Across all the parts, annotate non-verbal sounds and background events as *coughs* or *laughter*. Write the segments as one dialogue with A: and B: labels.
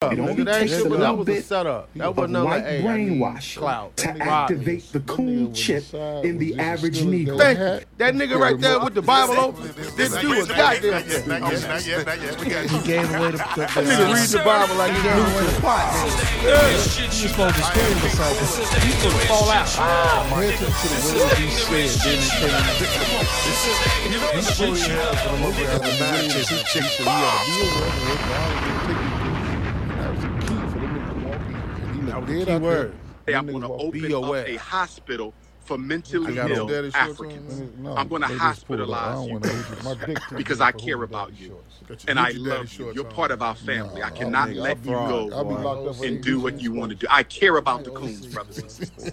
A: setup.
B: It
A: Nigga,
B: only
A: that
B: takes
A: shit
B: a
A: was- that
B: little
A: was a
B: bit
A: setup. That
B: of
A: wasn't nothing
B: white
A: like, hey, I
B: brainwash
A: need clout.
B: to
A: Let me rob
B: activate
A: this.
B: the cool chip in the average
A: Thank
B: Negro.
A: you. That nigga right there with the Bible open, this dude was goddamn.
C: Not yet,
A: That
C: not yet, not yet, not yet. We got
D: He gave away the. the,
A: nigga read the Bible like he knew it was a pot.
D: He was supposed to scream or something. He could fall out.
E: Listen to the words he said, then it came out. He showed you how to come up with other narratives. He checked it. He had a deal with it. He had a deal with it. That was the key for them niggas to walk in. And he
A: That
E: looked
A: was
E: dead
A: the key
E: out there.
A: word.
F: Hey, I'm
E: Them
F: going to
E: niggas walked-
A: Be
F: open up
A: aware.
F: a hospital for mentally
A: I got on
F: ill
A: daddy shorts
F: Africans.
E: Niggas- no,
F: I'm going to
E: they just pulled up. I
F: hospitalize
E: don't
F: you
E: wanna
F: *laughs*
E: hold you. My dick too
F: because
E: big
F: I
E: for
F: care
E: holding
F: about
E: daddy
F: you
E: shorts.
F: and I love you. You're part of our family. I
E: Nah,
F: cannot
E: nigga, I'll
F: let you
E: be- I'll be
F: go
E: locked up for
F: and
E: eight
F: do
E: years
F: what
E: in
F: you
E: prison.
F: want to do. I care about the Coons, brothers
E: *laughs*
F: and sisters.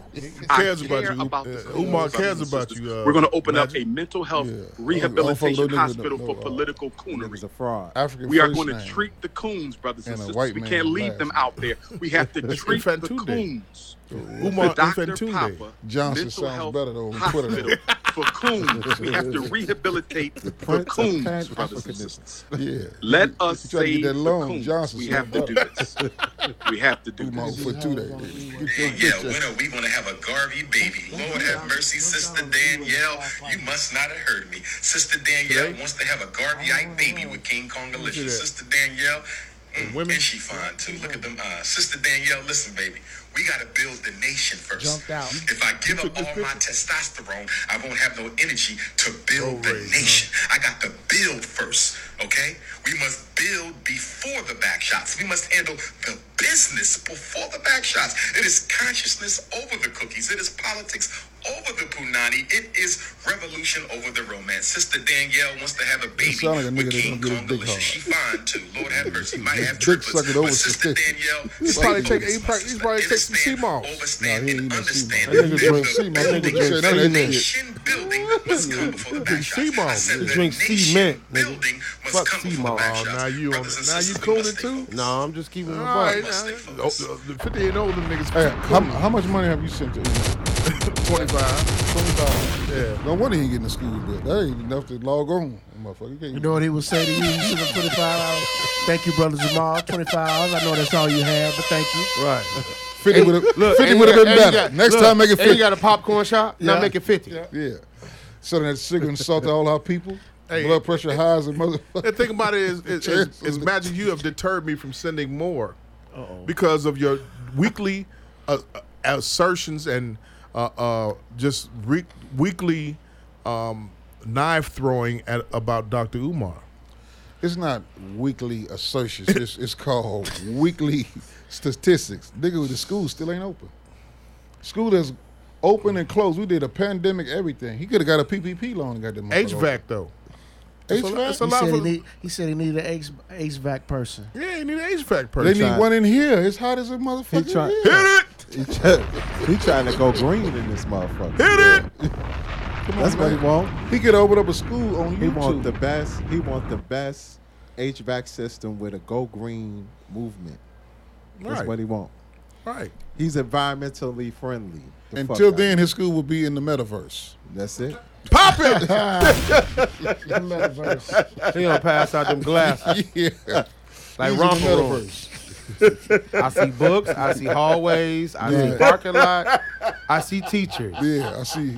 F: I
A: cares about
F: care
A: you.
F: about the
A: Uh,
F: Coons,
A: Umar
F: brothers
A: cares
F: and
A: about
F: sisters.
A: you, uh,
F: We're going to open up a
A: Magic.
F: mental health
E: Yeah. Oh, oh,
F: rehabilitation
E: for- no,
F: hospital
E: no,
F: for
E: no, uh,
F: political
C: was
F: coonery.
C: a fraud.
E: African
F: We are
E: first
F: going to
E: name.
F: treat the coons, brothers and
E: And a
F: sisters.
E: white
F: We
E: man
F: can't leave
E: last
F: them
E: name.
F: out there. We
E: *laughs*
F: have to treat the
A: Infantunde.
F: coons.
A: Umar
F: Dr.
A: Infantunde.
F: Papa
E: Johnson
F: Mental
E: sounds
F: Health
E: better though when we put it
F: Hospital for coons.
E: *laughs*
F: We have to rehabilitate the
C: Prince of
F: coons,
C: Pan-
F: brothers and
C: Africanism.
F: sisters.
E: *laughs* Yeah.
F: Let us
E: You try to
F: save
E: get
F: the
E: that loan,
F: coons.
E: Johnson
F: We
E: sounds
F: have to do
E: better.
F: this. We have to do
E: Come on
F: this.
E: for two days. Get
G: Yeah,
E: your bitch
G: when
E: ass.
G: are we gonna have a Garvey baby? Lord have mercy, Sister Danielle. You must not have heard me. Sister Danielle wants to have a Garveyite baby with King Kongalicious. Sister Danielle, mm,
A: women-
G: and she fine too. Look at them eyes. Sister Danielle, listen, baby. We gotta build the nation first.
D: Jumped out.
G: If I give up all my testosterone, I won't have no energy to build the nation. I got to build first, okay? We must build before the back shots. We must handle the business before the back shots. It is consciousness over the cookies. It is politics over the punani. It is revolution over the romance. Sister Danielle wants to have a baby
E: sound like a nigga
G: with
E: that's
G: King
E: gonna get his dick
G: Congalicious.
E: hard.
G: She fine too. Lord
E: *laughs*
G: have mercy. Might
E: His
G: have
E: dick
G: triplets.
E: sucking over
G: But Sister
E: statistics.
G: Danielle,
E: *laughs* He probably
G: Satan
A: take-
G: is
A: he
G: my
A: probably- he probably
G: sister.
A: take some
G: Understand,
A: CMOS.
G: Overstand
E: Nah, he
G: and
E: ain't no
G: understand.
E: CMOS. That nigga
G: Build
E: drink
G: the
E: CMOS. That nigga drink
G: building.
E: none of that shit.
G: Nation building must come before the back shots.
A: Drink
G: I
A: CMOS.
G: said the
A: Drink
G: nation
A: cement, nigga.
G: Building must
A: Fuck
G: come before the
A: CMOS.
G: back
A: Oh,
G: shots.
A: now you on-
G: Brothers and
A: now you
G: sisters, we
A: cooning
G: must stay
A: too?
G: focused.
A: No, I'm just keeping it a All right,
G: We
A: now,
G: must stay
A: oh,
G: focused.
A: uh, the 50 and older niggas
E: Hey, how,
A: cool.
E: how much money have you sent to Uber?
A: 25.
E: 25.
A: Yeah.
E: No wonder he ain't getting the school bill. That ain't enough to log on. Motherfucker, you can't
D: You know what he would say to you? You should have 25 hours. Thank you, Brother Jamal. 25 hours. I know that's all you have, but thank you.
A: Right.
E: 50 would have been better. Next time, make it 50.
A: You got a popcorn shop? Now
D: Yeah.
A: make it 50.
E: Yeah. Selling that sugar and salt to all our people.
A: Hey,
E: Blood pressure highs and
A: The
E: motherfucker.
A: thing about it is, is, is, is
E: Seriously.
A: Magic, you have deterred me from sending more because of your weekly uh, uh, assertions and uh, uh, just re- weekly um, knife throwing at about Dr. Umar.
E: *laughs* It's not weekly assertions. It's, it's called weekly statistics. Nigga, the school still ain't open. School is open and closed. We did a pandemic, everything. He could have got a PPP loan and got that motherfucker
A: HVAC, though.
E: open.
A: a-
E: HVAC?
A: it's a
D: He
A: lot
D: said he,
A: of-
D: need, he said he needed an H- HVAC person.
A: Yeah, you need an HVAC
E: They
A: person.
E: need one in here. It's hot as a motherfucker.
C: He try-
E: here.
C: He try- He trying to go green in this motherfucker.
A: Hit it!
E: Come
C: That's
E: on,
C: what he
E: man.
C: want.
E: He could open up a school on
C: He
E: YouTube.
C: want the best. He want the best HVAC system with a go green movement. That's
A: Right.
C: what he want.
A: Right.
C: He's environmentally friendly. The fuck
E: Until
C: out.
E: then, his school will be in the metaverse. *laughs*
C: that's it.
A: Pop it!
H: *laughs*
D: Metaverse.
A: he gonna pass out them *laughs* glasses
E: yeah.
A: like
E: He's in the
A: romper rooms.
H: *laughs*
E: metaverse.
A: I see books. I see hallways. I see
E: Yeah.
A: parking lot. I see teachers.
E: Yeah, I see.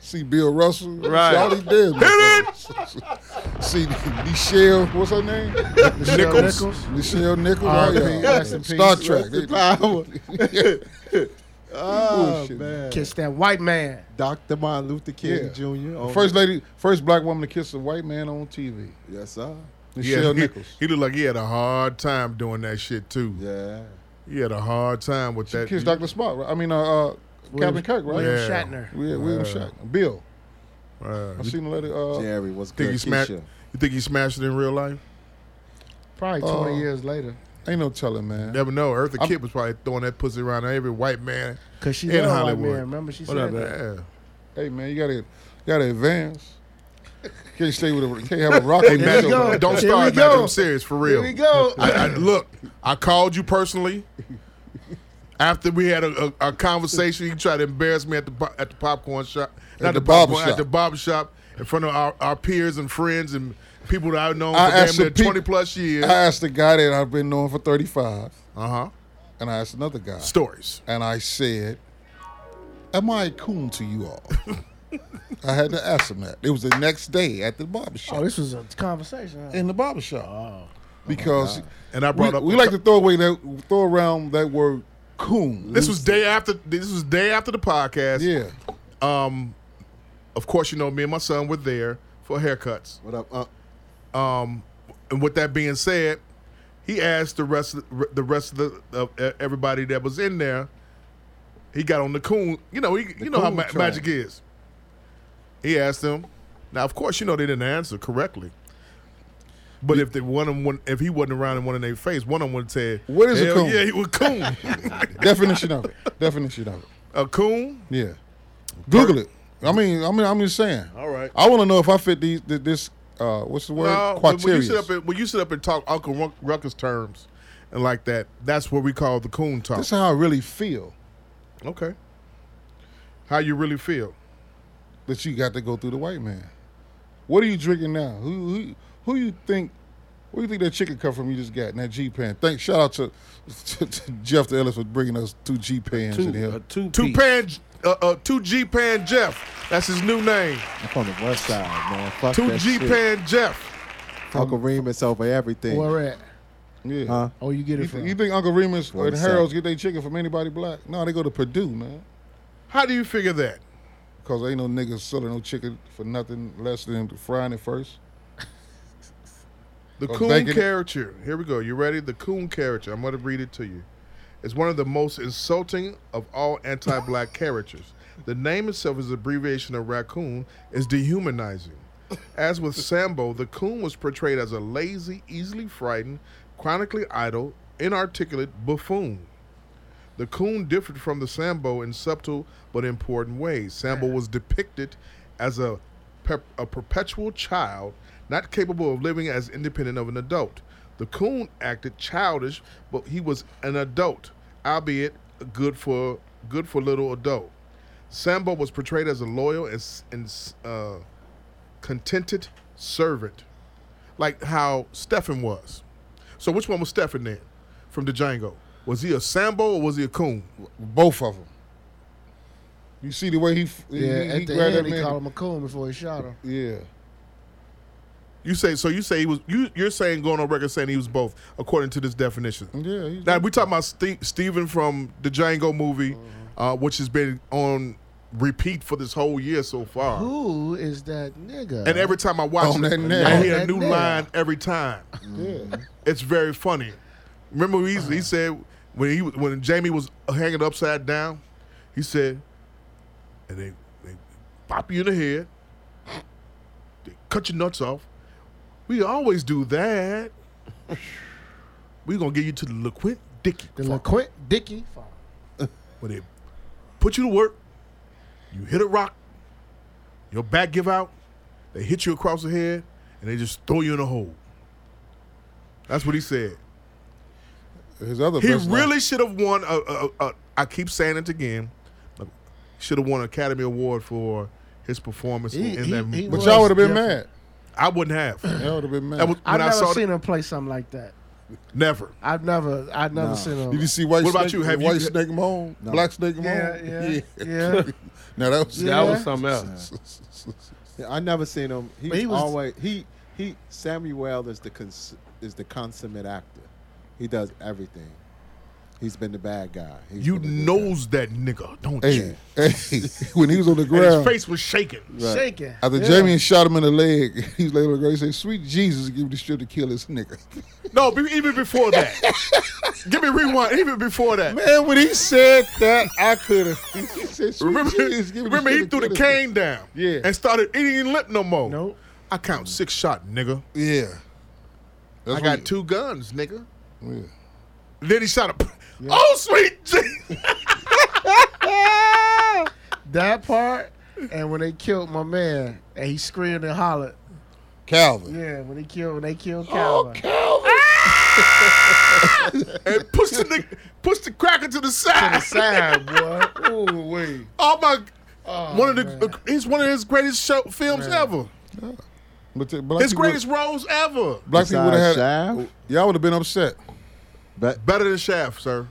E: See Bill Russell.
A: Right.
E: See all these dead. motherfuckers. *laughs* see Michelle. What's her
C: *laughs*
E: name?
D: Michelle Nichols.
E: Michelle Nichols. Oh,
D: R.I.P.
E: yeah.
D: Rest in peace.
E: Star Trek. They- *laughs*
C: Oh
E: Bullshit.
C: man,
D: Kiss that white man.
C: Dr. Martin Luther King Oh,
E: Yeah.
C: Jr. on-
E: First lady, first black woman to kiss a white man on TV.
C: yes sir.
E: Michelle
A: Yeah, he-
E: Nichols.
A: He looked like he had a hard time doing that shit too.
C: Yeah,
A: He had a hard time with that.
E: Kiss Dr. Spock. Right? I mean, uh, uh, Captain Kirk, right?
D: William
A: Yeah.
D: Shatner.
E: Yeah, William Shatner. Bill.
A: Uh,
E: I seen the lady. Uh,
C: Jerry was good.
A: think he smashed?
C: Keisha.
A: You think he smashed it in real life?
D: Probably
A: Uh,
D: 20 years later.
E: Ain't no telling, man.
A: Never know. Eartha
E: I'm-
A: Kitt was probably throwing that pussy around every white man
D: Because she
A: in
D: loved white
A: Hollywood.
D: man. Remember she
A: Whatever.
D: said that?
A: Yeah.
E: Hey, man, you gotta, gotta advance. Can't stay with a, can't have a rock. on
A: Hey,
E: your
A: Magic,
E: shoulder.
D: go.
A: don't
D: Here we
A: start, Magic.
D: go.
A: I'm serious, for real.
D: Here we go.
A: *laughs* I, I, look, I called you personally. After we had a, a, a conversation, you tried to embarrass me at the po- at the popcorn shop, not
E: the
A: popcorn,
E: barber shop.
A: at the barber shop in front of our, our peers and friends and people that I've known for
E: I
A: damn
E: asked the
A: near
E: peop-
A: twenty plus years.
E: I asked a guy that I've been knowing for 35,
A: Uh huh.
E: and I asked another guy,
A: Stories.
E: and I said, Am I a coon to you all? I had to ask him that. It was the next day at the barbershop.
D: Oh, this was a conversation. huh?
E: in the barbershop. Oh. Because
A: And I brought
E: we,
A: up
E: we like to throw away that throw around that word coon.
A: This was day after. This was day after the podcast.
E: yeah.
A: Um, of course, you know me and my son were there for haircuts.
C: What up? Uh,
A: Um, and with that being said, he asked the rest of the, the rest of the of e- everybody that was in there. He got on the coon. You know, he, you know how
E: coon
A: ma-
E: train.
A: magic is. He asked them. Now, of course, you know they didn't answer correctly. But if they one of 'em wouldn't- if he wasn't around and one in their face, one of them would say,
E: What is a
A: "Hell
E: coon?"
A: Yeah, he was coon.
E: *laughs* Definition of it. Definition of it.
A: a coon.
E: Yeah. Google it. I mean, I mean, I'm just saying.
A: All right.
E: I want to know if I fit these th- this uh, what's the word?
A: No, when- when you
E: Quaterius.
A: sit up and when you sit up and talk Uncle Ruck, Ruckus terms and like that, that's what we call the coon talk.
E: This is how I really feel
A: okay. How you really feel?
E: that you got to go through the white man. What are you drinking now? Who who who you think? Where you think that chicken come from? You just got in that G pan. Thanks. Shout out to, to, to Jeff the Ellis for bringing us two G pans in here.
H: Two, a two,
A: Two
H: piece.
A: pan, uh, uh, two G pan Jeff. That's his new name.
C: I'm on the west side, man. Fuck
A: Two
C: that
A: G
C: shit.
A: pan Jeff.
C: Uncle Remus over everything.
D: Where at?
E: yeah.
C: Huh?
D: Oh, you get it
E: You, th-
D: from?
E: you think Uncle Remus or the
C: 27.
E: Harold's get their chicken from anybody black? No, they go to Purdue, man.
A: How do you figure that?
E: Because ain't no niggas selling no chicken for nothing less than frying it first.
A: The
E: Go
A: coon
E: back in it.
A: character. Here we go. You ready? The coon character. I'm going to read it to you. It's one of the most insulting of all anti
E: *laughs*
A: black characters. The name itself is an abbreviation of raccoon, is dehumanizing. As with Sambo, the coon was portrayed as a lazy, easily frightened, chronically idle, inarticulate buffoon. The coon differed from the Sambo in subtle but important ways. Sambo was depicted as a, pep- a perpetual child, not capable of living as independent of an adult. The coon acted childish, but he was an adult, albeit good for good for little adult. Sambo was portrayed as a loyal and, s- and s- uh, contented servant, like how Stefan was. So, which one was Stefan then from the Django? Was he a Sambo or was he a coon?
E: Both of them. You see the way he, f- he-
D: yeah,
E: he,
D: at the
E: grabbed
D: end, they
E: that man.
D: called him a coon before he shot him.
E: Yeah.
A: You say so. You say he was. You you're saying going on record saying he was both, according to this definition.
E: Yeah. He,
A: Now we talking about Ste Steven from the Django movie,
E: Uh-huh.
A: uh, which has been on repeat for this whole year so far.
D: Who is that nigga?
A: And every time I watch
E: On
A: it,
E: that nail.
A: I hear
D: On
A: a
D: that
A: new
D: nail.
A: line every time.
E: yeah.
A: It's very funny. Remember he,
D: Uh-huh.
A: he said when he was- when Jamie was hanging upside down, he said, and they they pop you in the head, they cut your nuts off. We always do that. We gonna get you to the LaQuint Dicky.
D: the LaQuint Dickey.
A: When they put you to work, you hit a rock, your back give out, they hit you across the head, and they just throw you in a hole. That's what he said.
E: His other
A: He
E: best line-
A: really should have won. A, a, a, a, I keep saying it again. Should have won an Academy Award for his performance
D: He-
A: in
D: he-
A: that.
D: he
A: movie.
E: But y'all would have been
D: Different.
A: I wouldn't have.
E: mad. Y'all would have been mad.
A: That was,
D: I've
A: when I
D: never
A: saw
D: seen
A: it,
D: him play something like that.
A: never.
D: I've never, I've never seen him.
E: Did you see White
A: What
E: Snake?
A: about you? Have you-
E: White Snake Moan? Black Snake Moan?
D: yeah, yeah, yeah.
E: now that was.
H: *laughs* That
D: Yeah.
H: was something else.
C: Yeah, I never seen him. He,
D: But he was-
C: always he he Samuel is the cons, is the consummate actor. He does everything. He's been the bad guy. He's
A: You
C: been the good guy.
A: knows that nigga, don't
E: Hey,
A: you?
E: hey, *laughs* when he was on the
A: And his
E: ground,
A: face was shaking.
D: Shaking.
E: after
D: Yeah.
E: Jamie shot him in the leg, *laughs* he was later on the ground. He said, "Sweet Jesus, give me the strip to kill this nigga."
A: No, be- even before that.
D: *laughs*
A: Give me rewind. Even before that.
E: Man, when he said that, I could have. *laughs* He said, "Sweet
A: remember,
E: Jesus, give me
A: remember
E: the
A: he
E: strip to
A: threw the
E: kill this
A: cane down.
E: Yeah.
A: And started eating lip no more.
D: Nope.
A: I count six shot,
E: nigga."
A: nigga.
E: Yeah. That's
A: I
E: what
A: got two guns, nigga.
E: he- Yeah.
A: Then he shot a. Oh, sweet Jesus.
D: That part, and when they killed my man, and he screamed and hollered.
E: Calvin.
D: Yeah, when they killed, when they killed
E: Oh,
D: Calvin.
E: Calvin.
A: and push the nigga, push the cracker to the
D: To the
A: side.
D: side,
A: *laughs*
D: boy. Ooh, wait.
A: Oh my!
D: Oh,
A: One of the he's one of his greatest show films ever.
E: But the black
A: His
E: people
A: greatest roles ever.
E: Black people would have
C: Besides
E: had.
C: Shaft?
E: Y'all would have been upset.
C: But
A: Better than Shaft, sir.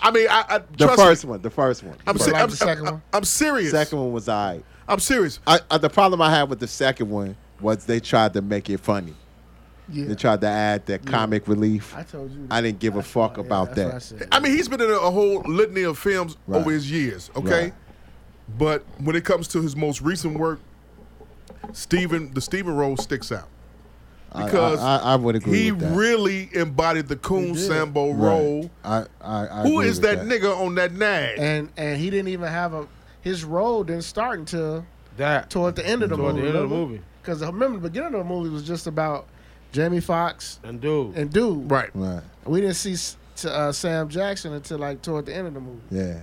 A: I mean, I, I
C: the
A: trust
C: first
A: me,
C: one, the first one.
A: I'm, se-
D: Like
A: I'm,
D: the second one?
A: I'm serious.
C: second one was all right.
A: I'm serious.
C: I, I, the problem I had with the second one was they tried to make it funny.
D: Yeah.
C: They tried to add that comic relief.
D: I told you.
C: I didn't give a fuck about
D: that's what I
C: that.
D: said.
A: I mean, he's been in a whole litany of films
C: Right.
A: over his years, okay?
C: Right.
A: But when it comes to his most recent work, Steven, the Steven role sticks out.
C: I-
A: Because
C: I, I, I would agree.
A: He
C: with that.
A: really embodied the Coon Sambo
C: Right.
A: role.
C: I, I, I
A: Who
C: agree
A: is
C: with
A: that, nigga on that nag?
D: and and he didn't even have a his role didn't start until
H: That
D: toward the end of the
H: Toward the
D: movie.
H: end of the movie.
D: Because remember, the beginning of the movie was just about Jamie Foxx
H: and dude.
D: and dude.
A: right.
C: Right.
D: We didn't see s- to, uh, Sam Jackson until like toward the end of the movie.
C: Yeah.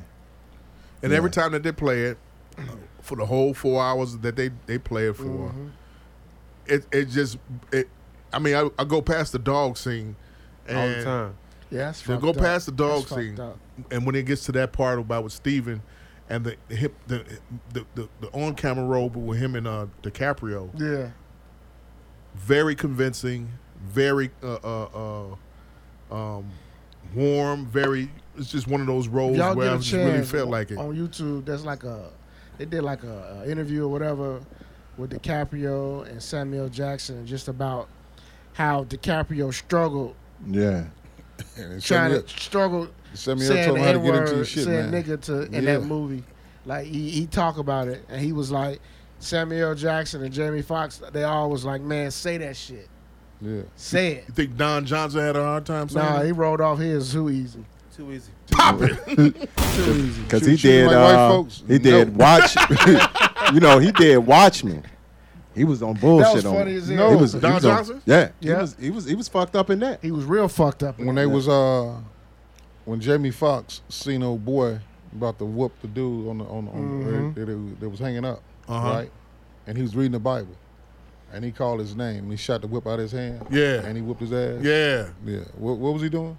A: And every time that they play it, for the whole four hours that they they play it for,
C: Mm-hmm.
A: it it just it. I mean, I, I go past the dog scene, and
H: all the time.
D: Yeah, that's
A: They
D: fucked
A: go
D: up.
A: past the dog
D: That's fucked
A: scene,
D: up.
A: and when it gets to that part about with Steven and the the hip the the, the, the on camera role with him and uh, DiCaprio,
D: Yeah,
A: very convincing, very uh, uh, uh, um, warm, very. It's just one of those roles
D: If y'all
A: where
D: get
A: I
D: a
A: just
D: chance Oh,
A: really felt like it.
D: on YouTube. There's like a they did like a, a interview or whatever with DiCaprio and Samuel Jackson, just about how DiCaprio struggled
E: *laughs*
C: Yeah.
E: And it
D: trying
E: shut me
D: to struggle
E: up- shut me up
D: saying
E: told
D: the
E: me how to
D: N
E: get into
D: word,
E: your shit,
D: saying
E: man.
D: nigga to in
E: Yeah.
D: that movie. Like he, he talk about it, and he was like Samuel Jackson and Jamie Foxx. They all was like, man, say that shit,
E: Yeah.
D: say it.
A: you think Don Johnson had a hard time saying
D: Nah,
A: that?
D: he rolled off his too easy,
H: Too easy.
D: too easy.
C: Because
E: Shoot-
C: he
E: shoot 'em
C: did.
E: like white
C: uh,
E: folks?
C: He
D: *laughs*
C: did watch. *laughs* you know, he did Watchmen. He was on bullshit on.
D: funny as hell.
C: he was, he
A: Don
C: was on-
A: Johnson?
C: yeah,
D: Yeah.
C: He was, he was he was fucked up in that.
D: He was real fucked up. in
E: When
D: that.
E: they was uh, when Jamie Foxx seen old boy about to whoop the dude on the on, the- on the, that, that was hanging up,
A: Uh-huh.
E: right? And he was reading the Bible, and he called his name. and He shot the whip out of his hand.
A: Yeah.
E: And he whipped his ass.
A: Yeah,
E: Yeah. What, what was he doing?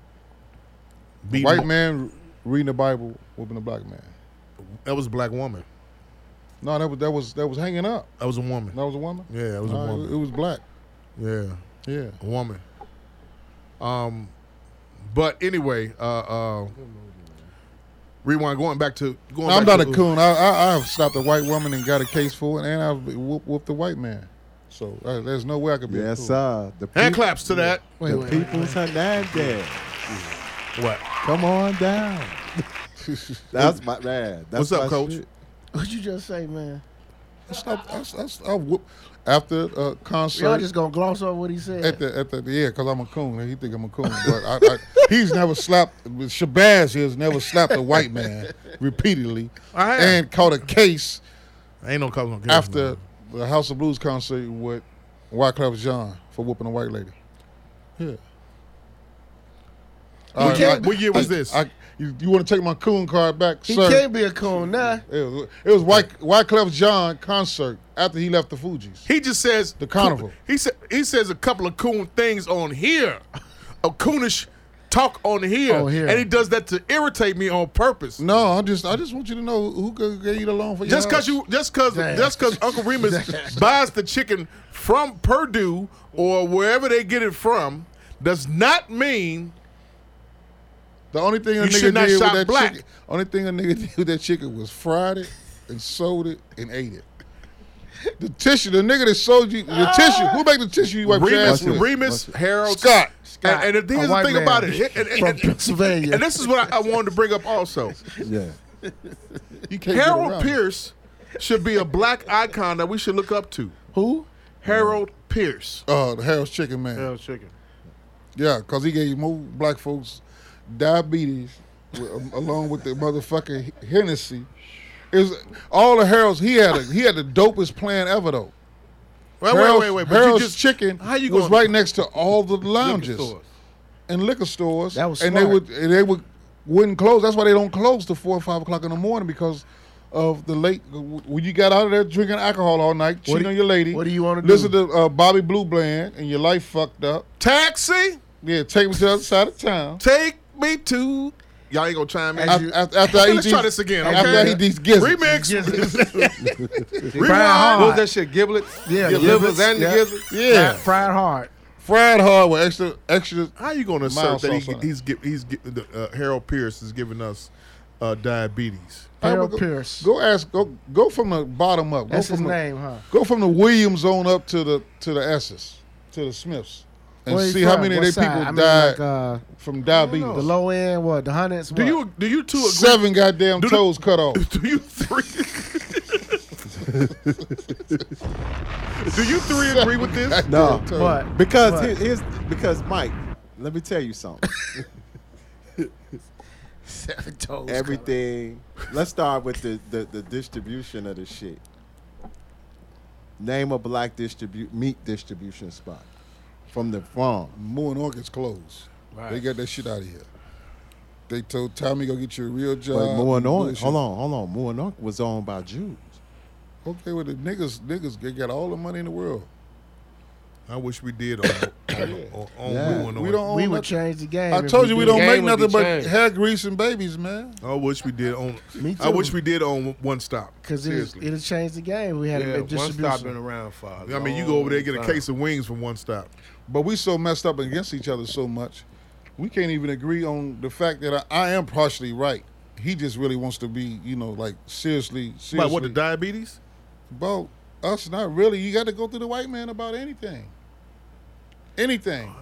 A: Beat
E: White
A: him.
E: man reading the Bible, whooping a black man.
A: That was a black woman.
E: No, that was that was that was hanging up.
A: That was a woman.
E: That was a woman.
A: Yeah, that was a
E: No, it,
A: woman.
E: it was black.
A: yeah,
E: Yeah.
A: a woman. Um, but anyway, uh, uh, rewind. Going back to going.
E: I'm
A: back
E: not a
A: to-
E: coon. I, I I've stopped a white woman and got a case for it, and I've whooped, whooped a white man. So uh, there's no way I could be.
C: Yes,
E: a coon.
C: sir. The,
A: Hand
C: peop-
A: claps to that.
D: wait,
C: the
D: wait, wait,
C: people's Hernandez.
A: What?
C: Come on
D: *laughs*
C: down. That's my man. That's
A: What's up,
C: my
A: coach?
C: shit.
D: what you just say, man?
E: I stopped. I, I, I whooped after a
D: Y'all
E: concert.
D: just gonna gloss over what he said.
E: at the at the yeah, cause I'm a coon. and He think I'm a coon, but I, I, he's never slapped. Shabazz has never slapped a white
A: *laughs*
E: man repeatedly,
A: I have.
E: and caught a case
A: Ain't no color on kids,
E: after
A: man.
E: the House of Blues concert with Wyclef Jean for whooping a white lady. Yeah. All
A: What year-
E: I-
A: what year was
E: I-
A: this?
E: I, you want to take my coon card back,
D: he
E: sir?
D: can't be a coon now.
E: It was, it was Wy, Wyclef Jean concert after he left the Fugees.
A: He just says
E: The carnival.
A: He said he says a couple of coon things on here, a coonish talk on here,
D: On here.
A: and he does that to irritate me on purpose.
E: Oh, No, I just I just want you to know who g- gave you the loan for your
A: Just cause
E: house.
A: you, just cause, just cause Uncle
E: *laughs*
A: Remus buys the chicken from Purdue or wherever they get it from, does not mean
E: The only thing a
A: You
E: nigga
A: should not
E: did with
A: shop
E: that
A: black.
E: chicken, only thing a nigga *laughs* did with that chicken was fried it and sold it and ate it. The tissue, the nigga that sold you the tissue, who make the tissue you wipe your ass
A: Remus,
E: with?
A: Remus Harold
E: Scott.
A: And, and the,
D: a
A: here's the
D: white
A: thing
D: man
A: about it, and, and-
D: from
A: and-
D: Pennsylvania.
A: and this is what I, I wanted to bring up also.
C: Yeah.
E: You can't get around
A: Harold
E: it.
A: Pierce should be a black icon that we should look up to.
D: Who?
A: Harold Pierce.
E: Uh, the Harold's Chicken Man.
H: Hell, chicken.
E: Yeah, because he gave more black folks diabetes with, um, along with the motherfucking Hennessy. It was, all the Harold's, he had a, he had the dopest plan ever, though.
A: Oh, Wait,
E: Harold's,
A: wait, wait, wait. But you
E: Harold's
A: just
E: Chicken
A: How you
E: was
A: gonna-
E: right next to all the
H: Liquor
E: lounges.
H: stores.
E: and liquor stores.
D: That was
E: and they
D: smart.
E: would and they would wouldn't close. That's why they don't close till four or five o'clock in the morning because of the late when you got out of there drinking alcohol all night, cheating
D: do-
E: on your lady.
D: what do you wanna do?
E: Listen to uh, Bobby Blue Bland, and your life fucked up.
A: Taxi,
E: Yeah, take me to the other side of town.
A: take me to Y'all ain't gonna chime in.
D: As you-
E: After, after, after I eat
A: *laughs* Let's try
E: these-
A: this again. Okay?
E: After I eat these gizzards.
A: remix.
D: Hard.
A: Rewind.
C: What was that shit? Giblets?
D: Yeah,
C: the
D: giblets,
C: livers and the
D: yeah.
E: *laughs*
C: gizzards?
E: Yeah,
D: Fried hard.
E: fried hard with extra extra.
A: How you gonna assert
E: Mild
A: that
E: sauce
A: he,
E: on it.
A: he's gi- he's gi- the, uh, Harold Pierce is giving us uh, diabetes?
D: Harold
E: go-
D: Pierce.
E: Go ask. Go go from the bottom up. Go
D: That's
E: from
D: his
E: the,
D: name, huh?
E: Go from the Williams on up to the to the S's to the Smiths, and
D: Where he
E: see how
D: from?
E: many of
D: What
E: their
D: side?
E: people
D: I mean,
E: died
D: like, uh,
E: from
D: the
E: diabetes.
D: low end, what the hundreds?
A: Do
D: what?
A: you do you two agree?
E: Seven goddamn
A: Do the-
E: toes cut off.
A: *laughs* Do you three? *laughs* do you three agree with this?
C: No.
D: What?
C: Because
D: What?
C: here- here's because Mike, let me tell you something.
D: Seven toes.
C: Everything. Let's start with the, the the distribution of the shit. Name a black distribute meat distribution spot from the farm.
E: Moore and Orchid's closed. They
D: Right.
E: got that shit out of here. They told Tommy go get you a real job.
C: But Moore
E: and
C: North,
E: bullshit.
C: hold on, hold on. Moore North was owned by Jews.
E: Okay, well the niggas niggas they got all the money in the world.
A: I wish we did
C: *coughs*
A: on on, on, on
C: Yeah.
A: Moon on-
E: We don't own
D: We would
E: nothing.
D: change the game.
E: I
D: if
E: told you we
D: did.
E: don't make
H: Game would be
E: nothing but
H: changed.
E: hair grease and babies, man.
A: I wish we did on.
D: Me
A: I
D: too.
A: wish we did on one stop.
D: Cause it
A: Seriously.
D: it'll change the game. We had
H: Yeah,
D: a big
H: one
D: distribution.
H: stop been around for. I
A: I mean, you go over there and get a case of wings from one stop.
E: But we so messed up against each other so much, we can't even agree on the fact that I, I am partially right. He just really wants to be, you know, like seriously, seriously.
A: Like what the diabetes?
E: about us not really. You got to go through the white man about anything. Anything.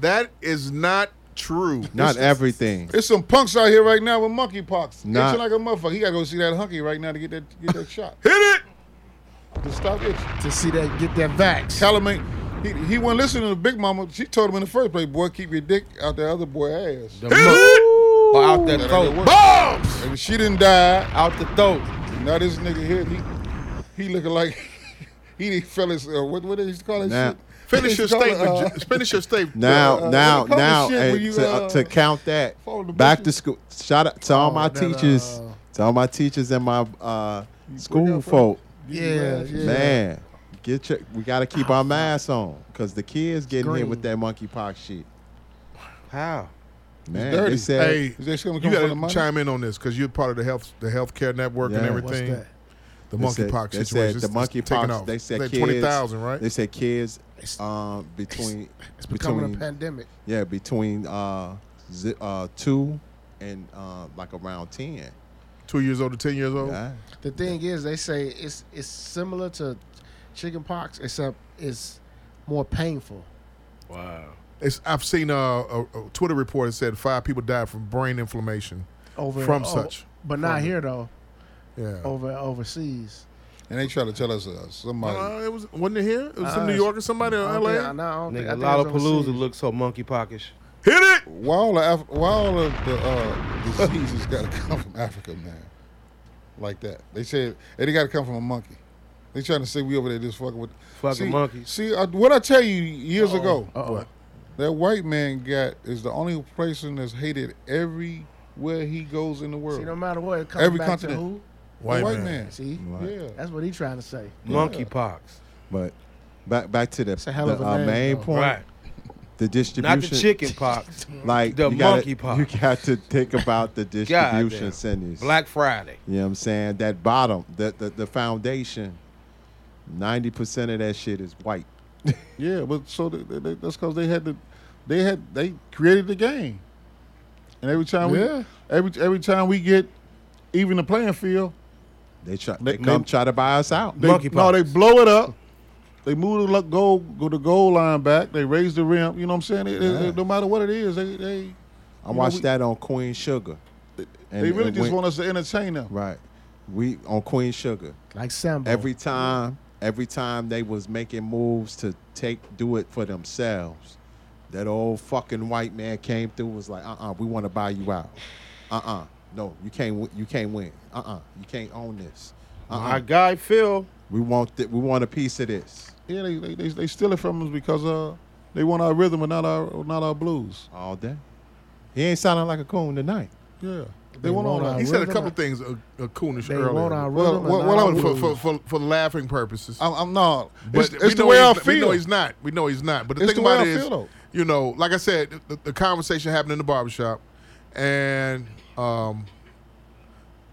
A: That is not true.
C: Not everything.
E: There's some punks out here right now with monkeypox.
C: Nah.
E: Itching like a motherfucker. He gotta go see that hunky right now to get that get that shot.
A: Hit it.
E: To stop itching.
D: to see that get that vax.
E: Tell him ain't- he, he wasn't listening to Big Mama. She told him in the first place, boy, keep your dick out that other boy ass.
H: The mu- or out the throat.
A: Bombs.
E: And she didn't die.
H: Out the throat.
E: Now this nigga here, he he looking like *laughs* he these fellas uh, what what they used to call that
C: Nah.
E: shit?
A: Finish your
E: They used to
A: statement.
E: call it, uh,
A: Ju- finish your statement.
C: *laughs* Now,
E: Uh,
C: now,
E: what the
C: now,
E: shit when
C: and
E: you,
C: to,
E: uh,
C: to count that
E: *laughs* follow the
C: back to
E: bushes?
C: school. Shout out to all my
D: Oh, that,
C: teachers,
D: uh,
C: to all my teachers and my uh, school folk.
D: yeah, yeah. Ah.
C: Man, get your, we got to keep our masks on because the kids getting hit with that
D: Scream.
C: monkeypox shit.
H: How?
C: Man,
E: dirty.
C: they said
A: Hey,
E: Is that shit gonna
A: you
E: come from the
A: gotta
E: money?
A: chime in on this because you're part of the health, the healthcare network and
C: Yeah.
D: What's
A: everything.
D: that?
A: The
C: they said-
A: monkeypox
C: they said
A: situation.
C: The
A: It's- it's taking off.
C: monkeypox. They said kids.
A: twenty thousand, right?
C: They said kids. Um, between
D: It's becoming
C: between
D: a pandemic.
C: yeah between uh, zi- uh two and uh like around ten.
A: Two years old to ten years old.
C: Yeah.
D: The thing is, they say it's it's similar to chicken pox, except it's more painful.
H: Wow.
A: It's, I've seen a, a, a Twitter report that said five people died from brain inflammation.
D: Over
A: From
D: oh,
A: such.
D: but not here though.
A: Yeah.
D: Over overseas.
E: And they try to tell us uh, somebody
A: Uh, it was wasn't it here? It was
D: Uh,
A: in New York or somebody in
D: I don't
A: L.A.
D: think- I- no, I don't think- I
H: Nigga,
D: think it was
H: Lollapalooza
D: overseas.
H: looks so monkey pockish.
A: Hit it.
E: why all of Af- why all of the uh, diseases gotta *laughs* come from Africa, man? Like that. They said and they gotta come from a monkey. They trying to say we over there just fucking with
H: Fucking
E: see,
H: monkeys.
E: See uh, what I tell you years ago.
D: Uh-oh.
E: That white man got is the only person that's hated everywhere he goes in the world.
D: See, no matter what, it comes
E: Every
D: back
E: continent.
D: to
E: The white, man.
D: who. See,
E: Yeah.
D: that's what he's trying to say.
H: Monkey pox.
C: But back back to the,
D: a hell of
C: the,
D: a
C: uh,
D: name,
C: main
D: though.
C: point.
H: Right.
C: The distribution.
H: Not the chicken
A: *laughs*
H: pox.
C: Like
H: The
C: you gotta-
H: monkeypox.
C: You got to think about the distribution
H: Goddamn.
C: centers.
H: Black Friday.
C: You know what I'm saying? That bottom, the the, the foundation. Ninety percent of that shit is white.
E: Yeah, but so th th- th- that's because they had the, they had they created the game, and every time
D: Yeah.
E: we every every time we get even the playing field,
C: They try.
E: They-
C: They, come
E: they-
C: try to buy us out.
E: they,
H: Monkey
E: no,
H: pox.
E: they blow it up. They move the lo- goal, go the goal line back. They raise the rim. You know what I'm saying? It- it-
C: Yeah.
E: no matter what it is, they they
C: I watched
E: we-
C: that on Queen Sugar. And
E: they really
C: it
E: just
C: went-
E: want us to entertain them.
C: right. We on Queen Sugar.
D: Like Sambo.
C: Every time, every time they was making moves to take do it for themselves, that old fucking white man came through and was like, uh uh we want to buy you out. Uh uh no, you can't wi- you can't win. Uh uh you can't own this. Uh uh
H: My guy Phil.
C: we want th- we want a piece of this.
E: Yeah, they they, they they steal it from us because uh they want our rhythm and not our not our blues.
C: All day. He ain't sounding like a coon tonight.
E: Yeah, they,
D: They
E: want,
D: want
E: all
D: our
E: that.
A: He said a
D: rhythm
A: couple
D: and-
A: things uh, uh, coonish
D: they
A: earlier.
D: want our
E: Well,
D: rhythm.
E: well,
D: and
E: well,
D: our
E: I'm
A: for,
D: blues.
A: for, for, for laughing purposes.
E: I'm, I'm not.
A: But
E: It's, it's
A: we
E: the
A: know
E: way
A: he's
E: I
A: not- We know
E: feel.
A: he's not. We know he's not. But the
E: It's
A: thing
E: the way
A: about
E: I
A: it is,
E: feel, though.
A: you know, like I said, the, the conversation happened in the barbershop, and um,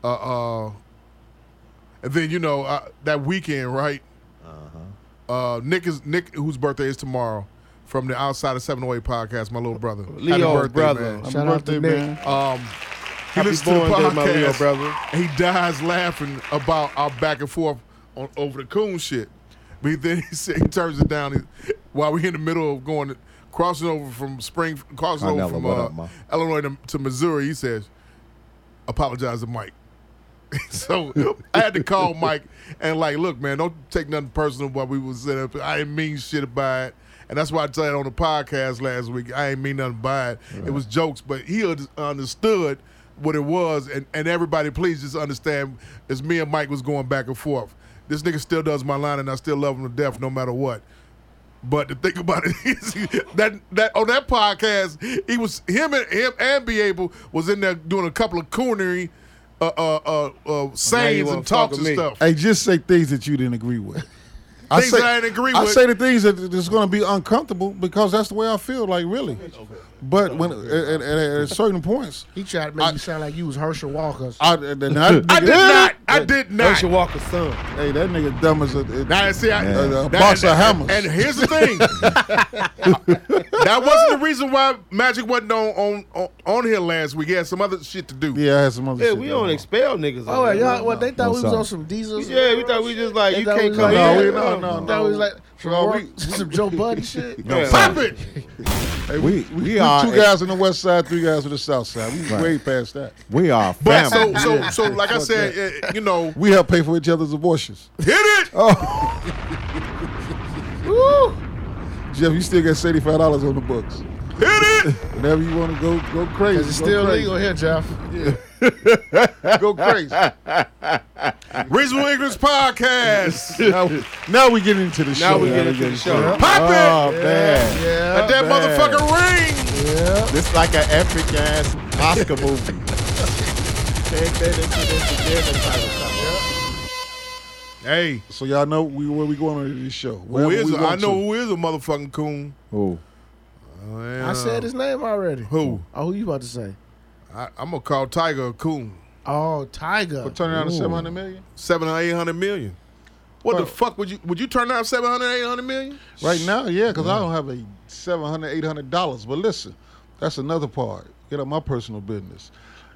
A: uh, uh, and then you know uh, that weekend, right? Uh-huh. Uh, Nick is Nick, whose birthday is tomorrow, from the Outside of Seven oh Eight podcast. My little brother, Happy
H: Leo,
A: birthday,
H: brother.
A: man.
E: Happy
D: Shout out to
E: birthday,
D: Nick.
E: man.
A: Um, he
H: Happy
A: listens to the
H: born day, my Leo
A: podcast.
H: brother.
A: He dies laughing about our back and forth on over the coon shit. But then *laughs* he, said, he turns it down he, while we're in the middle of going crossing over from spring crossing
C: Carmelo,
A: over from
C: what
A: uh,
C: up, Ma?
A: Illinois to, to Missouri. He says, "Apologize to Mike." *laughs* so I had to call Mike and like, look, man, don't take nothing personal while we was sitting up. I didn't mean shit about it. And that's why I said on the podcast last week, I ain't mean nothing by it. It was jokes, but he un- understood what it was. And, and everybody, please just understand, it's me and Mike was going back and forth. This nigga still does my line, and I still love him to death, no matter what. But the thing about it *laughs* is that that on that podcast, he was him and him and be able was in there doing a couple of coonery uh uh uh, uh sayings
H: wanna
A: and
H: fuck
A: talks and
H: with me.
A: stuff.
E: Hey, just say things that you didn't agree with. I
A: Things that I didn't agree
E: I
A: with.
E: say the things that that's going to be uncomfortable because that's the way I feel. Like really, but when at, at, at certain points,
D: He tried to make
E: I-
D: you sound like you was Herschel Walker.
A: *laughs*
E: I, and that
A: I did
E: nigga-
A: not. I did not.
H: Herschel Walker's son.
E: Hey, that nigga dumb as a. a-
A: Now see, I,
E: Yeah.
A: now-
E: A box of hammers.
A: And here's
E: *laughs*
A: the thing, that wasn't the reason why Magic wasn't on on on here last week. He had some other shit to do.
E: yeah, I had some other
H: Yeah,
E: shit.
H: we
E: going
H: don't
E: on.
H: expel niggas.
D: oh,
H: on
D: yeah,
H: here.
D: y'all, well, they thought we was
C: sorry.
D: on some diesels.
H: Yeah, we thought we just like, you
D: They thought
H: can't
D: we
H: come
D: was
E: No,
D: on-
E: we-
H: here.
E: no, no,
D: That
E: no.
D: was like
E: No,
D: from some Joe Budden shit.
H: Yeah.
A: Pop it.
C: We we
E: We
C: are
E: two guys on the west side, three guys on the south side. We
C: Right.
E: way past that.
C: we are
A: But
C: family.
A: so so so like I said, uh, you know,
E: We help pay for each other's
A: *laughs*
E: abortions.
A: hit it.
E: Jeff, you still got seventy-five dollars on the books.
A: Hit it.
E: Whenever you want to go, go crazy.
D: It's
E: go
D: still
E: crazy.
D: legal here, Jeff.
E: Go
A: *laughs*
E: crazy.
A: Reasonable Ignorance Podcast.
E: now, now we get into the
H: Now
E: show.
H: we get into the show.
A: Pop
C: oh man,
A: it. Let that motherfucker ring.
C: this like an epic ass Oscar movie.
A: *laughs*
C: Take that into this again and try to stop
A: Hey,
E: So y'all know we where we going on this show.
A: who
E: Wherever
A: is?
E: we
A: I
E: want
A: know
E: to.
A: who is a motherfucking coon.
C: it. Ooh.
A: And,
D: I said
A: uh,
D: his name already.
A: who?
D: Oh, who you about to say?
A: I, I'm gonna call Tiger a coon.
D: Oh, Tiger.
E: Turn around to seven hundred million.
A: Seven or eight hundred million. What the
E: Well-
A: fuck would you would you turn down 700, 800 million?
E: Right now, yeah, because I don't have a seven hundred, eight hundred dollars. But listen, that's another part. Get out my personal business.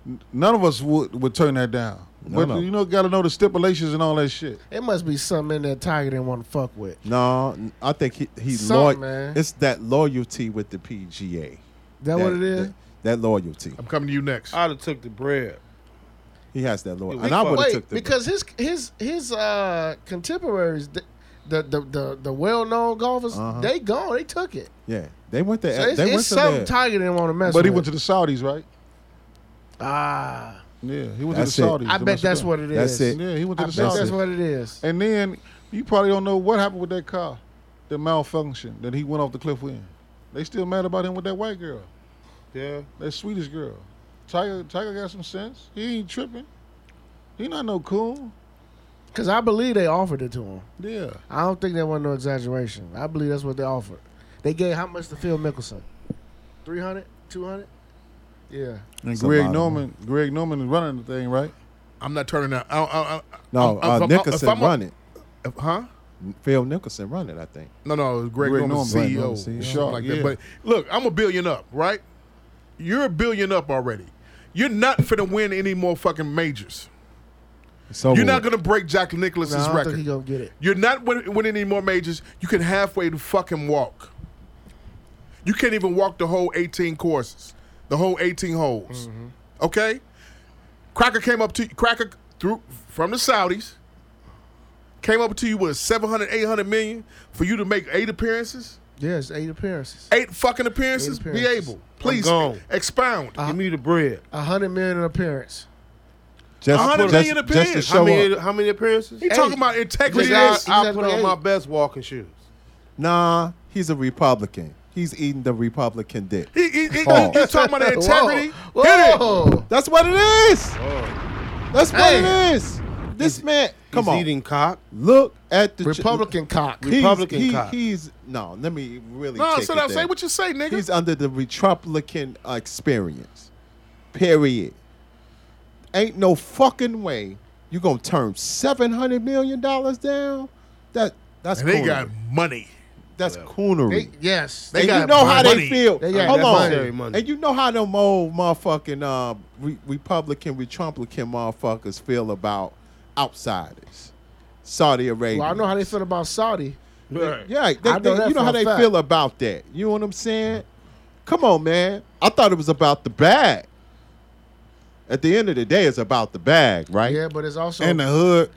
E: N- None of us would would turn that down. but
C: no.
E: you know, got to know the stipulations and all that shit.
D: It must be something in there Tiger didn't want to fuck with.
C: No, n- I think he he's
D: Something,
C: loyal.
D: man.
C: It's that loyalty with the PGA.
D: That, what it is?
C: That, that loyalty.
A: I'm coming to you next.
H: I'd have took the bread.
C: He has that loyalty,
H: We
C: and I
H: fuck-
C: would have
D: Wait,
C: took the
D: because his his his uh contemporaries, the the the, the, the well known golfers,
C: Uh-huh.
D: they gone. They took it.
C: yeah. They went there.
D: So it's,
C: they went
D: it's
C: to
D: something
C: there.
D: Tiger didn't want to mess
E: But
D: with.
E: he went to the Saudis, right?
D: ah.
E: Yeah, he went
C: That's
E: to
C: it.
E: the Saudis.
D: I bet
E: to mess
D: that's
E: with
D: what it
C: That's
D: is.
C: it.
E: them. Yeah, he went
D: I
E: to
D: bet
E: the Saudis.
D: that's what it is.
E: And then you probably don't know what happened with that car, the malfunction that he went off the cliff with. They still mad about him with that white girl,
H: Yeah.
E: that Swedish girl. Tiger, Tiger got some sense. He ain't tripping. He not no cool.
D: Because I believe they offered it to him.
E: Yeah,
D: I don't think that was no exaggeration. I believe that's what they offered. They gave how much to Phil Mickelson? 300? 200? Yeah.
E: and
C: It's a lot
E: Greg
C: of
E: Norman, Greg Norman is running the thing, right?
A: I'm not turning down. I, I, I, I'm-
C: No, uh,
A: if I'm-
C: Nicholson
A: if I'm a-
C: run it.
A: if- huh?
C: Phil Nicholson run it. I think.
A: No, no, it was Greg,
E: Greg
A: Norman,
E: Norman,
A: CEO,
E: Greg Norman,
C: E
A: something
E: CEO.
A: like
E: Yeah.
A: that. But look, I'm a billion up, right? You're a billion up already. You're not finna win any more fucking majors.
C: So
A: You're not gonna break Jack Nicholas's
D: No, I don't think
A: record.
D: he gonna get it.
A: You're not win- winning any more majors. You can halfway to fucking walk. You can't even walk the whole 18 courses, the whole 18 holes.
C: Mm-hmm.
A: Okay? Cracker came up to you, Cracker through from the Saudis, came up to you with 700, 800 million for you to make eight appearances,
D: Yes, eight appearances.
A: eight fucking appearances.
D: Eight appearances. Uh,
A: Be able. Please
H: gone.
A: expound.
H: Give me the bread.
D: A hundred million in appearance.
C: just,
A: 100
C: just,
A: million
C: just to
A: appearance.
C: show
H: how many?
C: up.
H: How many appearances?
A: you talking about integrity.
D: He's
H: I,
D: at-
H: I
D: he's at
H: put on my
D: 28.
H: best walking shoes.
C: Nah, he's a Republican. He's eating the Republican dick.
A: He- he- he- you
C: Paul.
A: talking about integrity.
D: *laughs* Whoa.
A: Hit it.
D: Whoa.
C: That's what it is. That's what
D: Hey.
C: it is. This man, come
H: He's
C: on,
H: eating cock.
C: look at the
D: Republican cock.
C: He's,
H: Republican
C: he-
H: cock.
C: He's no. Let me really.
A: No,
C: take
A: sit
C: it
A: down.
C: there.
A: Say what you say, nigga.
C: He's under the Republican experience. Period. Ain't no fucking way you gonna turn seven hundred million dollars down. That that's
A: And they
C: coonery.
A: got money.
C: that's coonery.
D: They, yes.
A: They
C: and you
A: got
C: know how they
A: money.
C: feel.
D: They got
C: Hold
D: that
H: money.
C: on.
H: Money.
C: And you know how them old motherfucking uh, re- Republican, Retrumplican motherfuckers feel about outsiders. Saudi Arabia.
D: Well, I know how they feel about Saudi.
C: Yeah, they,
D: I know
C: they-
D: that
C: you know
D: for
C: how
D: a
C: they
D: fact.
C: feel about that. You know what I'm saying? Come on, man. I thought it was about the bag. At the end of the day, it's about the bag, right?
D: Yeah, but it's also
E: In the hood,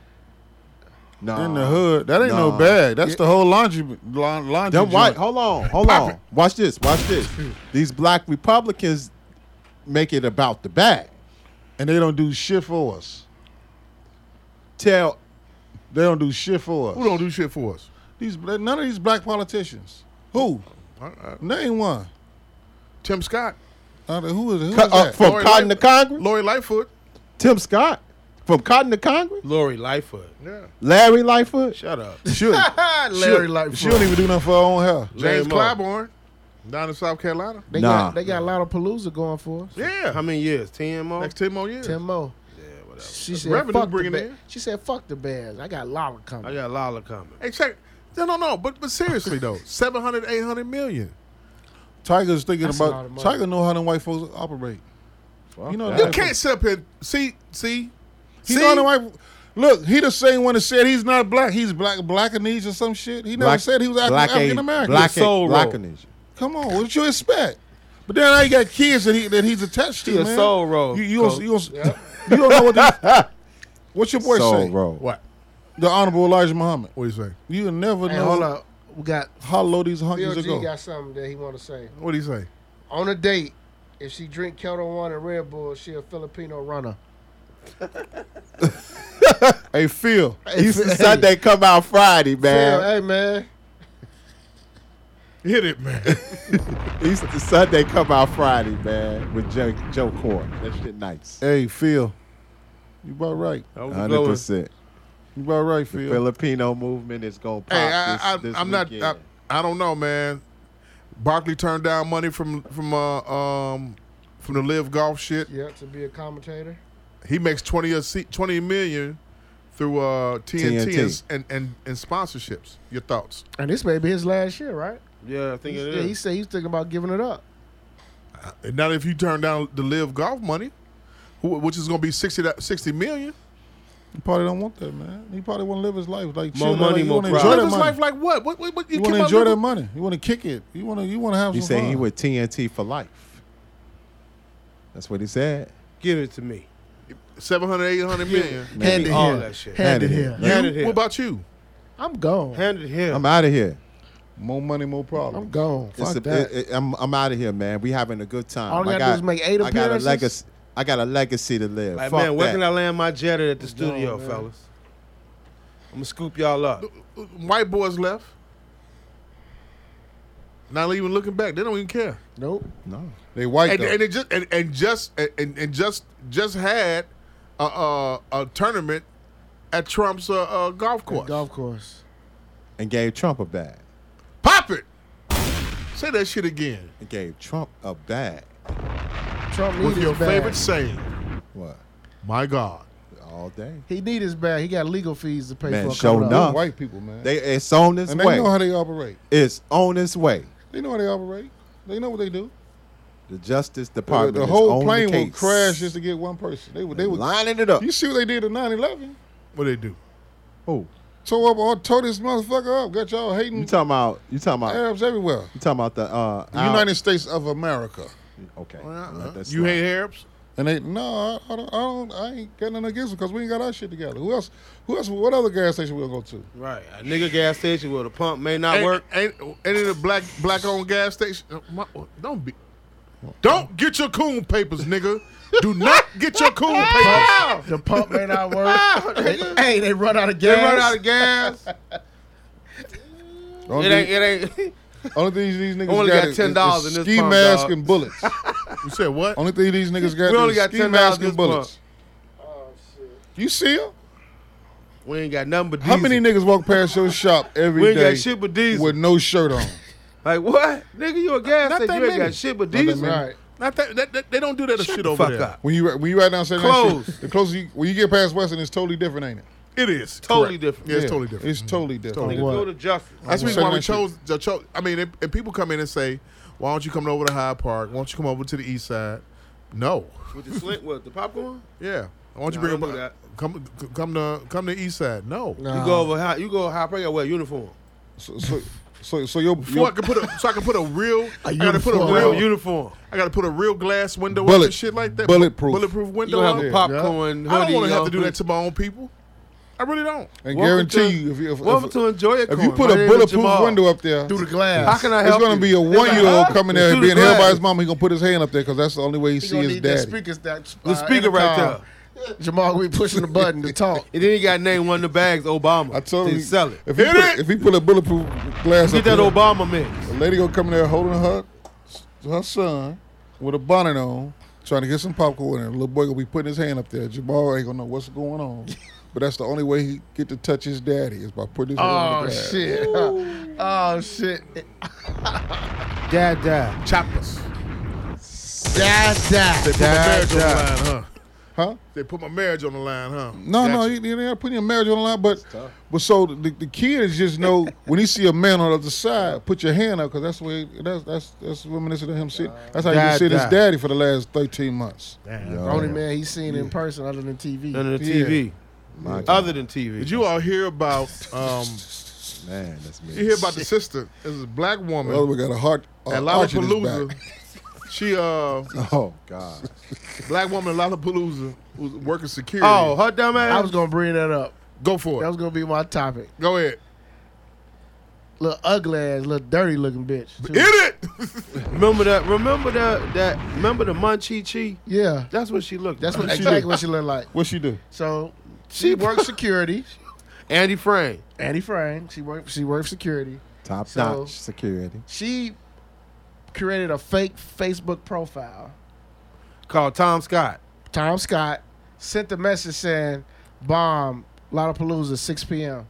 C: Nah.
E: in the hood. That ain't
C: Nah.
E: no bag. That's the whole laundry la- laundry.
C: Them white,
E: joint.
C: hold on, hold on. Watch this, watch
D: *laughs*
C: this. These black Republicans make it about the bag.
E: and they don't do shit for us.
C: Tell
E: They don't do shit for us.
A: Who don't do shit for us?
E: These none of these black politicians. Who? Name one.
A: Tim Scott,
E: Uh, who is, who is
C: co- uh,
E: that?
C: from
A: Lori
C: Cotton to
A: Lightfoot.
C: Congress,
A: Lori Lightfoot.
C: Tim Scott. From Cotton to Congress,
H: Lori Lightfoot.
A: Yeah.
C: Larry Lightfoot.
H: Shut
A: *laughs*
H: up.
E: Should
D: Larry Lightfoot.
E: she don't even do nothing for her own hair.
A: James
H: Jay Mo.
A: Clyburn down in South Carolina.
D: they
C: Nah.
D: got they got a lot of Palooza going for us.
A: Yeah.
H: How many years? Ten more.
A: Next 10 more years.
D: Ten more.
H: Yeah, whatever.
D: She said,
A: revenue
D: fuck the
A: bringing
D: ba-
A: in.
D: She said, fuck the bears. I got Lala coming.
H: I got Lala coming.
A: Hey, check. No, no, no. But, but
E: *laughs*
A: seriously, though, 700, 800 million.
E: Tiger's thinking
D: That's a lot of
E: about
D: money.
E: Tiger know how them white folks operate. you know
A: You
E: that.
A: can't sit up here. See, see,
E: He
A: see.
E: know them white. Look, he the same one that said he's not black. He's black, blackanese or some shit. He never
C: Black-
E: said he was
C: Black A-
E: African American.
C: Black A-
E: Soul
C: Black
E: roll.
C: Nation.
E: Come on, what you expect? But then now you got kids that he that he's attached to.
H: He a
E: man.
H: soul roll,
E: You, you, don't,
H: coach.
E: you, don't, you don't know what
C: *laughs*
E: these, What's your boy
C: Soul
E: say?
C: roll.
A: What?
E: The Honorable Elijah Muhammad.
A: What do you say?
E: You never
D: hey,
E: know
D: hold up. We got
E: how low these
D: Bill
E: hunkies will
D: G
E: go.
D: got something that he want to say.
A: What do you say?
D: On a date, if she drink Kettle One and Red Bull, she a Filipino runner.
E: Hey Phil,
C: Easter Sunday come out Friday,
D: Phil,
C: man.
D: hey man,
A: Hit it, man.
C: Easter Sunday come out Friday, man. With Joe Joe Corn. That shit nice.
E: *laughs* hey Phil, you about right.
H: I was
C: Hundred
H: going-
C: percent.
E: You about right,
C: The
E: Phil.
C: Filipino movement is gonna pop
A: hey, I,
C: this,
A: I,
C: this
A: I'm not.
C: weekend.
A: I, I don't know, man. Barkley turned down money from from uh, um from the live golf shit.
D: yeah, to be a commentator.
A: He makes 20 a se- 20 million through uh, TNT,
C: TNT.
A: And, and and and sponsorships. Your thoughts?
D: And this may be his last year, right?
H: Yeah, I think it
D: Yeah, he
H: is.
D: said he's thinking about giving it up.
A: And not if you turn down the live golf money, wh- which is going to be 60, da- 60 million.
E: He probably don't want that, man. He probably want to live his life like
H: More
E: chill,
H: money,
E: like,
H: more
E: want to enjoy
H: pride.
A: Live
E: that
A: his
E: money.
A: life like what? What? What? what
E: you want
A: came
E: to
A: out
E: enjoy that
A: living-
E: money. You want to kick it. You want to. You want to have
C: He
E: some
C: said
E: fun.
C: he with TNT for life. That's what he said.
H: Give it to me.
A: 700, 800 million.
D: Hand it
H: all
D: here.
H: that shit.
D: Hand it
C: Hand it
D: here.
C: here.
H: Hand it
A: What
H: here.
A: about you?
D: I'm gone.
H: Hand it here.
C: I'm out of here.
E: more money, more problems.
D: I'm gone.
C: It's
D: Fuck
C: a-
D: that.
C: it- it- I'm, I'm out of here, man. We having a good time.
D: All you
C: I
D: gotta do
C: got,
D: is make eight
C: I got a
D: appearances?
C: legacy. I got a legacy to live.
H: Like,
C: Fuck
H: man, where
C: that.
H: can I land my jet at the studio, fellas? I'm gonna scoop y'all up.
A: White boys left. Not even looking back. They don't even care.
D: nope.
C: no.
E: They white
A: And,
E: though.
A: and it just and, and just and, and just just had a, a, a tournament at Trump's uh, uh, golf course.
D: Golf course.
C: And gave Trump a bag.
A: Pop it. Say that shit again
C: And gave Trump a bag.
D: Trump need
A: with
D: his
A: your
D: bag.
A: favorite saying.
C: What?
A: My God.
C: All day.
D: He need his bag. He got legal fees to pay
C: Man,
D: for.
C: show
D: coming up.
C: enough.
E: They're white people, man.
C: They it's on its
E: and they
C: way.
E: know how they operate.
C: it's on its way.
E: They know how they operate. They know what they do.
C: The Justice
E: The,
C: Department.
E: the
C: is
E: whole
C: on
E: plane
C: the
E: will
C: case.
E: crash just to get one person. They would. They
C: They
E: would.
C: lining it up.
E: You see what they did to 9/11?
A: What they do?
C: Oh,
E: Tore up all tore this motherfucker up. Got y'all hating
C: you talking about? You talking about?
E: Arabs everywhere.
C: You talking about the uh?
E: The
C: Al-
E: United States of America.
C: Okay.
A: You hate Arabs?
E: And they no, I, I don't, I don't, I ain't got nothing against them because we ain't got our shit together. Who else? Who else? What other gas station we'll go to?
H: Right. A nigga gas station where the pump may not
A: Ain't,
H: work.
A: Ain't, ain't it a black black owned gas station? Uh, my- Don't be. Don't get your coon papers, nigga. Do not get your
E: *laughs*
A: coon papers.
D: The pump may not work. *laughs* hey, they run out of gas.
H: They run out of gas.
E: Only,
H: it ain't. It ain't.
E: thing- only thing these niggas
H: only got
E: is-
H: $10
E: is
H: in this
E: ski
H: pump,
E: mask
H: dog.
E: and bullets.
A: You said what?
E: only thing these niggas got
H: *laughs* We only
E: is
H: got
E: ski
H: $10
E: mask
H: this
E: and bullets. You see 'em?
H: *laughs* We ain't got nothing but diesel.
E: How many niggas walk past
H: *laughs*
E: your shop every
H: We
E: day
H: ain't got shit but diesel.
E: with no shirt on?
H: Like what, nigga? You a gas
E: Not
H: station?
E: that
H: You ain't
E: many.
H: got shit but
E: Not that
H: diesel.
E: many.
D: Right.
A: Not that, that, that- they don't do that shit over
H: Fuck
A: there.
H: up.
E: When you when you ride down Saturday Night
H: Close.
E: Street, the closer you, when you get past Western, it's totally different, ain't it?
A: It is totally
H: Correct.
A: different. Yeah, it's totally different.
E: It's totally different.
H: Nigga, go to justice.
A: That's the
E: Well,
A: reason why we
E: Saturday
A: chose. the cho- I mean, if, if people come in and say, "Why don't you come over to Hyde Park? Why don't you come over to the East Side?" No.
H: With the slit, what the popcorn?
A: Yeah. Why don't
H: Nah,
A: you bring
H: don't
A: them
H: do that.
A: Come, come to come to East Side. No.
H: You go over high. You go high. Probably gotta wear a uniform.
E: So so so, so your,
A: So I
E: your
A: can put a, so I can put a real. I gotta put a
H: Wear
A: real.
H: a uniform.
A: I gotta put a real glass window up
E: Bullet-
A: and shit like that.
E: bulletproof.
A: Bulletproof
H: You
A: window.
H: gonna
A: Up.
H: have a popcorn
A: I don't
H: hoodie
A: want to have
H: on.
A: to do that to my own people. I really don't.
E: and
H: Welcome
E: guarantee
H: to-
E: you if you if,
H: Welcome
E: if,
H: to enjoy it.
E: if you put a bulletproof window up there,
B: through the
H: how
B: glass.
H: can I
E: it's
H: help
E: gonna
H: you?
E: be a
H: They're
E: one year old
H: like, huh?
E: coming there and
H: Through the
E: being held by
H: glass.
E: his mama. He gonna put his hand up there because that's the only way he
D: He
E: see
D: gonna
E: his
D: need that uh,
E: daddy.
D: speakers that
H: The speaker right there.
D: there. Jamal, we pushing the button to talk.
H: And then he got named one of the bags Obama.
E: I told
H: Then
E: him he-
H: sell it.
E: If he,
A: Hit
E: put,
A: it!
E: if he put a bulletproof glass
H: Get that
E: up there,
H: Obama mix.
E: a lady gonna come in there holding her her son with a bonnet on, trying to get some popcorn, and the little boy gonna be putting his hand up there. Jamal ain't gonna know what's going *laughs* on, but that's the only way he get to touch his daddy is by putting his hand on
D: Oh
E: the glass.
D: shit! *laughs* Oh shit!
H: Dad, dad.
A: Choppers.
D: That's that.
A: They put my marriage on the line, huh?
E: Huh?
A: They put my marriage on the line, huh?
E: No, no,
A: Gotcha.
E: you, you ain't putting your marriage on the line, but but so the, the kids just *laughs* know when he see a man on the other side, put your hand up because that's the way that's that's that's reminiscent of him sitting. That's how you
H: Dad,
E: been sitting his
H: dad.
E: daddy for the last thirteen months.
D: The only man he's seen in person other than TV.
H: Under the
E: Yeah.
H: TV.
C: My God,
H: Other than TV.
A: Did you all hear about? Um,
C: man, that's me.
A: you hear about the sister? This is a black woman
E: Well, we got a heart. Uh,
A: at
E: arch in his
A: Lollapalooza.
E: back.
A: She uh,
C: Oh
E: *laughs*
C: God,
A: black woman at Lollapalooza was working security.
H: Oh, her dumb ass.
D: I was gonna bring that up.
A: go for
D: That
A: it.
D: was gonna be my topic.
A: Go ahead.
D: Little ugly ass, little dirty looking bitch. too.
A: Hit it. *laughs*
H: remember that. Remember that. That. Remember the Munchie Chi.
D: Yeah,
H: That's what she looked.
D: that's
H: like.
D: what exactly what she looked like.
E: What she do?
D: So she worked security.
H: Andy Frame.
D: Annie Frank. She worked. She worked security.
C: top
D: So-
C: notch security.
D: She created a fake Facebook profile.
H: Called Tom Scott.
D: Tom Scott sent a message saying, "Bomb Lollapalooza 6 p.m."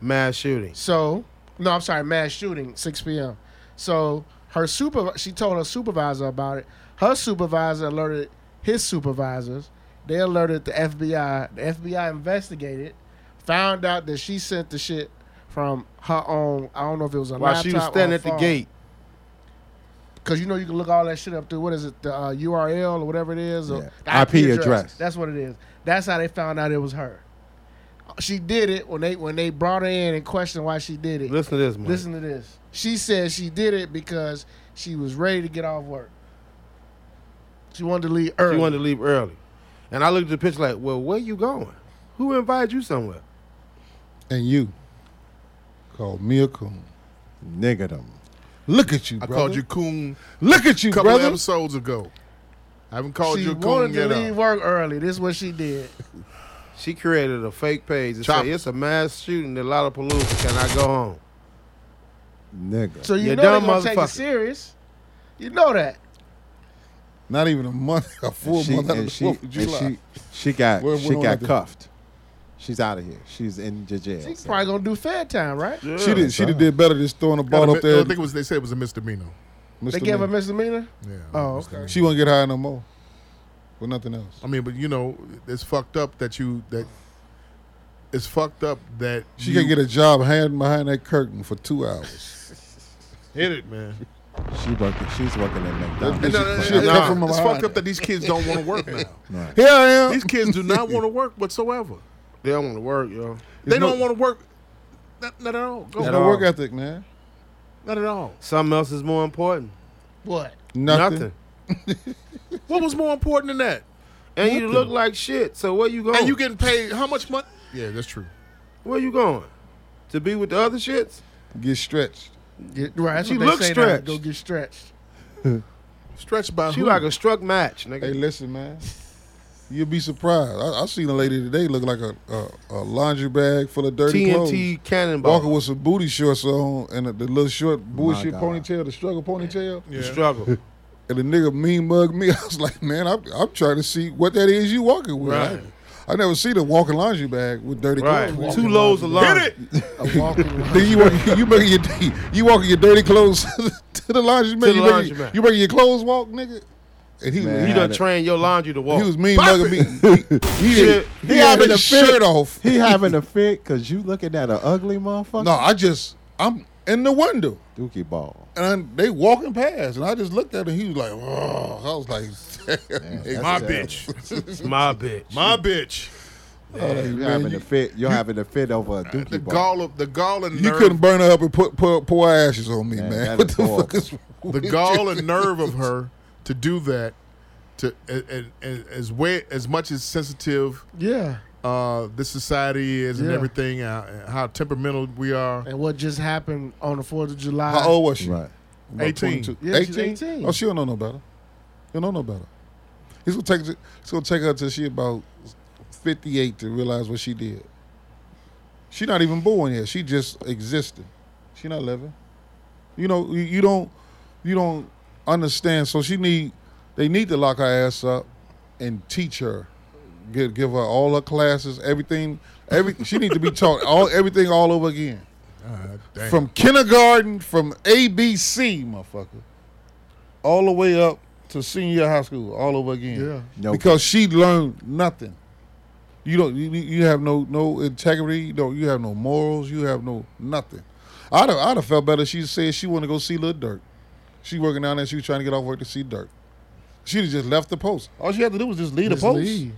H: Mass shooting.
D: So, no, I'm sorry, mass shooting, 6 p.m. So her super, she told her supervisor about it. Her supervisor alerted his supervisors. They alerted the FBI. The FBI investigated, found out that she sent the shit from her own. I don't know if it was a
H: While
D: laptop
H: she was standing at the gate.
D: because you know you can look all that shit up through what is it the uh, URL or whatever it is or
C: Yeah.
D: the
C: IP address.
D: That's what it is. That's how they found out it was her. She did it when they when they brought her in and questioned why she did it.
H: Listen to this, man.
D: Listen to this. She said she did it because she was ready to get off work. She wanted to leave early.
H: She wanted to leave early. And I looked at the picture like, well, where you going? Who invited you somewhere?
E: And you called me a coon.
C: Nigga them.
E: Look at you,
A: I
E: brother.
A: called you coon
E: Look at you,
A: a couple of
E: brother.
A: episodes ago. I haven't called
D: she
A: you a
D: wanted
A: coon
D: to
A: yet. uh,
D: leave
A: huh?
D: work early. This is what she did.
H: She created a fake page and said,
A: Chopper.
H: it's a mass shooting at Lollapalooza. Can I go home?
C: Nigga.
D: So you
H: You
D: know they're
H: dumb
D: gonna take
H: motherfucker.
D: it serious. You know that.
E: Not even a month, *laughs* a full
C: she,
E: month out of
C: and
E: the
C: she,
E: Fourth of
C: and
E: July.
C: she, she got
E: Where-
C: she
E: where
C: got
E: do I-
C: cuffed. She's out of here. She's in j- jail.
D: She's
C: so-
D: probably gonna do fed time, right?
E: She did. She did better just throwing a
A: Got
E: ball
A: a
E: up
A: mi- uh,
E: there.
A: I think it was they said it was a misdemeanor.
D: They
E: Mr.
D: gave her
E: Man.
D: misdemeanor.
A: Yeah.
D: Oh,
A: misdemeanor.
D: okay.
E: She won't get high no more. With nothing else.
A: I mean, but you know, it's fucked up that you that it's fucked up that
E: She
A: you,
E: can
A: *laughs*
E: get a job hiding behind that curtain for two hours.
A: hit it, man.
C: She working. She's working at McDonald's.
E: That
A: No,
E: bitch-
A: no, no,
E: she
A: no,
E: come
A: no.
E: from
A: It's
E: behind.
A: fucked up that these kids don't want to work *laughs* now.
C: Right.
E: Here I am.
A: These kids do *laughs*
E: *laughs*
A: not want to work whatsoever.
H: They don't want to work, yo.
A: They
E: no-
A: don't want to work. Not, not at all. Go.
E: There's
H: At
E: no
H: all.
E: work ethic, man.
A: Not at all.
H: Something else is more important.
D: What?
E: Nothing.
A: What was more important than that?
H: And you look like shit. So where you going?
A: And you getting paid how much money? Oh. Yeah, that's true.
H: where you going? To be with the other shits?
E: Get stretched.
D: Get, right. That's
H: She
D: what they
H: look
D: say now,
H: stretched.
D: Go get stretched.
A: Stretched by
H: She
A: who?
H: like a struck match, nigga.
E: Hey, listen, man. You'll be surprised. I, I seen a lady today look like a, a, a laundry bag full of dirty
H: TNT
E: clothes. Walking
H: cannonball.
E: with some booty shorts on and the, the little short bullshit
C: God.
E: ponytail, the struggle ponytail. *laughs*
A: yeah.
H: Struggle.
E: And the nigga mean mug me. *laughs* I was like, man, I'm, I'm trying to see what that is you walking with.
A: Right.
E: I, I never seen a walking laundry bag with dirty
H: right.
E: clothes.
H: Two lows of laundry.
A: Hit it.
E: *laughs*
D: A walking
E: Then you walk, you making your you walking your dirty clothes *laughs* to the laundry man.
H: the
E: you, making,
H: laundromat.
E: you making your clothes walk, nigga. And he,
C: Man,
E: he,
C: I
H: You done
C: had it.
H: trained your laundry to walk.
E: he was mean mugging me. He, he,
H: Shit.
E: he, had
C: having
E: his
C: a fit.
E: shirt off.
C: He having a fit because you looking at an ugly motherfucker.
E: No, I just I'm in the window
C: Dookie ball.
E: and they walking past, and I just looked at him. He was like, "Oh," I was like, *laughs*
C: Man,
E: "Damn,
C: that's
A: My
C: terrible.
A: bitch.
H: my bitch.
A: My bitch.
C: You having a fit? You're having a fit
E: Uh,
C: over a dookie
A: The
C: ball.
A: gall of the gall and
E: You
A: nerve.
E: couldn't burn her up and put pour, pour ashes on me,
C: Man,
E: man. *laughs*
C: that
E: What
C: is
E: the fuck
C: horrible.
E: is wrong
A: the
E: with
A: gall
E: you?
A: and nerve of her to do that to and, and, and as way as much as sensitive
D: Yeah.
A: uh this society is and
D: Yeah.
A: everything uh, how temperamental we are
D: And what just happened on the 4th of July.
E: How old was she?
C: Right.
E: About
A: 18.
E: 22.
D: Yeah, she's 18.
E: Oh, she don't know no better. You don't know no better. He's gonna take he's gonna take her till she about fifty eight to realize what she did. She not even born yet. She just existing. She not living. You know, you, you don't you don't understand. So she need they need to lock her ass up and teach her. Give give her all her classes, everything, every she need to be taught all everything all over again.
A: Damn.
E: From kindergarten, from ABC, motherfucker, all the way up to senior high school, all over again.
D: Yeah.
C: No,
E: Because she learned nothing. You don't. You, you have no no integrity. You don't. You have no morals. You have no nothing. I'd have, I'd have felt better. if She said she wanted to go see Little Dirt. She working down there. She was trying to get off work to see Dirt. She'd have just left the post. All she had to do was just leave
D: Just
E: the post.
D: leave.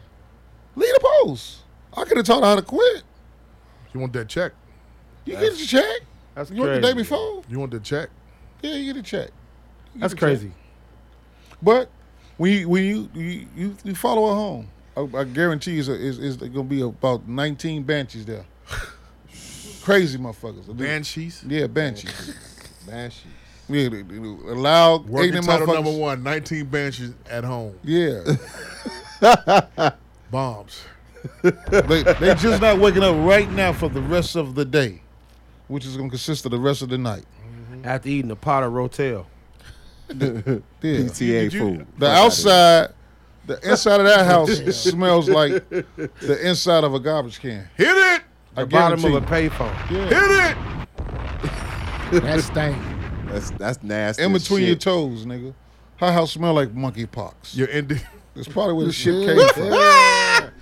E: Leave the post. I could have taught her how to quit.
A: you want that check
E: You get a check.
H: That's
E: You worked the day before.
A: you want that check
E: Yeah, you get a check.
H: That's crazy.
E: But when you when you you, you, you follow her home, I, I guarantee you, is is is gonna be about nineteen banshees
A: *laughs*
E: there. Crazy motherfuckers.
A: banshees
E: yeah, banshees.
C: Banshee.
E: Yeah, they- they- they loud,
A: working
E: ignorant
A: title
E: motherfuckers.
A: number one 19 banshees at home
E: Yeah,
A: bombs
E: they they
A: *laughs*
E: just not waking up right now for the rest of the day, which is gonna consist of the rest of the night.
H: After eating a pot of Rotel.
E: Yeah.
C: PTA food.
E: The outside, the inside of that
A: *laughs*
E: house smells like the inside of a garbage can.
A: hit it
E: I
H: The bottom of
E: guarantee
H: a
E: you.
H: payphone.
E: Yeah.
A: hit it
D: That stank.
C: That's that's nasty.
E: in
C: as
E: between your
C: shit.
E: toes, nigga. Her house smell like monkeypox.
A: you're
E: *laughs*
A: ending
E: That's probably where the shit
D: Yeah.
E: came from.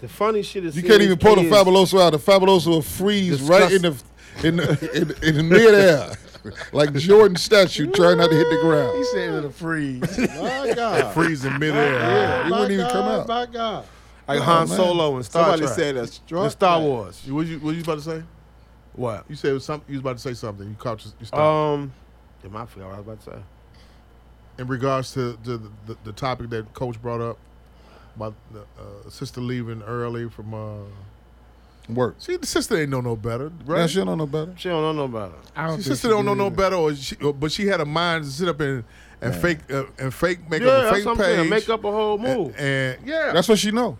H: The funny shit is
E: You can't even pull the
H: is-
E: fabuloso out. The fabuloso will freeze right in the in the in, in the midair, like Jordan statue trying not to hit the
D: He
E: ground.
D: said it'll
A: *laughs*
D: freeze.
C: My God.
A: freezing midair
E: Yeah, it
C: My
E: wouldn't even come
C: God,
E: out. Oh,
C: My God.
H: Like Han
E: man.
H: Solo and Star
C: Somebody
H: Trek.
C: said a
H: In
C: strong
H: Star Wars.
A: You- what you what you about to say
H: What?
A: you said something you was about to say something you caught your, you stopped.
H: Um, damn, I forgot what I was about to say.
A: in regards to, to the, the, the topic that coach brought up about the uh, sister leaving early from uh
E: Works.
A: see the sister ain't know no better
E: Now
A: right
E: she don't know no better.
H: She don't know no better.
D: I don't
A: She
D: think
A: sister
D: she
A: don't know
D: did
A: no
D: either.
A: better, or she, or- but she had a mind to sit up and and fake uh, and fake make
H: yeah,
A: up a
H: that's
A: fake
H: what I'm
A: page.
H: saying. Make up a whole move.
A: and yeah,
E: That's what she know.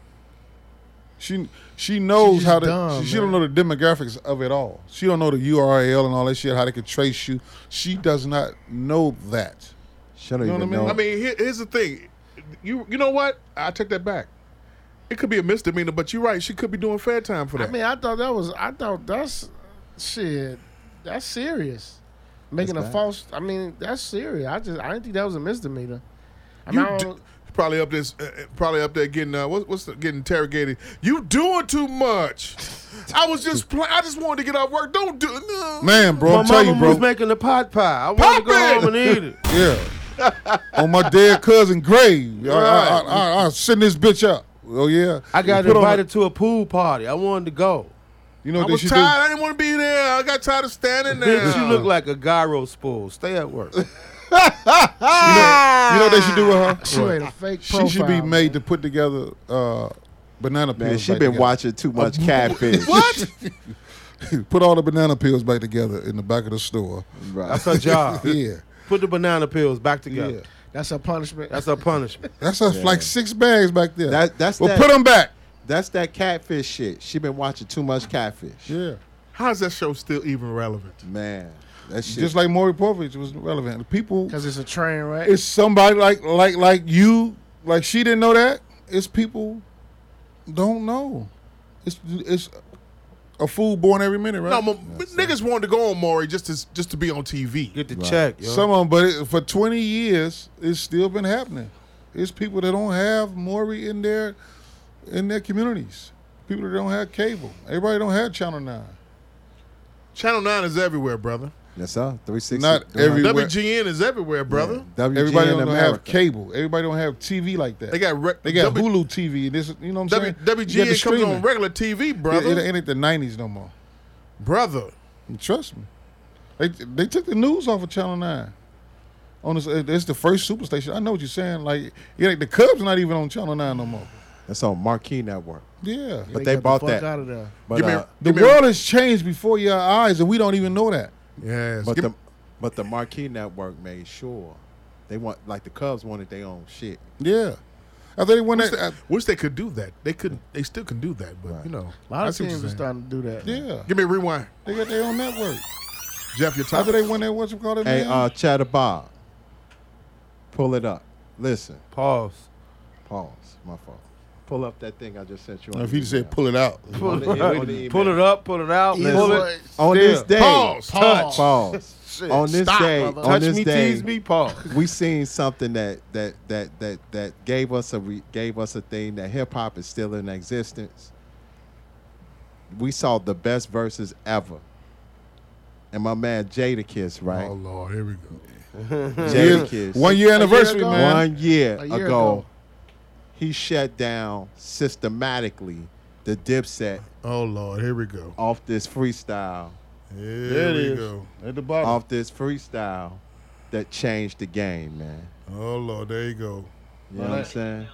E: She she knows
D: just
E: how to.
D: dumb,
E: she, she don't
D: man.
E: know the demographics of it all. She don't know the URL and all that shit. How they can trace you. She does not know that.
C: She don't
E: You know
C: even
E: what I mean?
C: know.
A: I mean, here, here's the thing. You you know what? I take that back. It could be a misdemeanor, but you're right. She could be doing fair time for
D: I
A: that.
D: mean, I thought that was. I thought that's shit. That's serious. Making
C: That's
D: a
C: bad.
D: false. I mean, that's serious. I just. I didn't think that was a misdemeanor. I mean,
A: you
D: I
A: d-
D: don't-
A: probably up this, uh, uh, probably up there getting uh, what, what's the, getting interrogated. You doing too much. I was just playing. I just wanted to get off work. Don't do. No.
E: Man, bro,
H: My
E: I'm telling
H: mama
E: you, bro.
H: was making the pot pie. I wanted to go
A: Pop it!
H: home and eat it.
E: Yeah. On my dead cousin grave. I, I,
H: Right.
E: I, I, I send this bitch up. Oh, yeah.
H: I got
E: You *laughs* put on
H: invited to a pool party. I wanted to go.
E: a- You know
A: I
E: what they
A: was
E: should
A: tired. I didn't want to be there. I got tired of standing there.
H: Bitch, you look like a gyro spool. Stay at work.
E: do? You know what they should do with her?
D: she made a fake
E: She
D: profile.
E: should be
D: man.
E: made to put together uh, banana
C: Man,
E: peels.
C: she
E: back
C: been
E: together.
C: watching too much
E: *laughs*
C: catfish.
A: What?
E: Put all the banana peels back together in the back of the store.
C: Right.
H: That's her job.
E: *laughs* Yeah.
H: Put the banana pills back
E: Yeah.
H: together.
D: That's a punishment.
H: That's her punishment.
E: That's us like six bags back there.
C: That- that's
E: well,
C: that-
E: put them back.
C: That's that catfish shit. She been watching too much catfish.
E: Yeah.
A: How's that show still even relevant?
C: Man, that shit.
E: Just like Maury Povich was relevant. The people
D: because it's a train wreck.
E: it's somebody like like like you like she didn't know that it's people don't know it's it's a fool born every minute, right?
A: No, mo- niggas wanted to go on Maury just to just to be on TV.
H: Get the check, yo.
E: Some of them, but it, for 20 years, it's still been happening. It's people that don't have Maury in their in their communities. People that don't have cable. Everybody don't have Channel Nine.
A: Channel Nine is everywhere, brother.
C: Yes, sir. 360.
E: Not every- Everywhere.
A: WGN is everywhere, brother.
C: WGN
E: Everybody don't
C: America.
E: have cable. Everybody don't have TV like that.
A: They got re-
E: they got
A: W-
E: Hulu TV. And this, you know what I'm
A: W-
E: saying? You got the
A: WGN comes on
E: streaming.
A: regular TV,
E: It,
A: brother.
E: it ain't at the '90s no more.
A: brother.
E: Trust me. They they took the news off of Channel Nine. On this, it's the first superstation. I know what you're saying. Like, yeah, the Cubs not even on Channel Nine no more.
C: That's on Marquee Network.
E: Yeah,
C: But they, bought
D: fuck
C: that.
D: out of there.
C: But,
A: Give me-
C: uh,
E: the
A: me-
E: world has changed before your eyes, and we don't even know that.
A: Yes.
C: but
A: Give-
C: the but the Marquee Network made sure they want like the Cubs wanted their own shit.
E: Yeah, I think they won
A: wish,
E: that. uh,
A: they, wish they could do that. They could. They still can do that, but you know.
D: A lot
A: I
D: of
A: see what
D: teams
A: you're
D: are
A: saying.
D: starting to do that.
E: yeah,
A: Give me a rewind,
E: they got their own network.
A: Jeff. Your
E: After
A: topic.
E: they won that, what you call it?
C: Hey,
E: man?
C: uh, Chatter Bob, pull it up. Listen,
H: Pause.
C: pause. My fault. Pull up that thing I just sent you.
E: Now,
C: On
E: if
C: the
E: he just said
C: email.
E: pull it out,
H: Pull
C: On
H: it,
C: the- e- on the email.
H: pull it up, pull it out,
D: Either
H: pull
D: way,
H: it.
C: on this
H: Still.
C: day.
A: Pause.
C: Pause. *laughs* On this day.
D: brother.
C: On
H: Touch
C: this
H: me,
C: day.
H: tease me, pause.
C: we seen something that that that that that gave us a re, gave us a thing that hip hop is still in existence. We saw the best verses ever, and my man Jada Kiss, right?
A: Oh Lord, here we go.
C: Jada Kiss,
E: one year anniversary,
D: ago?
E: man.
C: one year,
D: A
C: ago,
D: year ago.
C: he shut down systematically the Dipset
A: Oh Lord, here we go.
C: off this freestyle,
A: Here
E: There it
A: we
E: is.
A: go.
E: At the bottom.
C: off this freestyle that changed the game, man.
A: Oh Lord, there you go.
C: You know what I'm saying?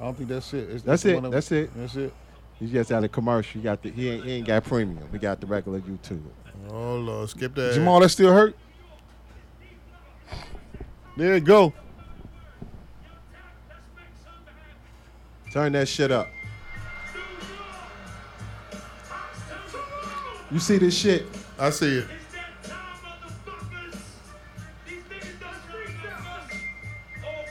E: I don't think that's it. It's
C: That's
E: the
C: it.
E: one that-
C: That's it.
E: That's it.
C: He just out of commercial. He got the he ain't, he ain't got premium. We got the regular YouTube.
A: Oh Lord, skip that.
E: Jamal, that still hurt. There you go.
C: Turn that shit up. You see this shit?
A: I see it.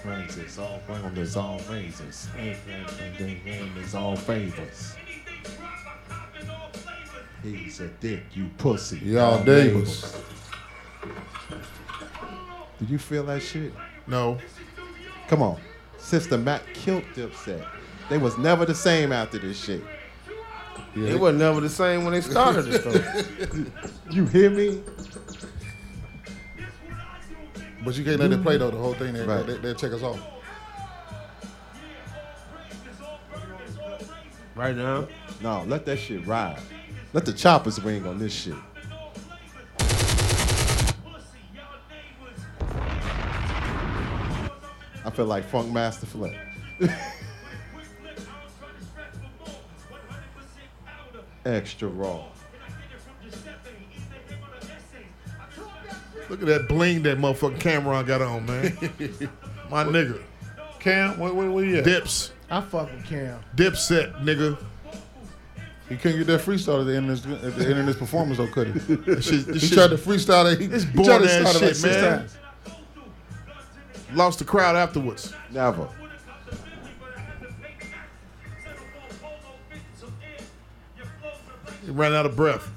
C: Praises, all wonders, all praises. It's all favors. He's a dick, you pussy.
E: Y'all Davis.
C: Did you feel that shit?
A: No.
C: Come on. Sister Matt killed Dipset. They was never the same after this shit.
H: They were never the same when they started it though.
C: You hear me?
E: But you can't let it play though. The whole thing, they,
C: Right.
E: they, they'll check us off.
H: *laughs* right now.
C: No, let that shit ride. Let the choppers ring on this shit. I feel like Funk Master Flip. Extra raw.
A: Look at that bling that motherfucking Cameron got on, man. My nigga.
E: Cam, what, what, what you at?
A: Dips.
D: I fuck with Cam.
A: Dipset, nigga.
E: He couldn't get that freestyle at the end of this, at the end of this performance, though, could he?
A: *laughs* This shit, this
E: He
A: shit
E: tried to freestyle it. He, it's he tried
A: boring
E: to
A: ass
E: start it like
A: shit,
E: six
A: man.
E: times.
A: lost the crowd afterwards.
C: Never.
A: He ran out of breath.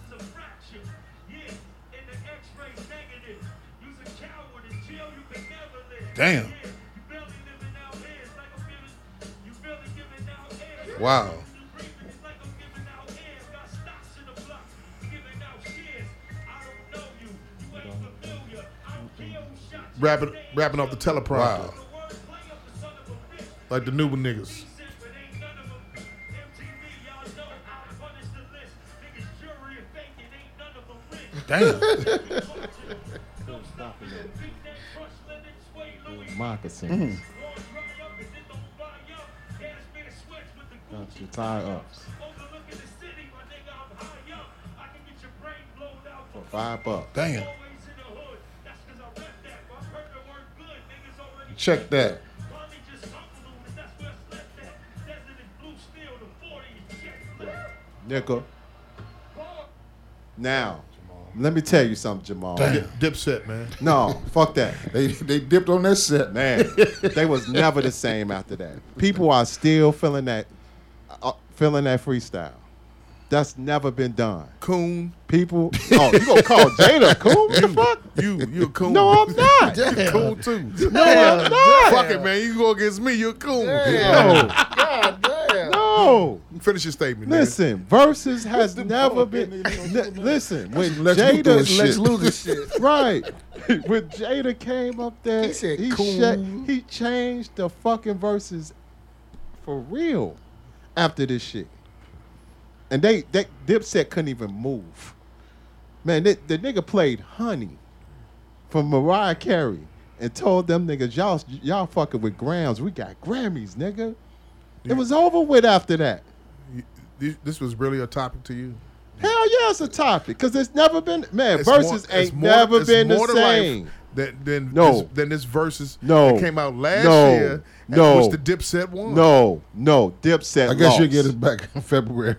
E: Damn. Wow.
A: Rapping, rapping off the teleprompter. Like the new niggas.
E: Damn.
C: Moccasins. Got your Mm-hmm. tie ups. For five bucks.
E: Damn. Check that.
C: Nickel. Now, let me tell you something, Jamal.
A: Dipset, man.
C: No, fuck that.
E: They they dipped on that set, man.
C: Man, they was never the same after that. People are still feeling that, uh, feeling that freestyle. That's never been done.
A: coon.
C: People, oh, you gonna call Jada cool? What the fuck?
A: You you a coon.
C: No, I'm not.
A: You coon too.
C: No, I'm not.
A: Fuck it, man. You go against me. You're a coon.
C: No,
D: God damn.
C: no.
A: Finish your statement. nigga.
C: Listen, verses has
E: the
C: never
E: point,
C: been. *laughs*
E: nigga?
C: Li- listen, when
E: Lex Luthor
C: Jada,
E: shit.
D: Let's lose this shit.
C: *laughs* right, when Jada came up there,
D: He said,
C: he,
D: "Cool."
C: sha- he changed the fucking verses for real after this shit, and they that Dipset couldn't even move. Man, the, the nigga played Honey from Mariah Carey and told them niggas, y'all y'all fucking with Grams. We got Grammys, nigga. It was over with after that.
A: This- This was really a topic to you.
C: Hell yeah, it's a topic because it's never been man
A: It's
C: versus
A: more- it's
C: ain't
A: more-
C: never
A: it's
C: been the
A: more to life
C: same.
A: Than, than
C: No.
A: this, than this verses
C: No.
A: that came out last
C: No.
A: year, and
C: No.
A: which the Dipset won.
C: No, no, Dipset.
E: I guess you'll *laughs*
C: lost.
E: get it back in February.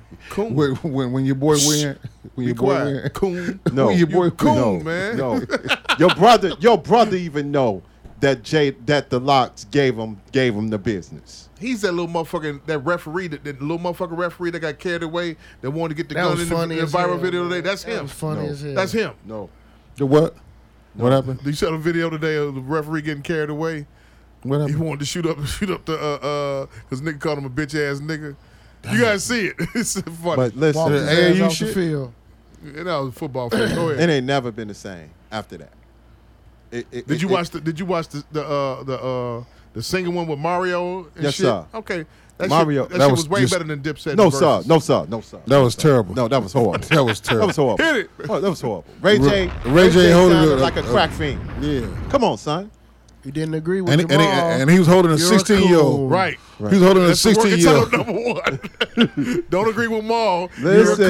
E: *laughs*
A: Coon.
E: When, when, when your boy win, when
A: be
E: your boy
A: quiet,
E: win.
A: coon.
C: No,
E: Who your boy-
C: You
A: coon,
C: no,
E: *laughs*
A: man.
C: No, *laughs* your brother, your brother even know that Jay that the locks gave him gave him the business.
A: He's that little motherfucking that referee, that, that little motherfucking referee that got carried away, that wanted to get the
D: That
A: gun
D: was
A: in the,
D: funny
A: the
D: as
A: viral
D: hell,
A: video
D: man.
A: today. That's
D: That
A: him.
D: was funny as hell.
A: That's him.
C: No,
E: The what? What happened?
A: You saw the video today of the referee getting carried away.
E: What
A: He
E: happened?
A: wanted to shoot up, *laughs* shoot up the uh, uh, cause nigga called him a bitch ass nigga. You gotta see it. *laughs* it's funny.
C: but
E: Walk
C: listen,
E: his AAU
C: it,
D: Ass off
E: shit?
D: the field.
A: that was a football. Fan. Go
C: *clears throat*
A: ahead.
C: ain't never been the same after that. It- it-
A: Did you
C: it-
A: watch the Did you watch the the uh, the uh, the singing one with Mario? And
C: Yes,
A: shit?
C: sir.
A: Okay, that
C: Mario-
A: Shit, that,
E: that
A: shit was,
E: was
A: way
E: just-
A: better than Dipset.
C: No
A: versus.
C: sir, no sir, no sir.
E: That was terrible.
C: No, that was horrible.
E: *laughs* That was terrible.
C: That was horrible.
A: Hit it.
C: Oh, that was horrible. Ray J.
E: Ray J uh, holding
C: sounded
E: a-
C: like a
E: a-
C: crack fiend.
E: yeah.
C: Come on, son.
D: You didn't agree with
E: And, and,
D: Jamal.
E: and he was holding a
D: You're
E: 16 year
D: cool.
E: old.
A: Right.
E: He was holding a
A: That's the
E: 16
A: working
E: year
A: title
E: *laughs* old.
A: number
C: *laughs*
A: one. Don't agree with Maul.
C: Listen.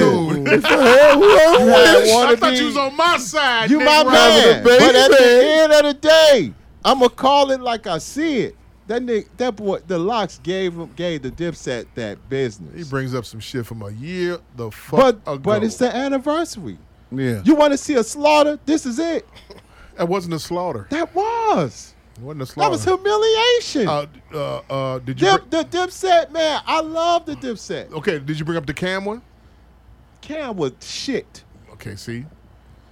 A: You're cool.
C: You
E: *laughs*
A: *laughs* I,
C: wanna
A: thought
C: be-
A: you was on my side.
C: You
A: nigga.
C: my man.
E: baby.
C: But at the end of the day, I'ma call it like I see it. That nigga, that boy, the locks gave him gave the dipset that
A: He
C: business.
A: brings up some shit from a year the fuck
C: But
A: ago.
C: but it's the anniversary.
E: Yeah.
C: You want to see a slaughter? This is it.
A: that wasn't a slaughter.
C: That was.
A: It wasn't a slaughter.
C: That was humiliation.
A: Uh, uh, uh, did you?
C: Dip,
A: bring-
C: the dipset man, I love the dipset.
A: okay, did you bring up the cam one?
C: Cam was shit.
A: Okay, see,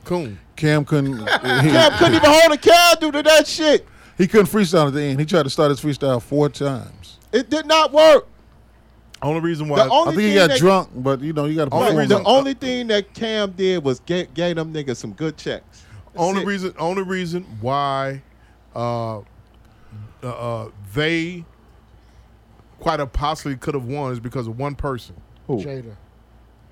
A: coon.
E: Cam
C: *laughs*
E: couldn't.
C: Cam
A: Ah.
E: he,
C: couldn't even hold a cow due to that shit.
E: he couldn't freestyle at the end. He tried to start his freestyle four times.
C: It did not work.
A: Only reason why
C: The
E: I
C: only
E: think
C: thing
E: he got
C: that,
E: drunk, but you know you got to
A: Only
E: perform.
A: reason-
C: The
E: that.
C: only thing that Cam did was get gave them niggas some good checks. That's
A: only
C: it.
A: reason only reason why uh, uh, uh, they quite a possibly could have won is because of one person,
D: Jada.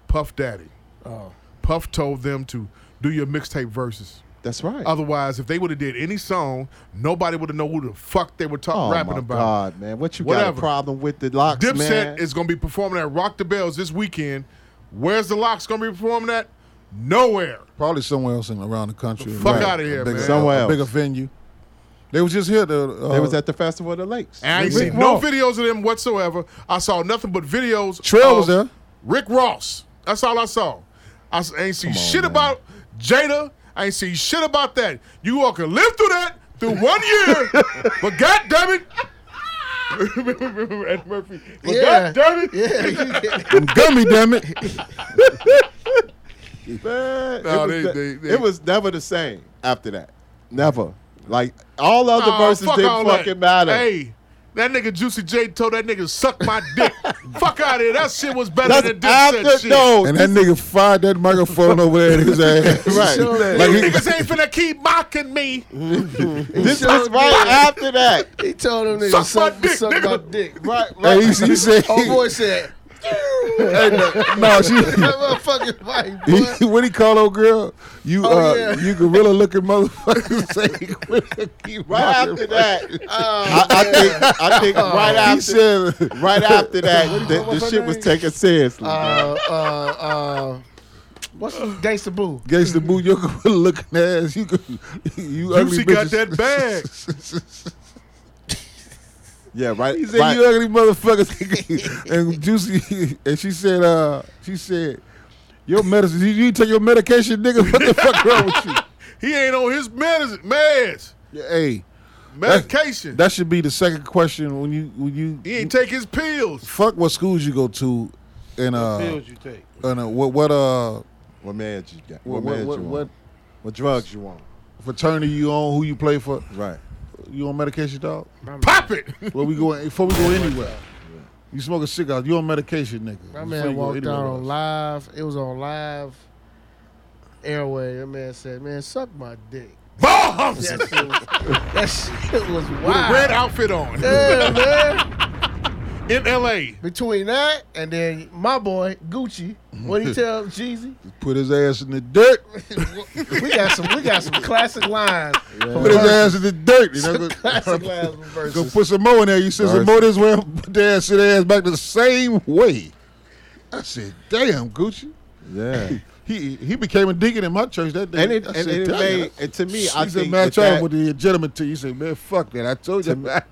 A: Puff Daddy.
C: Oh.
A: Puff told them to do your mixtape verses.
C: That's right.
A: Otherwise, if they would have did any song, nobody would have known who the fuck they were talking
C: oh
A: rapping
C: my
A: about.
C: God, man, what you got
A: Whatever.
C: a problem with the locks,
A: Dipset
C: man?
A: is going to be performing at Rock the Bells this weekend. Where's the Locks going to be performing at? Nowhere.
E: Probably somewhere else in around the country.
A: Fuck outta here,
E: a bigger,
A: man.
C: Somewhere
E: a, a
C: else.
E: bigger venue. They was just here. To, uh,
C: they was at the festival of the lakes.
A: And I ain't
E: Rick
A: seen no
E: Ross.
A: videos of them whatsoever. I saw nothing but videos.
E: Trail was
A: of
E: there.
A: Rick Ross. That's all I saw. I s- ain't see shit about Jada. I ain't see shit about that. You all can live through that through one year, but God damn it. Remember Eddie Murphy. But
D: Yeah.
A: God damn it.
D: Yeah, you did.
E: Them gummy, damn it.
A: *laughs*
C: Man,
A: No, they-
C: it, was the-
A: they- they-
C: it was never the same after that. Never. Like all other
A: Oh,
C: verses
A: fuck all
C: didn't
A: that.
C: fucking matter.
A: Hey, that nigga Juicy J told that nigga suck my dick. fuck out of here. That shit was better
C: That's
A: than Dipset
C: after
A: shit.
C: no.
E: And that nigga fired that microphone over there in his ass.
C: *laughs* Right.
E: Like
A: You
E: he,
A: niggas ain't finna keep mocking me.
C: this was right after that.
D: He told him nigga
A: Suck my
D: suck,
A: dick,
D: suck
A: nigga.
D: my dick.
C: Right, right.
E: *laughs* hey, he, he said,
D: Oh boy said,
E: no, she,
D: that motherfucking white boy.
A: *laughs*
E: he, *laughs* what he call old girl? You,
D: Oh,
E: uh,
D: yeah.
E: you gorilla looking motherfucker. *laughs* say, gorilla keep
C: Right
E: rocking.
C: after that, I, I think I think
A: Oh.
C: right
E: He
C: after
E: said,
C: right
E: *laughs*
C: after that, the, the shit was taken seriously.
D: uh, uh, uh, what's Gangsta Boo?
E: Gangsta Boo, your *laughs* gorilla looking ass. *laughs* You, you
A: Juicy
E: ugly
A: got
E: bitches.
A: that
E: *laughs*
A: bag.
C: yeah, right.
E: He said,
C: right.
E: "You ugly motherfuckers." *laughs* and Juicy, *laughs* and she said, "Uh, she said, your medicine. You, you take your medication, nigga. What the fuck wrong with you?
A: He ain't on his medicine, meds,
E: Yeah, hey,
A: medication.
E: that should be the second question when you when you
A: he ain't take his pills.
E: fuck what schools you go to, and uh
H: pills you take.
E: and uh, what what uh
C: *laughs* What meds you got?
E: what
C: What,
E: what
C: meds
E: what,
C: you
E: what
C: on? What drugs you on?
E: fraternity you on? Who you play for?
C: Right.
E: You on medication, dog? *laughs*
A: Pop it.
E: Where we going? Before we go anywhere, you smoke a cigar. You on medication, nigga?
D: My
E: before you
D: man
E: go
D: walked
E: anywhere
D: out
E: else.
D: on live. It was on live airway. That man said, "Man, suck my dick."
A: Bombs.
D: That shit was, that shit was
A: With a
D: wild.
A: red outfit on
D: yeah, man.
A: in L.A.
D: Between that and then my boy Gucci, what
E: *laughs*
D: he tell Jeezy?
E: Put his ass in the dirt.
D: *laughs* We got some, we got some classic lines.
E: Put his ass in the dirt. You know, go,
D: Classic lines from
E: go
D: verses.
E: put some more in there. You said some
C: Verse.
E: more this way. Put their ass, sit their ass back the same way. I said, damn, Gucci.
C: Yeah.
E: He he became a deacon in my church that day.
C: and it,
E: I
C: and,
E: said,
C: and it
E: "Damn."
C: made, and to me, I
E: He said,
C: think
E: man, I
C: that
E: tried
C: that-
E: with the gentleman to you. He said, man, fuck that. I told
C: *laughs*
E: you.
C: To me-
E: man."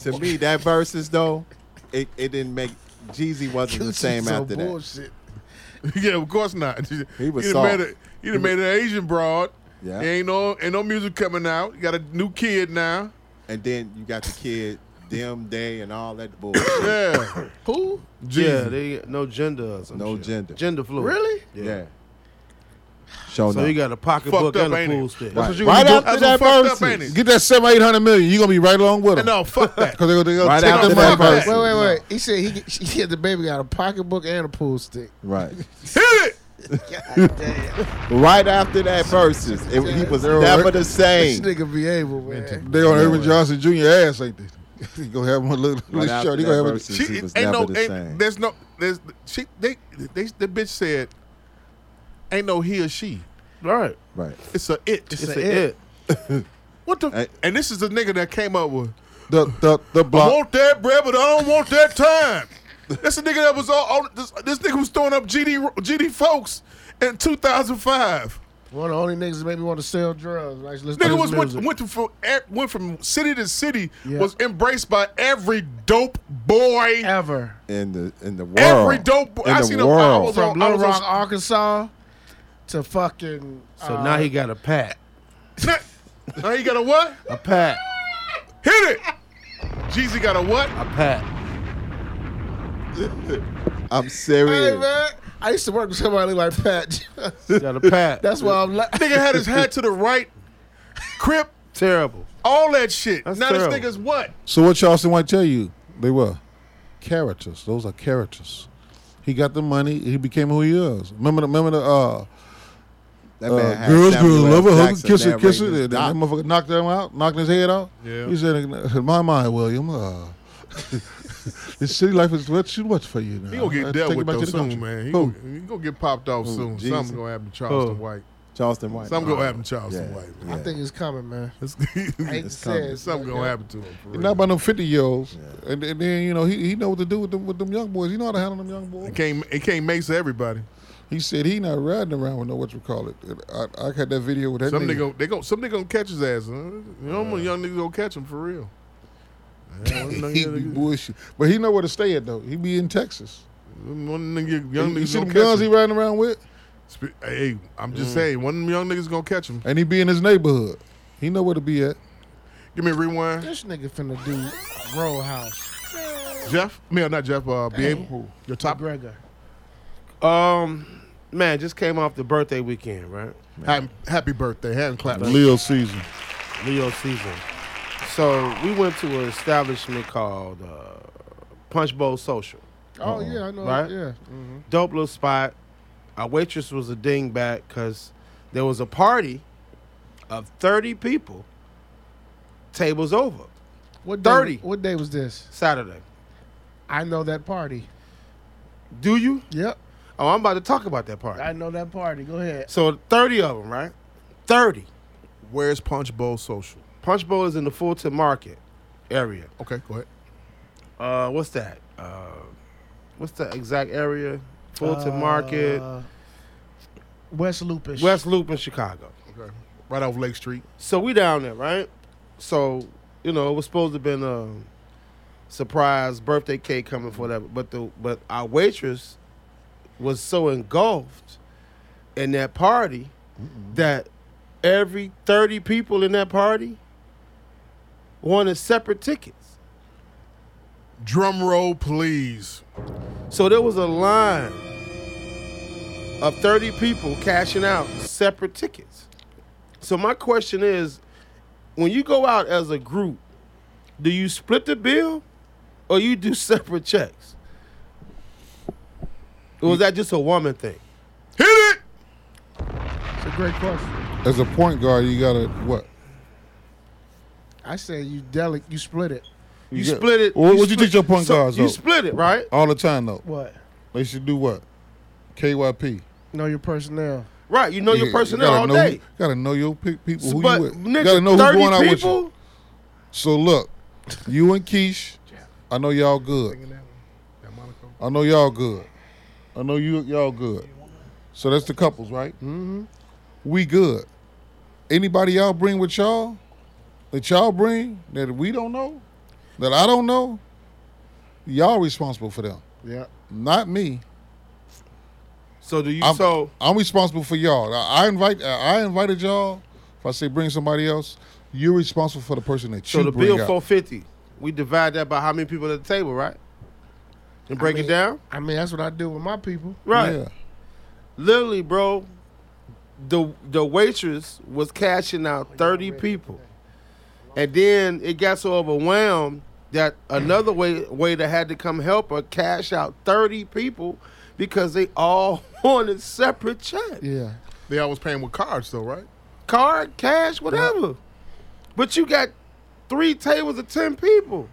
C: to me that versus though, it, it didn't make Jeezy wasn't the same
D: so
C: after that.
D: bullshit.
A: *laughs* yeah, of course not.
C: He was
A: He done
C: soft.
A: made, a, he done made an Asian broad.
C: Yeah.
A: There ain't no ain't no music coming out. You got a new kid now.
C: And then you got the kid, them day, and all that
E: *laughs*
C: bullshit.
A: Yeah.
D: Who?
H: Yeah, they no gender or some
C: No
H: shit.
C: gender.
H: Gender fluid.
D: Really?
H: Yeah.
C: Yeah. Show
H: So you got a pocketbook
A: Fucked up,
H: and a
A: ain't
H: pool
A: it?
H: stick.
C: right,
E: what you
C: right
E: gonna
A: do?
C: after
A: That's
C: that
A: what fucked up,
C: versus.
A: ain't it?
E: Get that seven, eight hundred million. You gonna be right along with him.
A: no, fuck that.
E: Cause they're gonna, they gonna
C: Right
E: take
C: after
E: them
C: that
E: out.
C: verse.
D: Wait, wait, wait. He said he, he said the baby got a pocketbook and a pool stick.
C: Right.
A: Hit it.
D: *laughs* God damn.
C: Right after that versus. It, he was
E: They're
C: never
E: right.
C: the
D: this
C: same.
D: nigga be able, man.
E: They on Irvin Johnson Jr. ass, ain't they? you gonna have him a little,
C: Right
E: little
C: after
E: short. You gonna
C: that
E: have him.
C: versus, he was
A: ain't no,
C: never the
A: ain't-
C: same.
A: There's no, there's she. They, they, the bitch said, ain't no he or she.
H: Right.
C: Right.
A: It's a it. It's,
H: It's
A: a
H: a it.
A: *laughs* What the?
C: Hey.
A: And this is the nigga that came up with.
E: The the the
A: I
E: block.
A: want that bread, but I don't want that time. That's the nigga that was all. all this, this nigga was throwing up GD GD folks in 2005.
D: One of the only niggas that made me want to sell drugs. Like, listen to
A: Nigga
D: his
A: was went,
D: music.
A: went to from e- went from city to city.
D: Yeah.
A: Was embraced by every dope boy.
D: ever
C: In the in the world.
A: Every dope boy.
C: In
A: I
C: the
A: seen him. I
C: world.
A: was
D: from
A: on. I
D: Little
A: was on-
D: Rock, Arkansas, to fucking.
H: So
D: uh,
H: now he got a pat.
A: *laughs* now you got a what?
H: A pat.
A: Hit it. Jeezy got a what?
H: A pat.
C: I'm
D: Hey
A: Uh,
C: serious.
D: man, I used to work with somebody like Pat.
A: *laughs*
H: Got a pat.
D: That's why I'm like.
A: Nigga had his hat to the right, crip,
H: terrible.
A: all that shit.
H: That's
A: now
H: terrible.
A: this nigga's what?
E: So what Charleston White tell you? They were characters. Those are characters. He got the money. He became who he is. Remember the remember the uh,
C: That man
E: uh
C: had
E: girls,
C: Samuel
E: girls
C: L.
E: love her, hug her,
C: Jackson
E: kiss her, kiss her.
C: narrating his
E: And that
C: doc.
E: motherfucker knocked him out, knocked his head off.
A: Yeah.
E: He said, "In my mind, William, uh, *laughs* this city life is what too much for you now."
A: He gonna
E: Uh,
A: get dealt
E: take
A: with
E: it back
A: though
E: to the
A: soon,
E: country."
A: man. He
E: Who?
A: gonna, he gonna get popped off soon.
C: Jeezy?
A: Something gonna happen to Charleston
H: Who?
A: White.
C: Charleston White.
A: Something gonna happen to Charleston
C: Yeah,
A: White.
D: I think it's coming, man.
A: *laughs*
D: I hate
A: Man.
D: to say it,
A: Something
D: but,
A: gonna
D: yeah.
A: happen to him. for
E: And
A: real.
E: not about them fifty year olds, and, and then you know he, he know what to do with them with them young boys. He know how to handle them young
A: *laughs*
E: boys.
A: It can't it can't mace everybody.
E: He said he not riding around with no what you call it. And I, I had that video with that
A: Some
E: nigga.
A: nigga they go some nigga gonna catch his ass. Huh? You know when young niggas gonna catch him
E: *laughs*
A: for real. Yeah, one
E: he be
A: nigga-
E: bullshit, but he know where to stay at though. He be in Texas.
A: one nigga, young
E: you
A: niggas
E: see
A: gonna
E: them
A: catch
E: guns he Mm.
A: him.
E: riding around with,
A: Spe- Hey, I'm just saying, one of them young niggas gonna catch him.
E: and he be in his neighborhood. He know where to be at.
A: Give me a rewind,
D: This nigga finna do grow house.
A: Jeff. No, not Jeff. Uh, be able. Your top.
D: Gregor.
H: Um, man, just came off the birthday weekend, right?
A: Happy, happy birthday. Hand clap.
E: Leo season.
H: Leo season. So we went to an establishment called uh, Punch Bowl Social.
D: Oh yeah, I know.
H: Right?
D: Yeah. Mm.
H: Dope little spot. Our waitress was a dingbat because there was a party of 30 people, tables over,
D: What day,
H: 30.
D: What day was this?
H: Saturday.
D: I know that party.
H: Do you?
D: Yep,
H: Oh, I'm about to talk about that party.
D: I know that party. Go ahead.
H: So 30 of them, right? 30.
A: Where's Punch Bowl Social?
H: Punch Bowl is in the Fulton Market area.
A: Okay, go ahead.
H: Uh, what's that? Uh, what's the exact area? Fulton Market,
D: Uh, West Lupus.
H: West Loop in Chicago.
A: Okay, right off Lake Street.
H: So we down there, right? So you know it was supposed to have been a surprise birthday cake coming for that, but the but our waitress was so engulfed in that party that every thirty people in that party wanted separate tickets.
A: Drum roll, please.
H: So there was a line of 30 people cashing out separate tickets. So my question is, when you go out as a group, do you split the bill or you do *laughs* separate checks? Or was that just a woman thing?
A: Hit it.
D: It's a great question.
E: As a point guard, you gotta what?
D: I say you delic, you split it.
H: You
E: get-
H: split it.
E: Well, what you
H: split-
E: think your point guards
H: You
E: are?
H: split it, right?
E: All the time though.
D: What?
E: They should do what? KYP.
D: Know your personnel.
H: Right. You know
E: You
H: your personnel
E: gotta
H: all
E: know who-
H: day.
E: gotta know your pe- people. Who
H: but
E: you with?
H: nigga,
E: gotta know who's
H: 30
E: going out with
H: people,
E: you. So look, you and Keish, I know y'all good. I know y'all good. I know you y'all good. So that's the couples, right? Mm-hmm. We good. Anybody y'all bring with y'all that y'all bring that we don't know, that I don't know, y'all responsible for them,
D: Yeah.
E: not me.
H: So do you?
E: I'm-
H: so
E: I'm responsible for y'all. I, I invite. I invited y'all. If I say bring somebody else, you're responsible for the person that
H: so
E: you
H: the
E: bring
H: bill
E: out.
H: four fifty. We divide that by how many people at the table, right? And break
D: mean-
H: it down,
D: I mean, that's what I do with my people.
H: right?
E: Yeah.
H: Literally, bro. The the waitress was cashing out thirty people, and then it got so overwhelmed that another way waiter had to come help her cash out thirty people because they all *laughs* wanted separate checks.
D: Yeah.
A: They always paying with cards, though, right?
H: card, cash, whatever. But you got three tables of ten people.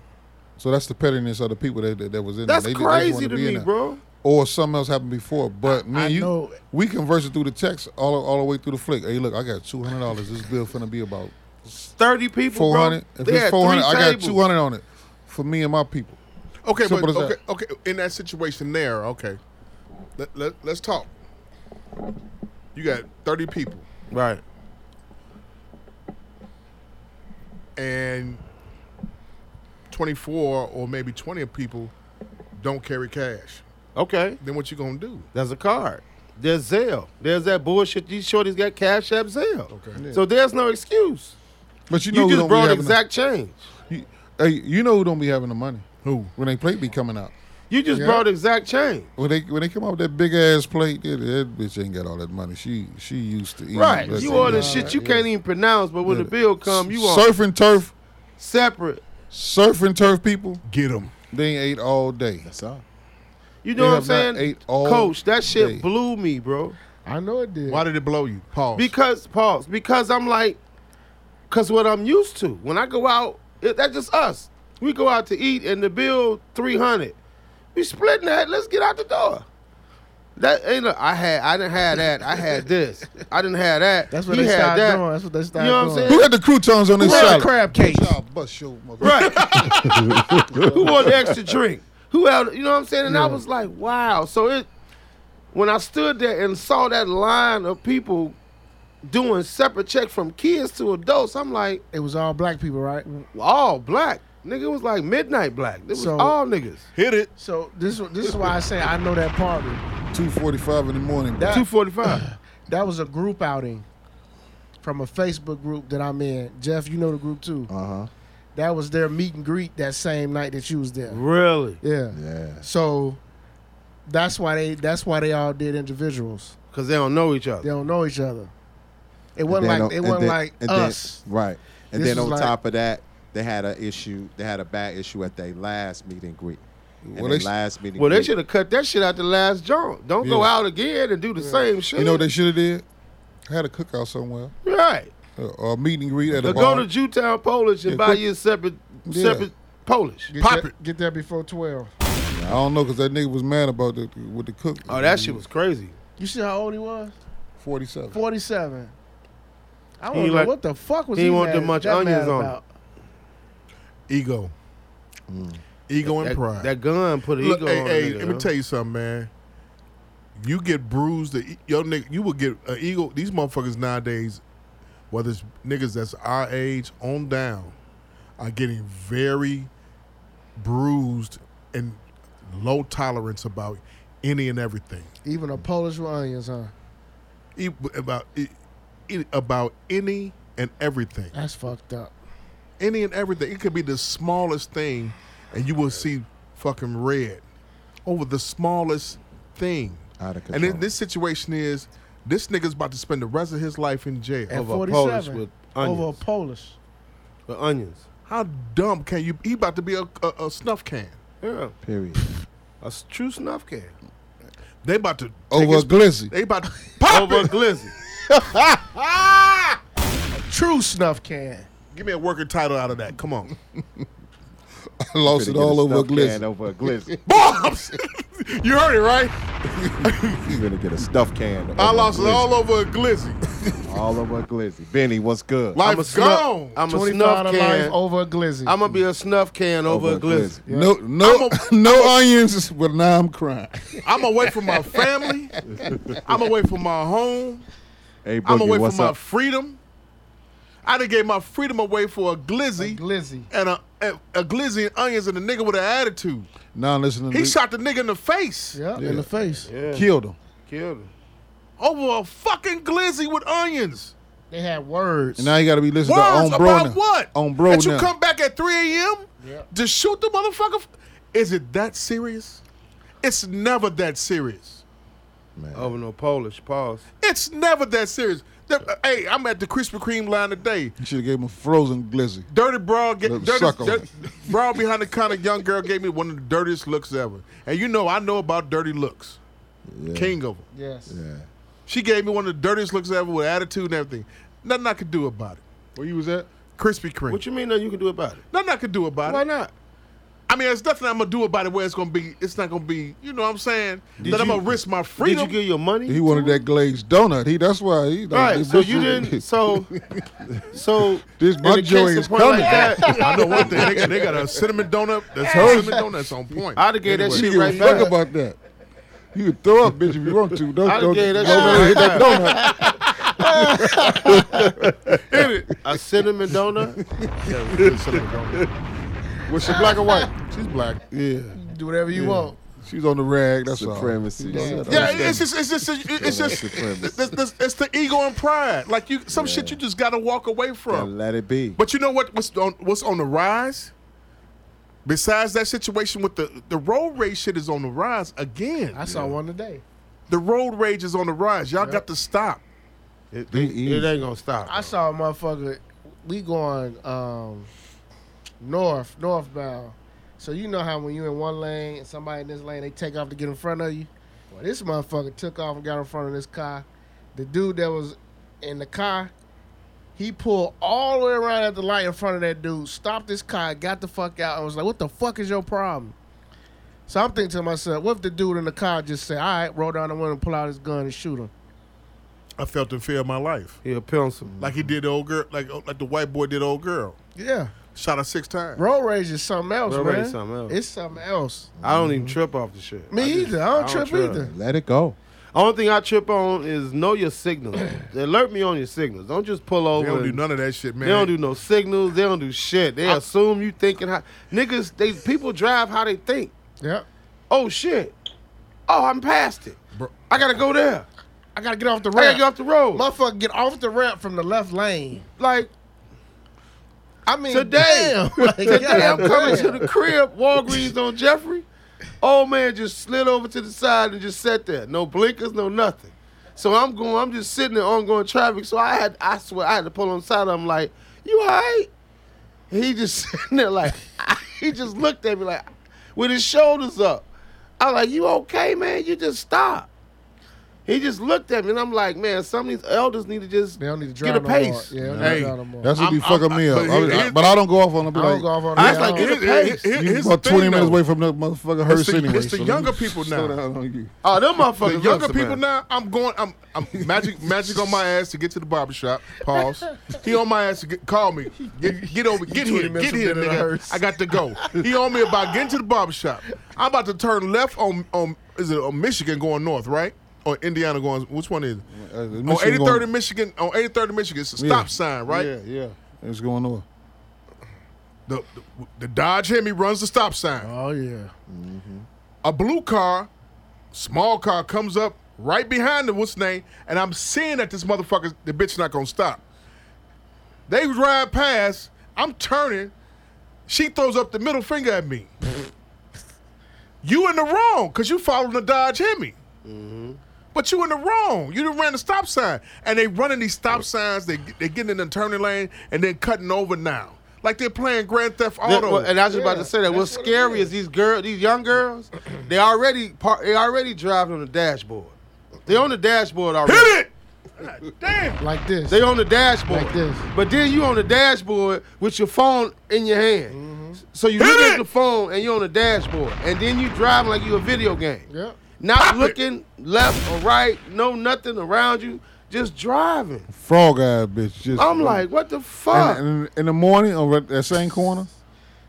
E: So that's the pettiness of the people that that, that was in
H: That's
E: there. They- they just wanted
H: crazy to
E: be in
H: me,
E: there.
H: bro.
E: Or something else happened before. But me
D: I
E: and you,
D: know-
E: we conversing through the text all all the way through the flick. Hey, look, I got two hundred dollars. This bill finna be about
H: Thirty people,
E: four hundred.
H: bro.
E: If
H: They
E: it's
H: had
E: four hundred,
H: three
E: I got
H: tables.
E: two hundred on it for me and my people.
A: Okay,
E: Simple
A: but
E: as
A: okay,
E: that.
A: okay. In that situation, there. Okay, let, let let's talk. You got thirty people,
H: Right.
A: and twenty-four or maybe twenty of people don't carry cash.
H: Okay.
A: Then what you gonna do?
H: There's a card. There's Zelle. There's that bullshit. These shorties got Cash App Zelle.
A: Okay.
H: So there's no excuse.
E: But you
H: You,
E: know who
H: just
E: don't be
H: brought
E: having
H: exact change.
E: The, you, hey, you know who don't be having the money? Who when they plate be coming out?
H: You just brought exact change.
E: When they when they come out with that big ass plate, yeah, that bitch ain't got all that money. She she used to eat.
H: Right.
E: Listen,
H: You order
E: yeah.
H: shit you can't even pronounce, but when the bill come, you on
E: surf and turf,
H: separate.
E: surf and turf people.
A: Get them.
E: They ain't ate all day.
C: That's all.
H: You
E: They
H: know what I'm
E: have
H: saying?
E: not ate all
H: Coach, that shit
E: day.
H: blew me, bro.
D: I know it did.
A: Why did it blow you? Pause.
H: Because pause. Because I'm like, because what I'm used to when I go out, it, that's just us. We go out to eat and the bill three hundred. We splitting that. Let's get out the door. That ain't. A, I had. I didn't have that. I had this. I didn't have that.
D: That's what
H: he
D: they
H: had
D: started
H: that.
D: doing. That's what they started
H: You know
D: doing.
H: what I'm
E: Who had the croutons on this
D: Crab,
E: salad?
D: crab cake.
E: Y'all bust your mother.
H: Right. *laughs* Who wanted the extra drink? Who else? You know what I'm saying? And I was like, wow. So it when I stood there and saw that line of people doing separate checks from kids to adults, I'm like,
D: It was all black people, right?
H: Mm. all black. Nigga it was like midnight black. It was
D: So-
H: all niggas.
A: Hit it.
D: So this wa- this is why I say I know that party.
E: Two forty-five in the morning.
D: That-
H: Two forty
E: *sighs*
H: five.
D: That was a group outing from a Facebook group that I'm in. Jeff, you know the group too.
C: Uh huh.
D: That was their meet and greet that same night that you was there.
H: really?
D: Yeah.
C: Yeah.
D: So that's why they that's why they all did individuals.
H: Cause they don't know each other.
D: They don't know each other. It
C: And
D: wasn't
C: then
D: like
C: on-
D: it
C: and
D: wasn't
C: then-
D: like
C: and then-
D: us.
C: right. And
D: This
C: then
D: was
C: on
D: like-
C: top of that, they had an issue. They had a bad issue at their last meet and greet. And
E: Well,
C: their
E: they-
C: last meeting.
H: Well, they should have cut that shit out the last joint. Don't go out again and do the same shit.
E: You know what they should have did? Had a cookout somewhere
H: right.
E: uh, or a meet and greet at a
H: Or
E: bar.
H: go to Jewtown Polish and
E: Yeah,
H: buy
E: quick-
H: you a separate
E: Yeah.
H: separate Polish.
D: Get
A: Pop
D: there,
A: it.
D: Get there before twelve.
E: I don't know because that nigga was mad about the with the cook.
H: Oh, that shit was
A: Mm.
H: crazy.
D: You see how old he was?
E: forty-seven.
D: Forty seven. I
H: He
D: don't know
H: like-
D: what the fuck was
H: he
D: he,
H: want
D: mad,
H: too much
D: that
H: onions
D: mad
H: on
D: about.
A: Ego. Ego and
H: Mm. That,
A: pride.
H: that gun put an
A: Look,
H: ego
A: hey,
H: on
A: hey,
H: nigga,
A: let me
H: huh?
A: tell you something, man. You get bruised, the, e, yo nigga, you will get an ego. These motherfuckers nowadays, whether it's niggas that's our age on down, are getting very bruised and low tolerance about any and everything.
D: Even a Polish with onions, huh?
A: E- About e- e- about any and everything.
D: That's fucked up.
A: Any and everything. It could be the smallest thing, and you will see fucking red over the smallest thing.
C: Out of
A: And
C: control.
A: then this situation is this nigga's about to spend the rest of his life in jail.
D: At
H: Over a Polish
D: 47,
H: with onions.
D: over a Polish.
H: with onions.
A: How dumb can you? He about to be a, a, a snuff can.
H: Yeah,
C: Period.
H: a s- true snuff can.
A: They about to take
E: Over a
A: his-
E: glizzy.
A: They
H: *laughs*
A: about to pop
H: Over a
A: it.
H: glizzy.
D: True snuff can.
A: Give me a working title out of that. Come *laughs* on,
E: I *laughs* lost
C: Finna
E: it
C: get
E: all
C: a
E: over a
C: stuffed can
E: glizzy.
C: Over a glizzy. *laughs*
A: bombs. *laughs* you heard it right.
C: you gonna get a stuffed can. Over
A: I lost
C: a
A: it
C: glizzy.
A: all over a glizzy.
C: All over a glizzy. Benny, what's good?
A: Life
H: a
A: gone.
H: snuff. I'm a
D: Twenty-five
H: snuff
D: to life
H: can.
D: over a glizzy.
H: I'm gonna be a snuff can over, a glizzy.
E: No, no, *laughs* no onions, but now I'm crying.
A: I'm away from my family. I'm away from my home.
C: *laughs* Hey, Boogie,
A: I'm away
C: what's
A: from my
C: up?
A: freedom. I done gave my freedom away for a glizzy
D: glizzy.
A: and a, a, a glizzy and onions and a nigga with an attitude.
E: Now listen to
A: He
E: this.
A: shot the nigga in the face
D: Yeah, in the face.
H: Yeah,
E: Killed him.
H: killed him.
A: over a fucking glizzy with onions.
D: They had words.
E: And now you got to be listening to
A: Words
E: on bro
A: about
E: now.
A: what?
E: On bro
A: That you
E: now.
A: come back at 3 a.m.
D: Yeah.
A: to shoot the motherfucker? f- Is it that serious? It's never that serious.
H: Over no Polish. Pause.
A: It's never that serious. The- uh, hey, I'm at the Krispy Kreme line today.
E: you should have gave him a frozen glizzy.
A: Dirty broad, get,
E: Little
A: dirty,
E: sucker.
A: dirty
E: *laughs*
A: broad behind the counter young girl gave me one of the dirtiest looks ever. And you know I know about dirty looks. King of them.
D: yes.
C: Yeah.
A: She gave me one of the dirtiest looks ever with attitude and everything. Nothing I could do about it.
E: Where you was at?
A: Krispy Kreme.
H: What you mean? Nothing you can do about it?
A: Nothing I could do about
H: Why
A: it.
H: not?
A: I mean, there's nothing I'm gonna do about it. Where it's gonna be, it's not gonna be. You know what I'm saying? that I'm
H: you-
A: gonna risk my
H: Did
A: freedom.
H: you get your money?
E: He wanted that glazed donut. He that's why he
H: Right.
E: he-
H: So you
E: *laughs*
H: didn't.
A: *laughs*
H: So, so
E: This
H: in
E: my
H: the
E: joy
H: case
E: is
H: of point
E: coming.
H: Like that,
A: *laughs* I know one thing. They, they got a cinnamon donut. That's cinnamon donut that's on point.
H: I'd have gave that
E: You
H: shit
E: give
H: right
E: a fuck
H: back.
E: about that. You can throw up, bitch, if you want to. Don't,
H: I'd have
E: don't,
H: gave that
E: don't let
H: shit
E: it hit
H: right
E: that
H: back.
E: donut.
H: A cinnamon *laughs* donut.
A: *laughs*
E: Was she black or white? She's black. Yeah.
D: Do whatever you want.
E: She's on the rag. That's all.
C: Supremacy. Yeah.
A: yeah, it's just, it's just, it's just, it's, it's- it's the ego and pride. Like you, some shit you just gotta walk away from.
C: Let it be.
A: But you know what? What's on, what's on the rise? Besides that situation with the the road rage shit is on the rise again.
D: I saw one today.
A: The road rage is on the rise. Y'all got to stop.
H: It,
C: Be
H: it- it
C: easy.
H: ain't gonna stop.
D: I saw a motherfucker. We going um, north, northbound. So you know how when you in one lane and somebody in this lane, they take off to get in front of you. Well, this motherfucker took off and got in front of this car. The dude that was in the car, he pulled all the way around at the light in front of that dude, stopped his car, got the fuck out, and was like, "What the fuck is your problem?" So I'm thinking to myself, what if the dude in the car just said, "All right, roll down the window, pull out his gun, and shoot him"?
A: I felt the fear of my life.
H: He a pencil.
A: like he did the old girl, like oh, like the white boy did the old girl.
D: Yeah.
A: Shot her six times.
D: Road rage is something else,
H: Road
D: man.
H: rage is something else.
D: It's something else.
H: I don't even trip off the shit.
D: Me
H: I just-
D: either. I don't, trip, either.
C: Let it go.
H: Only thing I trip on is know your signals. Alert me on your signals. Don't just pull over.
A: They don't do
H: and-
A: none of that shit, man.
H: They don't do no signals. They don't do shit. They assume you thinking how niggas. They people drive how they think.
D: Yep.
H: Oh shit. Oh, I'm past it. I gotta go there.
D: I gotta get off the
H: I gotta
D: ramp.
H: get off the road.
D: Motherfucker, get off the ramp from the left lane.
H: like
D: I mean,
H: Today.
D: damn. *laughs* Like,
H: today, I'm
D: goddamn.
H: coming to the crib. Walgreens on Jeffrey. Old man just slid over to the side and just sat there. No blinkers, no nothing. So I'm going. I'm just sitting in ongoing traffic. So I had. I swear I had to pull on the side. I'm like, you all right? He just *laughs* sitting there like he just looked at me like with his shoulders up. I like, you okay, man? You just stop. He just looked at me and I'm like, man, some of these elders need to just
D: They don't need to drive
H: get a
D: no more.
H: pace.
D: Yeah, they don't
A: Hey,
D: need to drive no more.
E: That's what be
A: I'm-
E: fucking me up.
A: I'm- but
E: I was-
A: here-
E: I- But I don't go off on him.
D: I don't go
E: Like,
D: off on
H: I was
D: the
H: like,
D: yeah,
H: get
A: Here-
H: a
A: here-
H: pace.
A: here-
E: you
A: here's
E: about
A: the
E: 20
A: thing,
E: minutes
A: though.
E: away from that motherfucker hearse
A: It's the-
E: anyway.
A: it's the
E: so
A: younger
E: let me
A: people
E: slow
A: now.
E: down on you.
H: Oh, them motherfuckers.
A: The
H: love
A: younger
H: Savannah.
A: people now, I'm going. I'm,
E: *laughs*
A: I'm magic, magic on my ass to get to the barbershop. Pause. He on my ass to get, call me. Get, get over. Get here. Get here, nigga. I got to go. He on me about getting to the barbershop. I'm about to turn left on on is it on Michigan going north, right? Or Indiana going? Which one is? it?
E: Uh, Michigan
A: on 83rd
E: going-
A: and Michigan. On 83rd and Michigan, it's a
E: Yeah.
A: stop sign, right?
E: Yeah, yeah. It's going on.
A: The, the the Dodge Hemi runs the stop sign.
D: Oh yeah.
A: a blue car, small car comes up right behind the what's name, and I'm seeing that this motherfucker, the bitch not gonna stop. They ride past, I'm turning, She throws up the middle finger at me. you in the wrong because you following the Dodge Hemi.
H: Mm-hmm.
A: But you in the wrong. You done ran the stop sign. And they running these stop signs. They they getting in the turning lane and then cutting over now. Like they're playing Grand Theft
H: That-
A: Auto.
H: well, and I was just about to say that. What's
E: that's what it
H: scary is these girl, these young girls. They already par- they already driving on the dashboard. They on the dashboard already.
A: Hit it! God Damn.
D: like this.
H: They on the dashboard.
D: Like this.
H: But then you on the dashboard with your phone in your hand. So you
A: Mm-hmm. Hit
H: look
A: it!
H: at the phone and you on the dashboard, and then you driving like you a video game.
D: Yep.
H: Not
A: Pop it.
H: looking left or right, no nothing around you, just driving.
E: Frog eyed bitch.
D: Mm-hmm.
E: Just
H: I'm like, what the fuck?
E: and, and in the morning over at that same corner,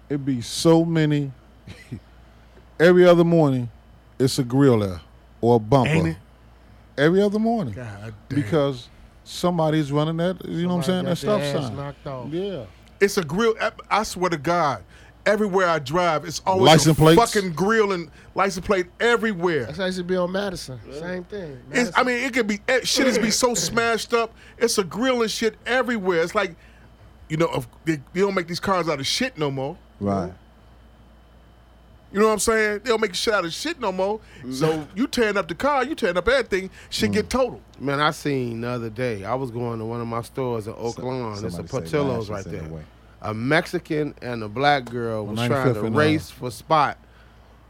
E: it'd be so many. every other morning, it's a griller or a bumper.
A: Ain't it?
E: Every other morning,
A: damn.
E: because somebody's running that. You know what I'm saying? That stop sign.
D: Knocked off.
E: yeah.
A: It's a grill. I- I swear to God, everywhere I drive, it's always
E: License
A: a
E: plates?
A: fucking grill and license plate everywhere.
D: That's how I used to be on Madison. Same thing. Madison.
A: It's, I mean, it could be eh, shit is be so smashed up. It's a grill and shit everywhere. It's like, you know, if they, they don't make these cars out of shit no more.
C: Right.
A: You know what I'm saying? They don't make shit out of shit no more. So you tearing up the car, you tearing up everything. Shit get total.
H: Man, I seen the other day. I was going to one of my stores in Oakland. It's a
C: somebody say
H: Portillo's
C: Lashes
H: right
C: in
H: there.
C: the way.
H: A Mexican and a black girl was
E: On
H: trying
E: 95th
H: to
E: and, uh,
H: race for spot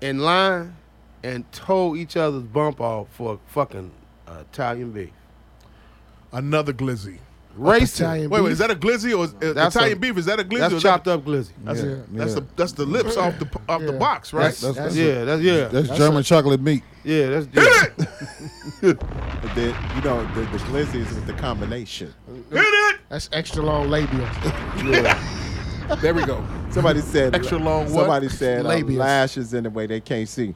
H: in line and tore each other's bump off for a fucking Italian beef.
A: Another glizzy.
H: Racing.
D: Italian
A: Wait, wait,
D: beef?
A: is that a glizzy or is, uh,
H: That's
A: Italian
H: a-
A: beef? Is that a glizzy? or
H: That's
A: is
H: chopped
A: that,
H: up glizzy.
A: That's,
D: Yeah.
A: that's
E: Yeah.
A: the that's the lips off the off the
D: Yeah.
A: box, right?
E: That's- that's- that's-
H: yeah, that's yeah.
E: That's, German chocolate meat.
H: yeah, that's yeah.
C: But then, you know, the, the glizzy is with the combination.
A: Hit it!
D: That's extra long labia.
A: There we go.
C: Somebody said
A: Extra long what?
C: Somebody said uh,
D: Labias.
C: lashes in the way they can't see.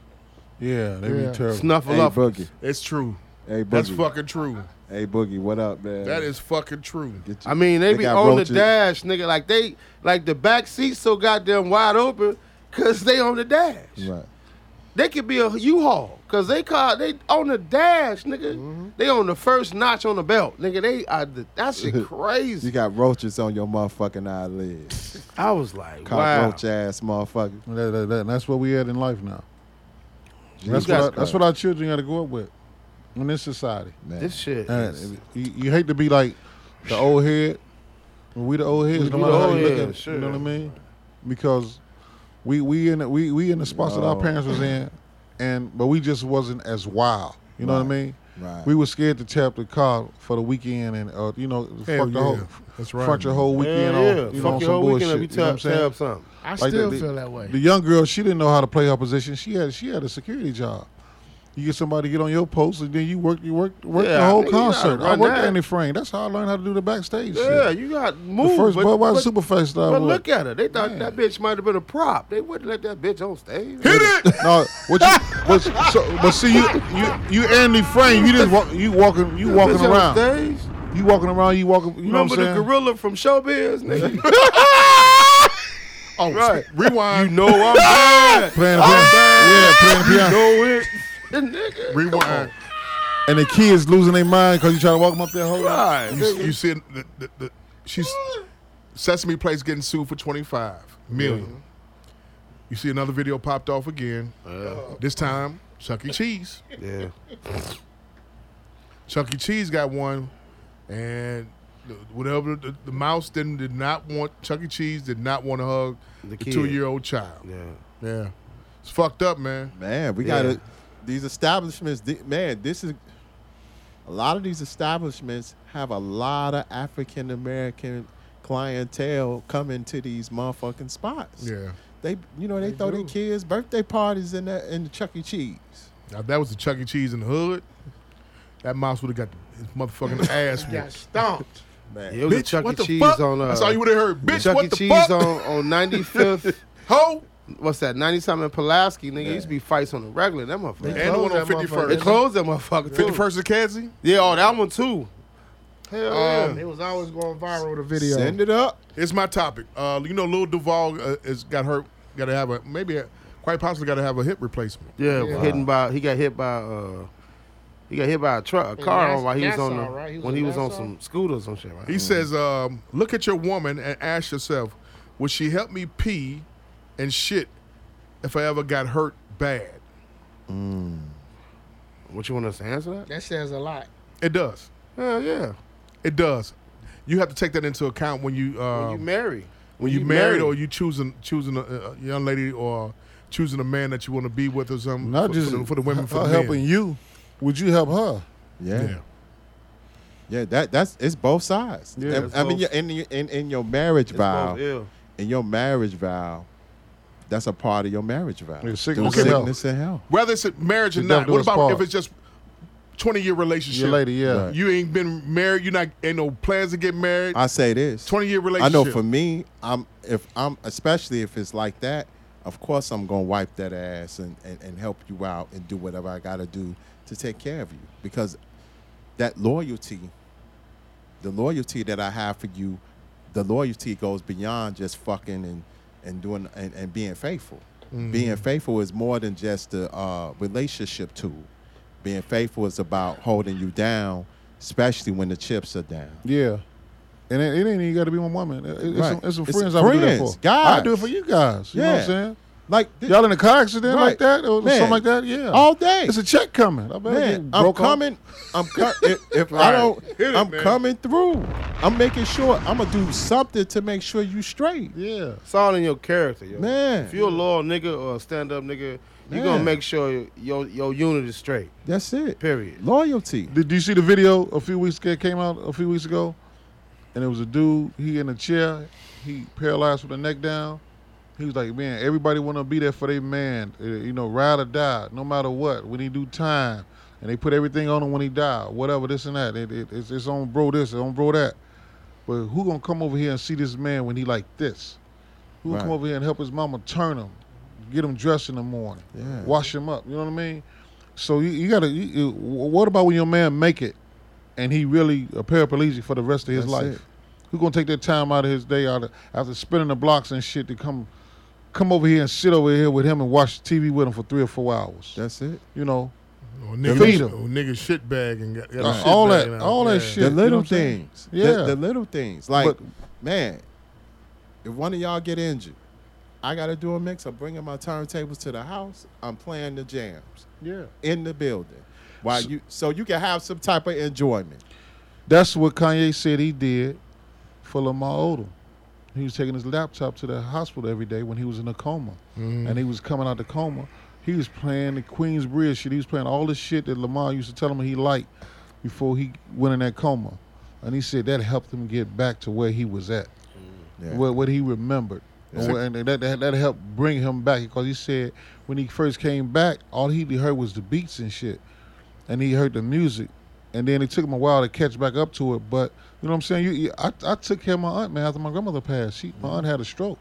E: Yeah, they
D: Yeah.
E: be terrible.
H: Snuffle
C: Hey
H: up.
C: boogie.
A: It's true.
C: Hey boogie.
A: That's fucking true.
C: Hey boogie. What up, man?
A: That is fucking true.
C: Get you-
H: I mean, they, be
C: got
H: on
C: roaches.
H: the dash, nigga. Like they, like the back seat so goddamn wide open, cause they on the dash.
C: Right.
H: They could be a U-Haul because they car they on the dash, nigga.
E: Mm-hmm.
H: They on the first notch on the belt, nigga. They are the, that
E: *laughs*
H: shit
C: You
H: crazy.
C: got roaches on your motherfucking eyelids.
H: I was like, wow.
C: Cockroach ass motherfucker.
E: That- that- that- that's what we had in life now.
C: Jesus
E: That's what, I, that's
C: Christ.
E: what our children got to grow up with in this society.
C: Man.
H: This shit.
E: And
H: is-
E: you, you hate to be like the old head. We the old heads, no matter
H: the
E: how
H: old
E: you look
H: heads,
E: at it.
H: sure.
E: You know what I mean? Because we we in the, we we in the spots that our
C: No.
E: parents was in, and but we just wasn't as wild. You know what I mean?
C: Right.
E: We were scared to tap the car for the weekend and uh, you know
A: Hell
E: fuck the whole
A: yeah. That's right.
E: front your whole weekend
H: Hell yeah.
E: on you know,
H: Fuck
E: on
H: your
E: some
H: whole
E: bullshit.
H: weekend up. You
E: you know what
H: tell,
E: I'm saying?
H: tell something.
D: I
E: Like
D: still
E: the-
D: feel that way.
E: The young girl, she didn't know how to play her position. She had she had a security job. You get somebody to get on your post, and then you work you work work
H: Yeah,
E: the
H: I
E: whole
H: mean, you gotta
E: concert. I
H: run
E: worked
H: that.
E: Andy Frame. That's how I learned how to do the backstage.
H: Yeah,
E: shit.
H: you got
E: the
H: move.
E: first
H: but, but-
E: Budweiser Superfest that I
H: but
E: worked.
H: look at her. They thought that bitch might have been a prop. They wouldn't let that bitch on stage.
A: Hit it!
E: No, what you, what, so, but see you, you, you Andy Frame. You just walk, you walking, you walking
H: Bitch on
E: around,
H: stage.
E: you walking around, you walking. You know
H: Remember
E: what I'm
H: the
E: saying?
H: gorilla from Showbiz, *laughs* nigga?
A: Oh,
H: Right.
A: rewind.
H: you know *laughs* I'm bad.
E: Playing the piano. yeah, playing the piano.
H: know it. nigga.
A: rewind.
E: And the kids losing their mind because you try to walk them up there. Hold on.
H: Right.
A: You, you see, the, the, the, she's Sesame Place getting sued for twenty five million.
H: Mm-hmm.
A: You see another video popped off again. This time, Chuck E. Cheese.
H: Yeah.
A: Chuck E. Cheese got one, and the- whatever the, the mouse didn't did not want. Chuck E. Cheese did not want to hug the,
H: The kid.
A: two year old child. Yeah.
H: Yeah.
A: it's fucked up, man.
C: Man, we
H: Yeah.
C: gotta these establishments. th- Man, this is a lot of these establishments have a lot of African American clientele coming to these motherfucking spots.
A: Yeah,
C: they you know they, throw their kids birthday parties in the in the Chuck E. Cheese.
A: now, if that was the Chuck E. Cheese in the hood. That mouse would have got his motherfucking ass whooped.
D: got stomped.
C: Man,
H: It was a
A: Bitch,
H: Chuck
A: what
H: E.
A: the
H: Cheese
A: fuck?
H: on uh,
A: That's all you would have heard. Bitch,
H: Chuck
A: what
H: E.
A: the
H: Cheese
A: fuck?
H: on on 95th.
A: Ho!
H: *laughs* what's that? 90 something in Pulaski, nigga. Used to be fights on the regular. That motherfucker.
A: And the one on
D: Close that motherfucker.
H: They
A: 51st.
H: closed that motherfucker. too.
A: 51st of Kansas?
H: Yeah, oh, that one too. Hell
D: Um,
H: yeah.
D: it was always going viral. The video.
C: send it up.
A: It's my topic. Uh, you know, Lil Duval uh, has got hurt. Got to have a maybe, a, quite possibly, got to have a hip replacement.
H: Yeah,
D: Yeah.
H: hitting by he got hit by uh he got hit by a truck, a
D: In
H: car
D: Nass-
H: on while he was on
D: Nassau,
H: the,
D: right? He was
H: when
D: in
H: he was on
D: Nassau?
A: Mm.
H: some scooters or some shit. Right?
A: He says, um, "Look at your woman and ask yourself, Would she help me pee and shit if I ever got hurt bad?
H: What you want us to answer that?
D: That says a lot.
A: It does.
H: Hell yeah.
A: It does. You have to take that into account when you
H: When
A: um,
H: you marry.
A: when you married or you choosing choosing a, a young lady or choosing a man that you want to be with or something.
E: Not
A: for,
E: just
A: for the, for the women for
E: her
A: the men.
E: helping you. Would you help her?
C: Yeah.
A: Yeah.
C: yeah. that that's it's both sides.
H: Yeah,
C: And-
H: it's
C: I mean,
H: both.
C: your- in, your- in in your marriage
H: It's
C: vow,
H: both ill.
C: in your marriage vow, that's a part of your marriage vow.
E: Yeah,
C: Through
E: sickness
C: sickness,
E: and health.
C: and health.
A: Whether it's a marriage or
E: You
A: not.
E: gotta do
A: What
E: us
A: about
E: part.
A: if it's just twenty year relationship?
E: Your lady, yeah.
C: Right.
A: You ain't been married. You not ain't no plans to get married.
C: I say this.
A: Twenty year
C: I
A: relationship.
C: know for me, I'm if I'm especially if it's like that, of course I'm gonna wipe that ass and, and, and help you out and do whatever I gotta do to take care of you. Because that loyalty, the loyalty that I have for you, the loyalty goes beyond just fucking and, and doing and, and being faithful. Being faithful is more than just a uh, relationship tool. Being faithful is about holding you down, especially when the chips are down.
E: Yeah. And it, it ain't even got to be one woman. It- it's,
C: Right.
E: some, it's some
C: It's
E: friends I would do that
C: friends,
E: for.
C: guys.
E: I do it for you guys. You know what
C: Yeah.
E: I'm saying?
C: Like
E: Y'all in a car accident like
C: Right.
E: that or
C: Man.
E: something like that? Yeah.
C: all day.
E: It's a check coming. I better
C: Man,
E: get
C: I'm
E: broke off.
C: coming.
E: *laughs*
C: I'm co- if, if I don't, I'm coming through. I'm making sure I'm gonna do something to make sure you straight.
E: Yeah.
H: It's all in your character, yo.
C: Man.
H: If you're a loyal nigga or a stand up nigga, you're going to
C: Man.
H: make sure your, your unit is straight.
C: That's it.
H: Period.
C: Loyalty.
E: Did you see the video a few weeks ago? Came out a few weeks ago, and it was a dude. He in a chair. He paralyzed from the neck down. He was like, man, everybody want to be there for their man. uh, You know, ride or die, no matter what. When he do time, and they put everything on him when he die, whatever this and that. It, it, it's, it's on bro this, it's on bro that. But who gonna come over here and see this man when he like this? Who gonna come
C: Right.
E: over here and help his mama turn him, get him dressed in the morning,
C: Yeah.
E: wash him up? You know what I mean? So you, you gotta. You, you- what about when your man make it, and he really a paraplegic for the rest of his
C: That's
E: life?
C: it.
E: Who gonna take that time out of his day out of, after spinning the blocks and shit to come, come over here and sit over here with him and watch TV with him for three or four hours?
C: That's it.
E: you know,
A: Or Oh, nigga,
E: Feed 'em.
A: or nigga shit bag and got, got a
E: Uh,
A: shit
E: all
A: bag
E: that-
A: now.
E: all that
A: Yeah.
E: shit.
C: The
E: you know what
C: little
E: I'm saying?
C: things.
E: Yeah.
C: The, the little things. Like,
E: But-
C: man, if one of y'all get injured, I gotta do a mix. I'm bringing my turntables to the house. I'm playing the jams
E: yeah.
C: in the building. While you, so you can have some type of enjoyment.
E: That's what Kanye said he did for Lamar Odom. He was taking his laptop to the hospital every day when he was in a coma. And he was coming out the coma. He was playing the Queensbridge shit. He was playing all the shit that Lamar used to tell him he liked before he went in that coma. And he said that helped him get back to where he was at,
C: Yeah.
E: what, what he remembered. And wh- And that, that, that helped bring him back because he said when he first came back, all he heard was the beats and shit and he heard the music, and then it took him a while to catch back up to it. But you know what I'm saying? You, you I, I took care of my aunt man after my grandmother passed. She, my aunt had a stroke,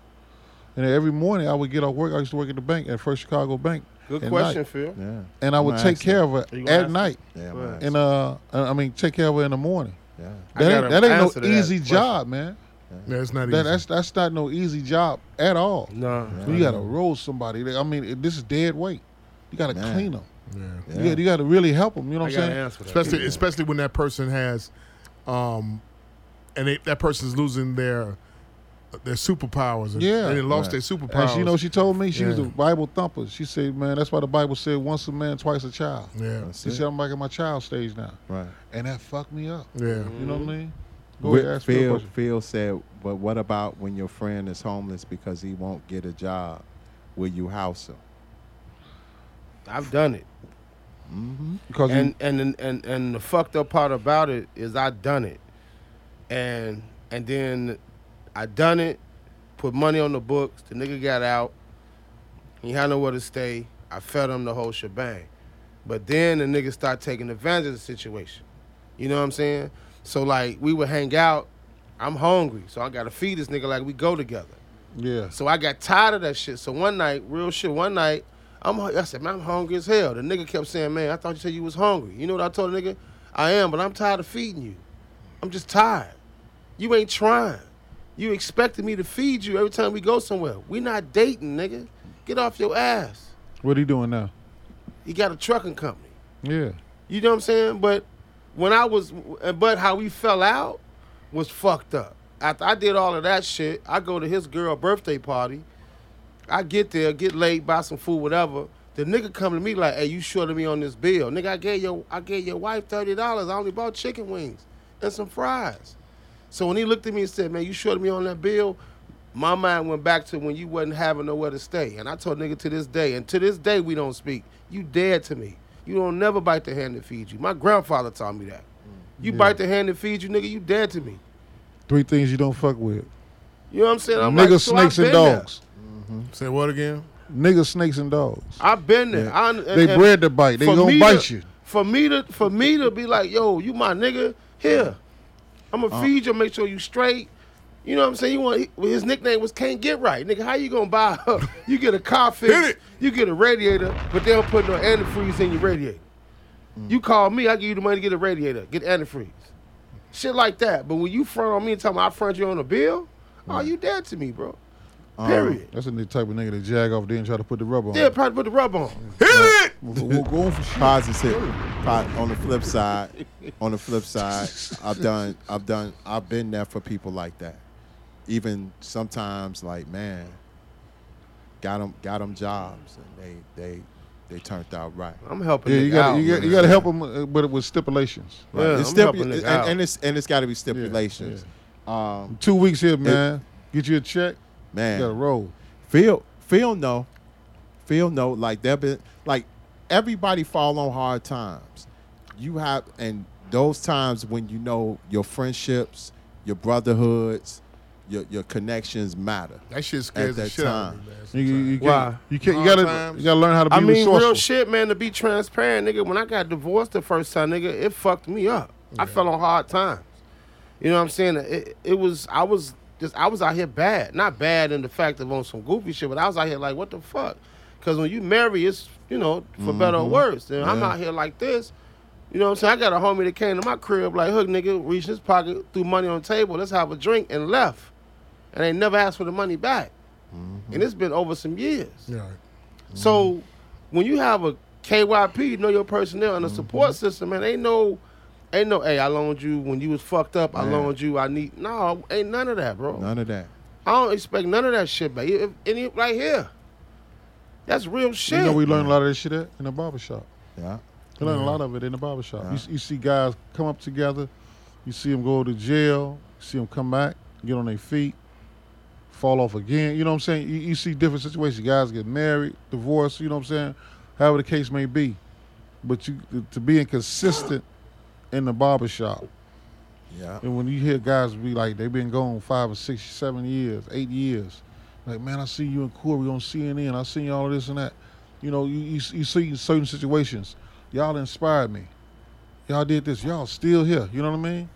E: and every morning I would get off work. I used to work at the bank at First Chicago Bank.
H: Good
E: at
H: question,
E: night,
H: Phil.
C: yeah.
E: and I
C: I'm
E: would
C: gonna
E: take
C: ask
E: care of her
H: You gonna ask
E: at
H: him?
E: night,
C: Yeah,
H: Right.
C: man.
E: and uh, I mean take care of her in the morning.
C: yeah.
H: I
E: That
H: got
E: ain't,
H: an
E: that ain't
H: answer to
E: no
H: that
E: easy
H: question.
E: job, man.
A: Yeah, it's not
E: That,
A: easy.
E: that's that's not no easy job at all.
H: No.
E: You got to roll somebody. I mean, it- this is dead weight. You got to
C: Man.
E: clean them.
A: yeah.
C: Yeah.
E: You got to really help them. You know
H: I
E: what
H: got
E: I'm
H: an
E: saying?
H: answer for that.
A: especially especially when that person has, um, and they, that person's losing their their superpowers. And,
E: Yeah.
A: and they lost
C: Right.
A: their superpowers.
E: And she, you know, she told me she was a
A: Yeah.
E: Bible thumper. She said, "Man, that's why the Bible said once a man, twice a child."
A: yeah,
E: She said, "I'm back at my child stage now,"
C: Right.
E: and that fucked me up.
A: yeah.
E: You know what I mean? Go ahead,
C: With
E: ask me a
C: Phil,
E: question.
C: Phil said, but what about when your friend is homeless because he won't get a job? Will you house him?
H: I've done it.
E: because
H: and and and and the fucked up part about it is I done it, and and then I done it, put money on the books. The nigga got out. He had nowhere to stay. I fed him the whole shebang, but then the nigga start taking advantage of the situation. You know what I'm saying? So like we would hang out. I'm hungry, so I gotta feed this nigga like we go together.
E: yeah,
H: So I got tired of that shit. So one night, real shit, one night, I'm hu- I said, man, I'm hungry as hell. The nigga kept saying, man, I thought you said you was hungry. You know what I told the nigga? I am, but I'm tired of feeding you. I'm just tired. You ain't trying. You expected me to feed you every time we go somewhere. We not dating, nigga. Get off your ass.
E: what are you doing now?
H: He got a trucking company.
E: Yeah,
H: You know what I'm saying? But when I was, but how we fell out was fucked up. after I did all of that shit, I go to his girl birthday party. I get there, get laid, buy some food, whatever. The nigga come to me like, "Hey, you shorted me on this bill, nigga. I gave your I gave your wife thirty dollars. I only bought chicken wings and some fries." So when he looked at me and said, "Man, you shorted me on that bill," my mind went back to when you wasn't having nowhere to stay. And I told nigga to this day, and to this day we don't speak. You dead to me. You don't never bite the hand that feeds you. My grandfather taught me that.
E: Mm.
H: You bite the hand that feeds you, nigga. You dead to me.
E: Three things you don't fuck with.
H: You know what I'm saying? I'm
E: Niggas,
H: like, so I've
E: snakes, and
H: been there.
E: dogs.
A: Say what again?
E: Niggas, snakes, and dogs.
H: I've been there. I, and,
E: They
H: and
E: bred to bite. They
H: for
E: gonna
H: me
E: bite
H: to- *laughs*
E: you.
H: For me to for me to be like, yo, you my nigga, here. I'm
E: Uh.
H: gonna feed you, make sure you straight. You know what I'm saying? You want he- his nickname was can't get right, nigga. How you gonna buy? you get a *laughs* car fix,
A: it.
H: you get a radiator, but they don't put no antifreeze in your radiator.
E: Mm.
H: You call me, I give you the money to get a radiator, get antifreeze, shit like that. But when you front on me and tell me I front you on a bill, oh, you dead to me, bro. Period.
E: Mm. Uh, That's the type of nigga that jag off there and try to put the rubber on.
H: Yeah, probably put the rub on.
A: Hit it!
E: We'll go on for shit.
C: Positive. Po- on the flip side, on the flip side, I've done, I've done, I've been there for people like that. Even sometimes, like man, got them, got them jobs, and they, they, they turned out right.
H: I'm helping.
E: Yeah, you
H: nigga
E: got
H: out,
E: you got
H: man.
E: you got to help them, but with stipulations.
H: Yeah,
C: it's
H: I'm
C: stipu-
H: helping
C: and,
H: nigga out.
C: and it's and it's got to be stipulations. Um,
E: Two weeks here, man. Get you a check. You
C: man,
E: got to roll.
C: Phil, Phil, no, Phil, no. Like there been like everybody fall on hard times. You have and those times when you know your friendships, your brotherhoods, your your connections matter.
A: That shit scares
C: At that
A: the shit out of
C: time.
A: me, man.
E: You, you, you
H: Why?
E: can't, you, can't, you
A: Hard
E: gotta
A: times.
E: you gotta learn how to be
H: I mean,
E: resourceful.
H: real shit, man. To be transparent, nigga. When I got divorced the first time, nigga, it fucked me up. I fell on hard times. You know what I'm saying? It, it was I was just I was out here bad. Not bad in the fact of on some goofy shit, but I was out here like, what the fuck? Because when you marry, it's you know for better or worse. And I'm out here like this. You know what I'm saying? I got a homie that came to my crib like, hook nigga, reached his pocket, threw money on the table, let's have a drink, and left. And they never asked for the money back. And it's been over some years.
A: Yeah.
H: So when you have a KYP, know your personnel and
E: Mm-hmm.
H: a support system, man, ain't no, ain't no, hey, I loaned you when you was fucked up. I
C: Man.
H: loaned you. I need no, ain't none of that, bro.
C: None of that.
H: I don't expect none of that shit, back. If, any right here, that's real shit.
E: You know, we learn a lot of this shit at, in the barber shop.
C: Yeah.
E: You learn a lot of it in the barber shop. You,
C: Yeah.
E: s- you see guys come up together, you see them go to jail, you see them come back, get on their feet, fall off again. You know what I'm saying? You, you see different situations. Guys get married, divorced, you know what I'm saying? However the case may be. But you to being consistent in the barber shop.
C: Yeah.
E: And when you hear guys be like, they've been gone five or six, seven years, eight years. Like, man, I see you and Corey on CNN. I seen all of this and that. You know, you, you, you see certain situations. Y'all inspired me. Y'all did this. Y'all still here. You know what I mean?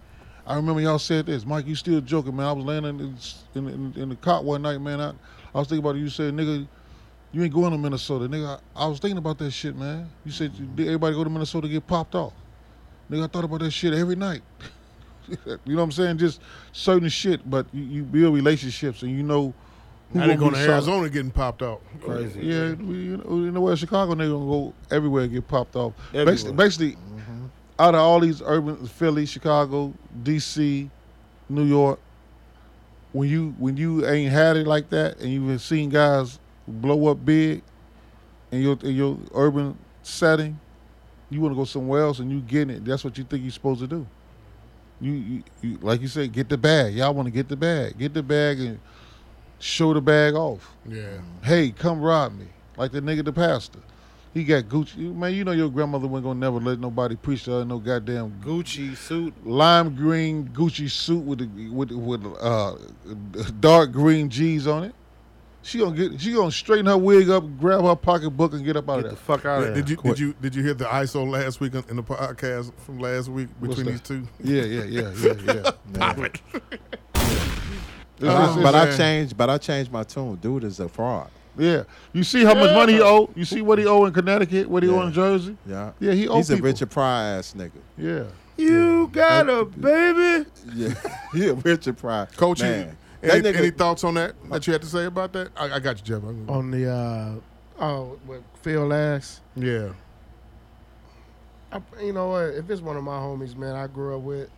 E: I remember y'all said this. Mike, you still joking, man. I was laying in, the- in, in, in the cot one night, man. I, I was thinking about it. You said, nigga, you ain't going to Minnesota. Nigga, I, I was thinking about that shit, man. You said you- everybody go to Minnesota get popped off. Nigga, I thought about that shit every night. *laughs* you know what I'm saying? Just certain shit, but you, you build relationships and you know
A: Now they
E: gonna
A: going to
E: be solid.
A: Arizona getting popped out.
E: Yeah, we, you know, you know where Chicago nigga gonna go everywhere and get popped off. Basically,
H: Everywhere.
E: basically out of all these urban Philly, Chicago, DC, New York, when you when you ain't had it like that and you've been seeing guys blow up big in your in your urban setting, you wanna go somewhere else and you getting it. That's what you think you're supposed to do. You, you, you like you said, get the bag. Y'all wanna get the bag. Get the bag and show the bag off
A: Yeah.
E: hey, come rob me. Like the nigga, the pastor. He got Gucci. Man, you know your grandmother wasn't gonna never let nobody preach to her in no goddamn Gu-
H: Gucci suit.
E: lime green Gucci suit with the, with with uh dark green G's on it. She gonna get. She gonna straighten her wig up, grab her pocketbook, and get up out
H: Get
E: of
H: the
E: there.
H: fuck out of
A: Did
H: there.
A: you did you did you hear the ISO last week in the podcast from last week
E: What's
A: between these
E: that?
A: two?
E: yeah, yeah, yeah, yeah,
H: *laughs*
E: yeah.
C: Pop
A: it.
E: It's-
A: Oh,
E: it's- it's-
C: but I
A: man.
C: changed. But I changed my tune. Dude is a fraud.
E: yeah, you see how much money he owe. You see what he owe in Connecticut, what he owe
C: Yeah.
E: in Jersey.
C: Yeah.
E: Yeah, he owe
C: He's
E: people.
C: a Richard Pryor ass nigga.
E: Yeah,
H: You got a baby.
C: Yeah. *laughs* he a Richard Pryor.
A: Coach, you-
C: man.
A: any,
C: that nigga.
A: any thoughts on that that you had to say about that? I, I got you, Jeff. I'm-
D: on the uh oh with Phil Lass.
A: yeah.
D: I, you know what? If it's one of my homies, man, I grew up with,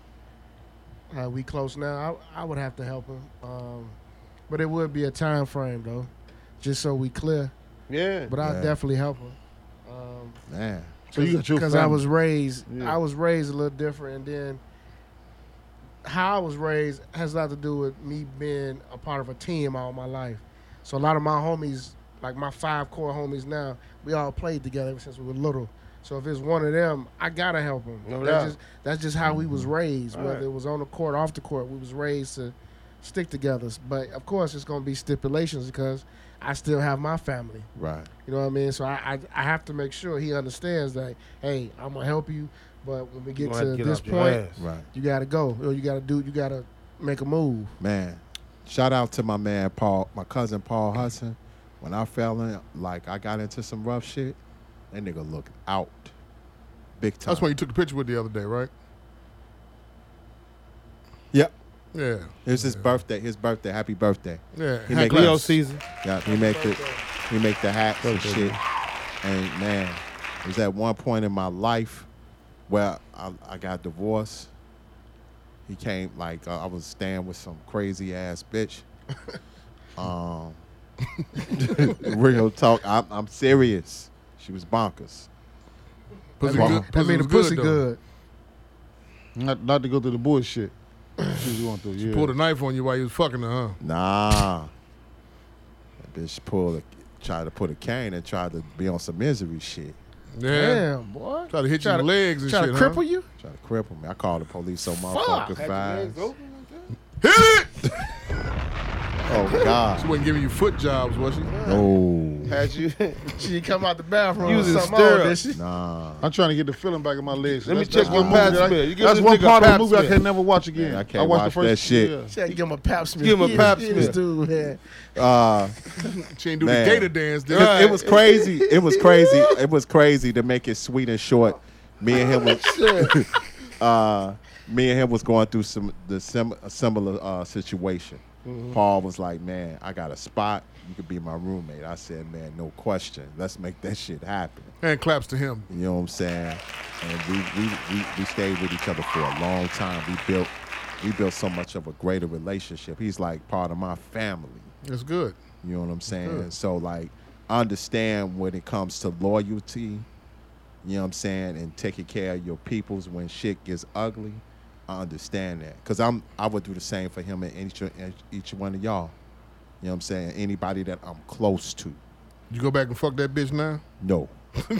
D: Uh, we close now. I, I would have to help him, um, but it would be a time frame though, just so we clear.
H: Yeah.
D: But I'll
C: Yeah.
D: definitely help him. Um,
C: Man.
E: So you got your
D: because I
E: family.
D: was raised,
E: Yeah.
D: I was raised a little different, and then how I was raised has a lot to do with me being a part of a team all my life. So a lot of my homies, like my five core homies now, we all played together ever since we were little. So if it's one of them, I gotta help them.
H: No doubt.
D: that's, just, that's just how we was raised.
H: All
D: whether
H: right.
D: it was on the court, off the court, we was raised to stick together. But of course, it's gonna be stipulations because I still have my family.
C: Right.
D: You know what I mean? So I, I, I have to make sure he understands that, hey, I'm gonna help you, but when we
H: You
D: get
H: gonna
D: to
H: have get
D: this
H: off your
D: point,
H: ass.
C: Right.
D: you gotta go. Or you gotta do you gotta make a move.
C: Man. Shout out to my man Paul, my cousin Paul Hudson. When I fell in, like I got into some rough shit, that nigga looked out. Big time.
A: That's what you took a picture with the other day, right?
C: Yep.
A: Yeah,
C: It was his birthday. His birthday. Happy birthday.
A: yeah.
C: He
A: Hat
C: make
A: clap.
H: Leo
C: claps.
H: season.
C: Yeah, he make the he make the hats and shit. And man, it was at one point in my life where I, I got divorced. He came like uh, I was staying with some crazy ass
A: *laughs*
C: bitch. Um, *laughs* real talk. I'm, I'm serious. She was bonkers.
A: Pussy
D: That
A: good.
D: mean-
A: Pussy
D: that mean the
A: was
D: pussy
A: though.
D: good.
E: Not, not to go through the bullshit. She was going through, yeah.
A: Pulled a knife on you while you was fucking her, huh?
C: Nah. That bitch pulled a, tried to put a cane and tried to be on some misery shit.
A: Yeah.
D: Damn, boy.
A: Try to hit you in the legs and
D: try
A: shit,
D: to
A: huh?
D: cripple you?
C: Tried to cripple me. I called the police on my fucking fast.
A: Hit it!
C: Oh God.
A: She wasn't giving you foot jobs, was she?
C: No.
H: Had you? *laughs*
D: She come out the bathroom
H: You
D: with
H: was in
D: something on, did
H: stirrups.
D: she?
C: Nah.
E: I'm trying to get the feeling back in my legs.
H: Let me
E: That's-
H: check
E: that's
H: your
E: one movie
H: pap
E: that I-
H: smear. You give
E: That's
H: this
E: one
H: nigga
E: part of
H: pap
E: the movie I
H: smear.
E: can never watch again.
C: Man, I can't
E: watched
C: watch
E: the first
C: that shit.
E: yeah.
D: She had to give him a pap smear.
H: Give him a
D: Yeah,
H: pap
D: yeah,
H: smear.
D: This dude, man.
C: Uh,
A: She ain't do
C: Man.
A: the gator dance, did
C: it was crazy. It was crazy. It was crazy to make it sweet and short. Me and him was, uh, me and him was going through some the sim, a similar uh, situation. Paul was like, "Man, I got a spot. You could be my roommate." I said, "Man, no question. Let's make that shit happen."
A: And claps to him.
C: You know what I'm saying? And we we, we we stayed with each other for a long time. We built we built so much of a greater relationship. He's like part of my family.
A: That's good.
C: You know what I'm saying?
E: Mm-hmm.
C: So like I understand when it comes to loyalty, you know what I'm saying, and taking care of your peoples when shit gets ugly. I understand that. Cause I'm I would do the same for him and each and each one of y'all. You know what I'm saying? Anybody that I'm close to.
A: You go back and fuck that bitch now?
C: No.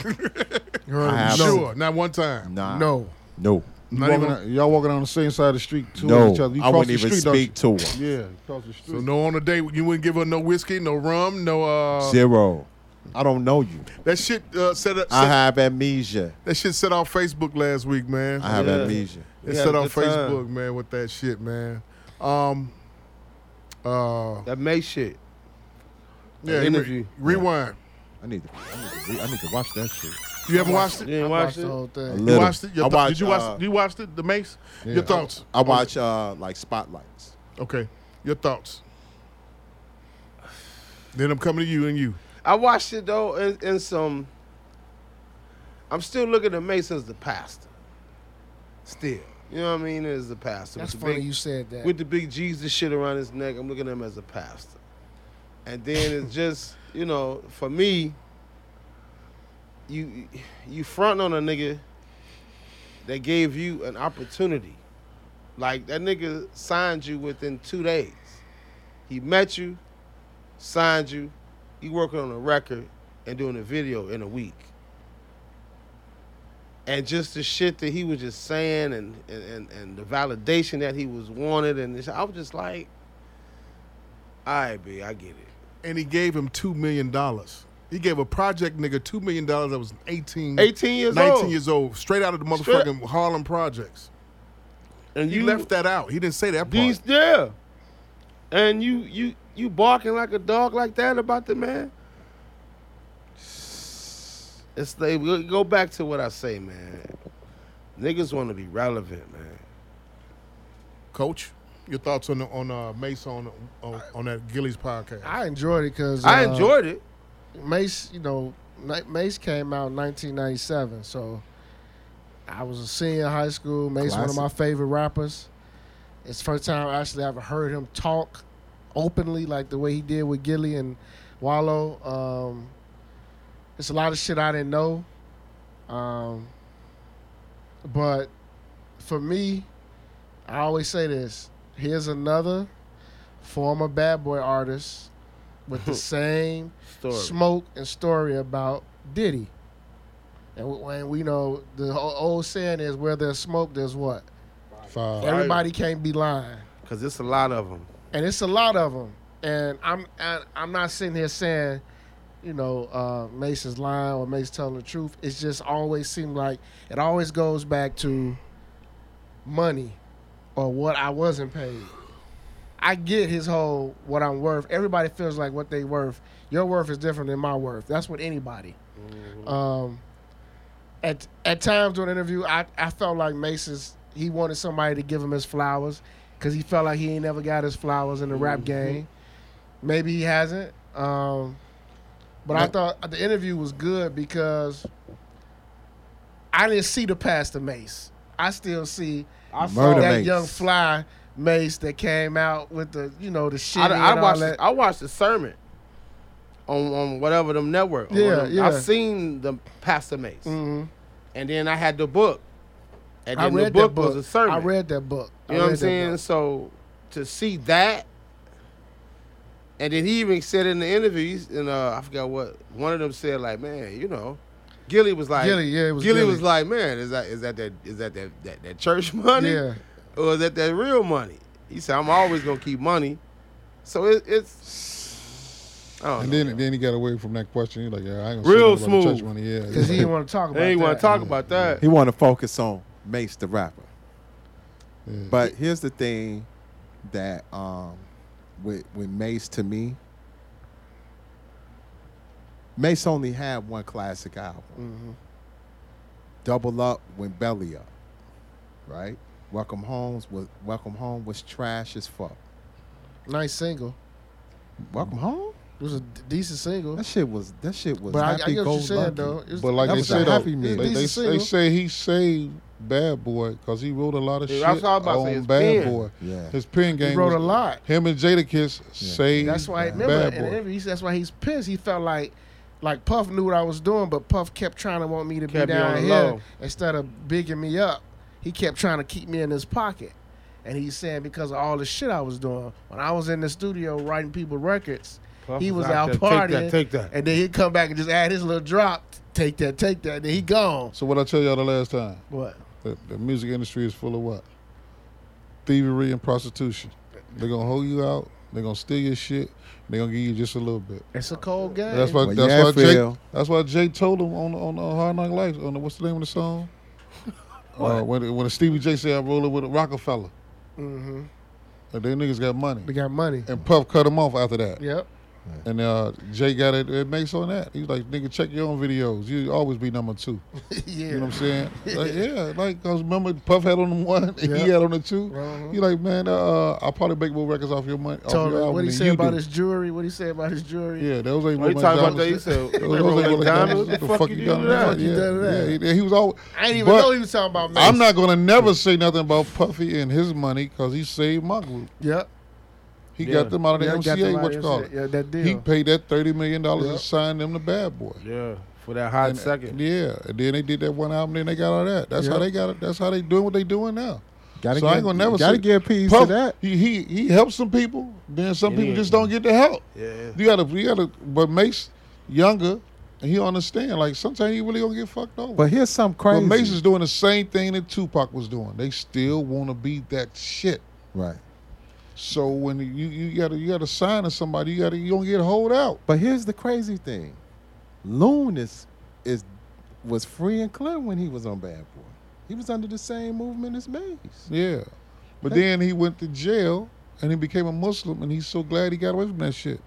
D: You heard
C: I
D: him.
C: have-
A: Sure, not one time.
C: Nah.
D: No.
C: No.
E: You
A: Not
E: walking
A: even-
E: out- y'all walking on the same side of the street, two
C: No.
E: each other. You
C: I
E: cross
C: wouldn't
E: the
C: even
E: street, don't
C: speak to him.
E: you? Yeah, cross the street.
A: So no on a date, you wouldn't give her no whiskey, no rum, no
E: Um,
A: uh.
C: Zero. I don't know you.
A: That shit uh, set up.
C: I
A: set-
C: have amnesia.
A: that shit set off Facebook last week, man.
C: I have
H: Yeah.
C: amnesia.
A: it
H: We
A: set
H: had a
A: off
H: good time.
A: Facebook, man, with that shit, man. Um. Uh.
H: That May shit.
A: Yeah.
H: An interview.
A: re- rewind.
C: I need to. I need to, re- I need to watch that shit.
A: You haven't watched
H: You
A: it.
H: didn't
D: I
H: watch
D: watched the
H: it?
D: whole
C: A
D: thing.
A: You
C: little.
A: watched it. Your
C: I
A: thou-
C: watch,
A: did you watch?
C: uh,
A: you watched it? The Mace.
E: Yeah.
A: Your thoughts.
C: I watch uh, like spotlights.
A: Okay. Your thoughts. Then I'm coming to you and you.
H: I watched it though in, in some. I'm still looking at Mason's the pastor. Still, you know what I mean? As the pastor,
D: That's
H: with the
D: funny
H: big,
D: you said that.
H: with the big Jesus shit around his neck. I'm looking at him as a pastor, and then it's just you know for me. You you front on a nigga that gave you an opportunity, like that nigga signed you within two days. He met you, signed you, you working on a record and doing a video in a week. And just the shit that he was just saying and and, and, and the validation that he was wanted and this, I was just like, all right, B, I get it.
A: And he gave him two million dollars. He gave a project nigga two million dollars that was 18,
H: 18 Mm. years
A: 19
H: old.
A: years old, straight out of the
H: Straight-
A: motherfucking Harlem projects.
H: and
A: He left that out. He didn't say that part.
H: these yeah. And you you you barking like a dog like that about the man. It's they we go back to what I say, man. Niggas want to be relevant, man.
A: Coach, your thoughts on the, on uh, Mace on, on on that Gillies podcast?
D: I enjoyed it uh, because
H: I enjoyed it.
D: Mace, you know, Ni- Mace came out in 1997, so I was a senior in high school. Mace, one of
C: Classic.
D: my favorite rappers. It's the first time actually I've heard him talk openly like the way he did with Gilly and Wallow. Um, it's a lot of shit I didn't know. Um, but for me, I always say this. Here's another former bad boy artist with the same
H: Story.
D: smoke and story about Diddy. And we, and we know the o- old saying is where there's smoke, there's what?
E: Five.
D: Everybody can't be lying.
H: Cause it's a lot of them.
D: And it's a lot of them. And I'm I, I'm not sitting here saying, you know, uh, Mason's lying or Mason telling the truth. It's just always seemed like it always goes back to money or what I wasn't paid. I get his whole what I'm worth. Everybody feels like what they worth. Your worth is different than my worth. That's what anybody. Um, at at times during the interview, I, I felt like Mason's he wanted somebody to give him his flowers because he felt like he ain't never got his flowers in the rap game. Maybe he hasn't. Um, but I thought the interview was good because I didn't see the past of Mace. I still see
H: I
C: Murder
D: that
C: Mace.
D: young fly Mace that came out with the you know the shit.
H: I,
D: and
H: I
D: all
H: watched.
D: that.
H: I watched the sermon on on whatever them network. on
D: Yeah,
H: one of them.
D: yeah.
H: I seen the Pastor Mace,
D: Mhm.
H: and then I had the book, and
D: I
H: then
D: read
H: the book,
D: that book.
H: was a sermon.
D: I read that book. I
H: You know what
D: read
H: I'm
D: that
H: saying?
D: book.
H: So to see that, and then he even said in the interviews, and uh, I forgot what one of them said, like, man, you know, Gilly was like,
D: Gilly, yeah, it was
H: Gilly,
D: Gilly.
H: was like, man, is that is that that is that that that, that church *laughs* money,
D: Yeah.
H: or is that that real money? He said, I'm always gonna keep money, so it, it's. I don't
E: And
H: know.
E: then, then he got away from that question. He's like, yeah, I ain't gonna
H: Real
E: say nothing about
H: smooth.
E: the Church money. Yeah,
D: Because he didn't want to talk about
H: They ain't want
D: that.
H: to talk about that.
C: He want to focus on Mace the rapper.
E: Yeah.
C: But here's the thing that um with with Mace to me, Mace only had one classic album. Double Up went Belly Up, right? Welcome Homes was Welcome Home was trash as fuck.
D: Nice single.
C: Welcome Home?
D: It was a d- decent single.
C: That shit was that shit was
D: But I- I
C: happy
D: get what
C: go
D: you're saying,
C: lucky.
D: though. It was-
E: But like
C: That
E: they
C: was a
E: said,
C: happy
E: though,
C: meal.
E: They, they,
D: Decent
E: they
D: single.
E: say he saved Bad Boy because he wrote a lot of
H: Yeah,
E: shit
H: that's what I was about to say,
E: on
H: his
E: Bad
H: pen.
E: Boy.
C: Yeah.
E: His pen game.
D: He wrote
E: was-
D: a lot.
E: Him and Jada Kiss saved
D: That's why. Remember, in
E: Bad
D: the
E: Boy.
D: interview, he said that's why he's pissed. He felt like, like Puff knew what I was doing, but Puff kept trying to want me to
H: Kept
D: be
H: you on
D: down
H: the
D: here
H: low.
D: instead of bigging me up. He kept trying to keep me in his pocket, and he's saying because of all the shit I was doing when I was in the studio writing people records,
H: Puff
D: he
H: was
D: was
H: out
D: out,
H: there,
D: partying.
H: "Take that, take that."
D: and then he'd come back and just add his little drop. Take that, take that. And then he gone.
E: So what I tell y'all the last time?
D: What?
E: The, the music industry is full of what? Thievery and prostitution. They're gonna hold you out. They're gonna steal your shit. They're gonna give you just a little bit.
D: It's a cold game.
E: That's why.
C: Well,
E: that's
C: yeah,
E: why
C: Phil.
E: Jay. That's why Jay told him on on, on Hard Knock Life. On the, what's the name of the
C: *laughs*
E: song? Uh, when when Stevie J said, "I'm rolling with a Rockefeller,"
D: Mm-hmm.
E: and them niggas got money.
D: We got money.
E: And Puff cut him off after that.
D: Yep. *laughs*
E: And uh, Jay got it. It makes on that. He's like, "Nigga, check your own videos. You always be number two.
C: *laughs*
D: yeah.
E: You know what
D: *laughs*
E: I'm saying? Like, yeah, like, cause remember Puff had on the one, *laughs* and
D: Yeah.
E: he had on the 2
D: Uh-huh.
E: He like, man, uh, I'll probably make more records off your money. Off
D: Told
E: your
D: him
E: album
D: what he
E: than
D: said
E: you
D: about
E: do.
D: his Oh, jewelry. What he said about his jewelry.
E: Yeah, those ain't
H: What
E: what
H: you talking about? That you said
E: *laughs* Those,
H: "Remember
E: those ain't
H: when
E: what
H: diamonds? What
E: the fuck you done to
H: that?
E: that?
D: You done to
E: Yeah,
D: that.
E: yeah, he, he was all.
D: I didn't even
E: but
D: know he was talking about Mace.
E: I'm not gonna never say nothing about Puffy and his money because he saved my group.
D: Yep.
E: He
H: Yeah.
E: got them out of the
D: Yeah, I got
E: MCA.
D: the
E: What you
D: right
E: call
D: answer.
E: it?
D: Yeah, that deal.
E: He paid that thirty million dollars
D: Yeah.
E: and signed them to Bad Boy.
H: Yeah, for that hot
E: And-
H: second.
E: Yeah, and then they did that one album. Then they got all that. That's
D: Yeah.
E: how they got it. That's how they doing what they doing now.
C: Gotta
E: so I ain't gonna never
C: gotta
E: say-
C: give peace
E: Puff,
C: to that.
E: He, he he helps some people. Then some
H: Yeah,
E: people
H: yeah.
E: just don't get the help.
H: Yeah.
E: You gotta you gotta. But Mace younger, and he understand. Like sometimes you really gonna get fucked over.
C: But here's something crazy.
E: But Mace is doing the same thing that Tupac was doing. They still want to be that shit.
C: right.
E: So when you you gotta you gotta sign to somebody, you gotta you don't get hold out.
C: But here's the crazy thing. Loon is, is was free and clear when he was on Bad Boy. He was under the same movement as Mace.
E: Yeah, but then he went to jail and he became a Muslim, and he's so glad he got away from that shit,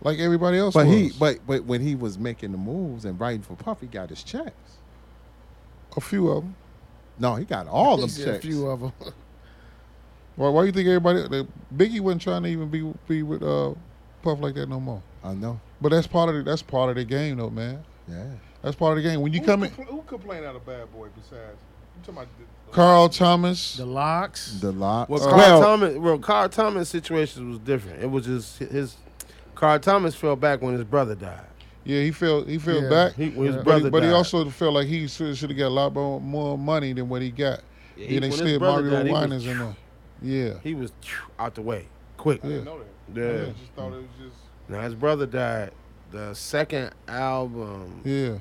E: like everybody else.
C: But he
E: was.
C: but but when he was making the moves and writing for Puff, he got his checks.
E: a few of them.
C: No, he got all
D: He
C: them
D: said a
C: checks.
D: few uh, of them.
E: Why, why you think everybody? the- Biggie wasn't trying to even be be with uh, Puff like that no more.
C: I know.
E: But that's part of the, that's part of the game, though, man.
C: Yeah.
E: That's part of the game. When you come in,
A: Who complained out of Bad Boy besides
E: Carl Thomas.
D: The locks.
C: The lot.
H: Well, Carl Thomas, well, Carl Thomas' situation was different. It was just his. Carl Thomas fell back when his brother died.
E: Yeah, he felt he felt
D: Yeah.
E: back.
H: He- when his
E: but
H: brother
E: he, but he
H: died.
E: also felt like he should have got a lot more, more money than what he got.
H: he-
E: Yeah, they
H: when his
E: slid
H: brother
E: Mario
H: died, he was-
E: Winans in there. Yeah.
H: He was out the way quick.
E: Yeah.
H: Yeah.
E: just thought it was just.
H: Now his brother died. The second album,
E: Yeah.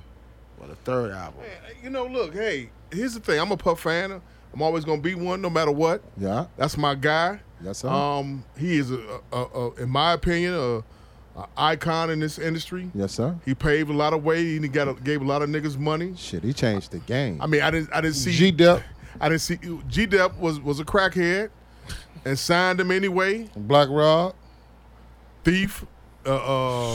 H: or the third album.
A: You know, look, hey, here's the thing. I'm a Puff fan. I'm always gonna be one, no matter what.
C: Yeah.
A: That's my guy.
C: Yes, sir.
A: Um, he is, a, a, a, in my opinion, a, a icon in this industry.
C: yes, sir.
A: He paved a lot of way. and He got a, gave a lot of niggas money.
C: Shit, he changed the game.
A: I mean, I didn't, I didn't see
E: G Dep,
A: *laughs* I didn't see G Dep was was a crackhead, and signed him anyway.
E: Black Rod.
A: Thief, uh,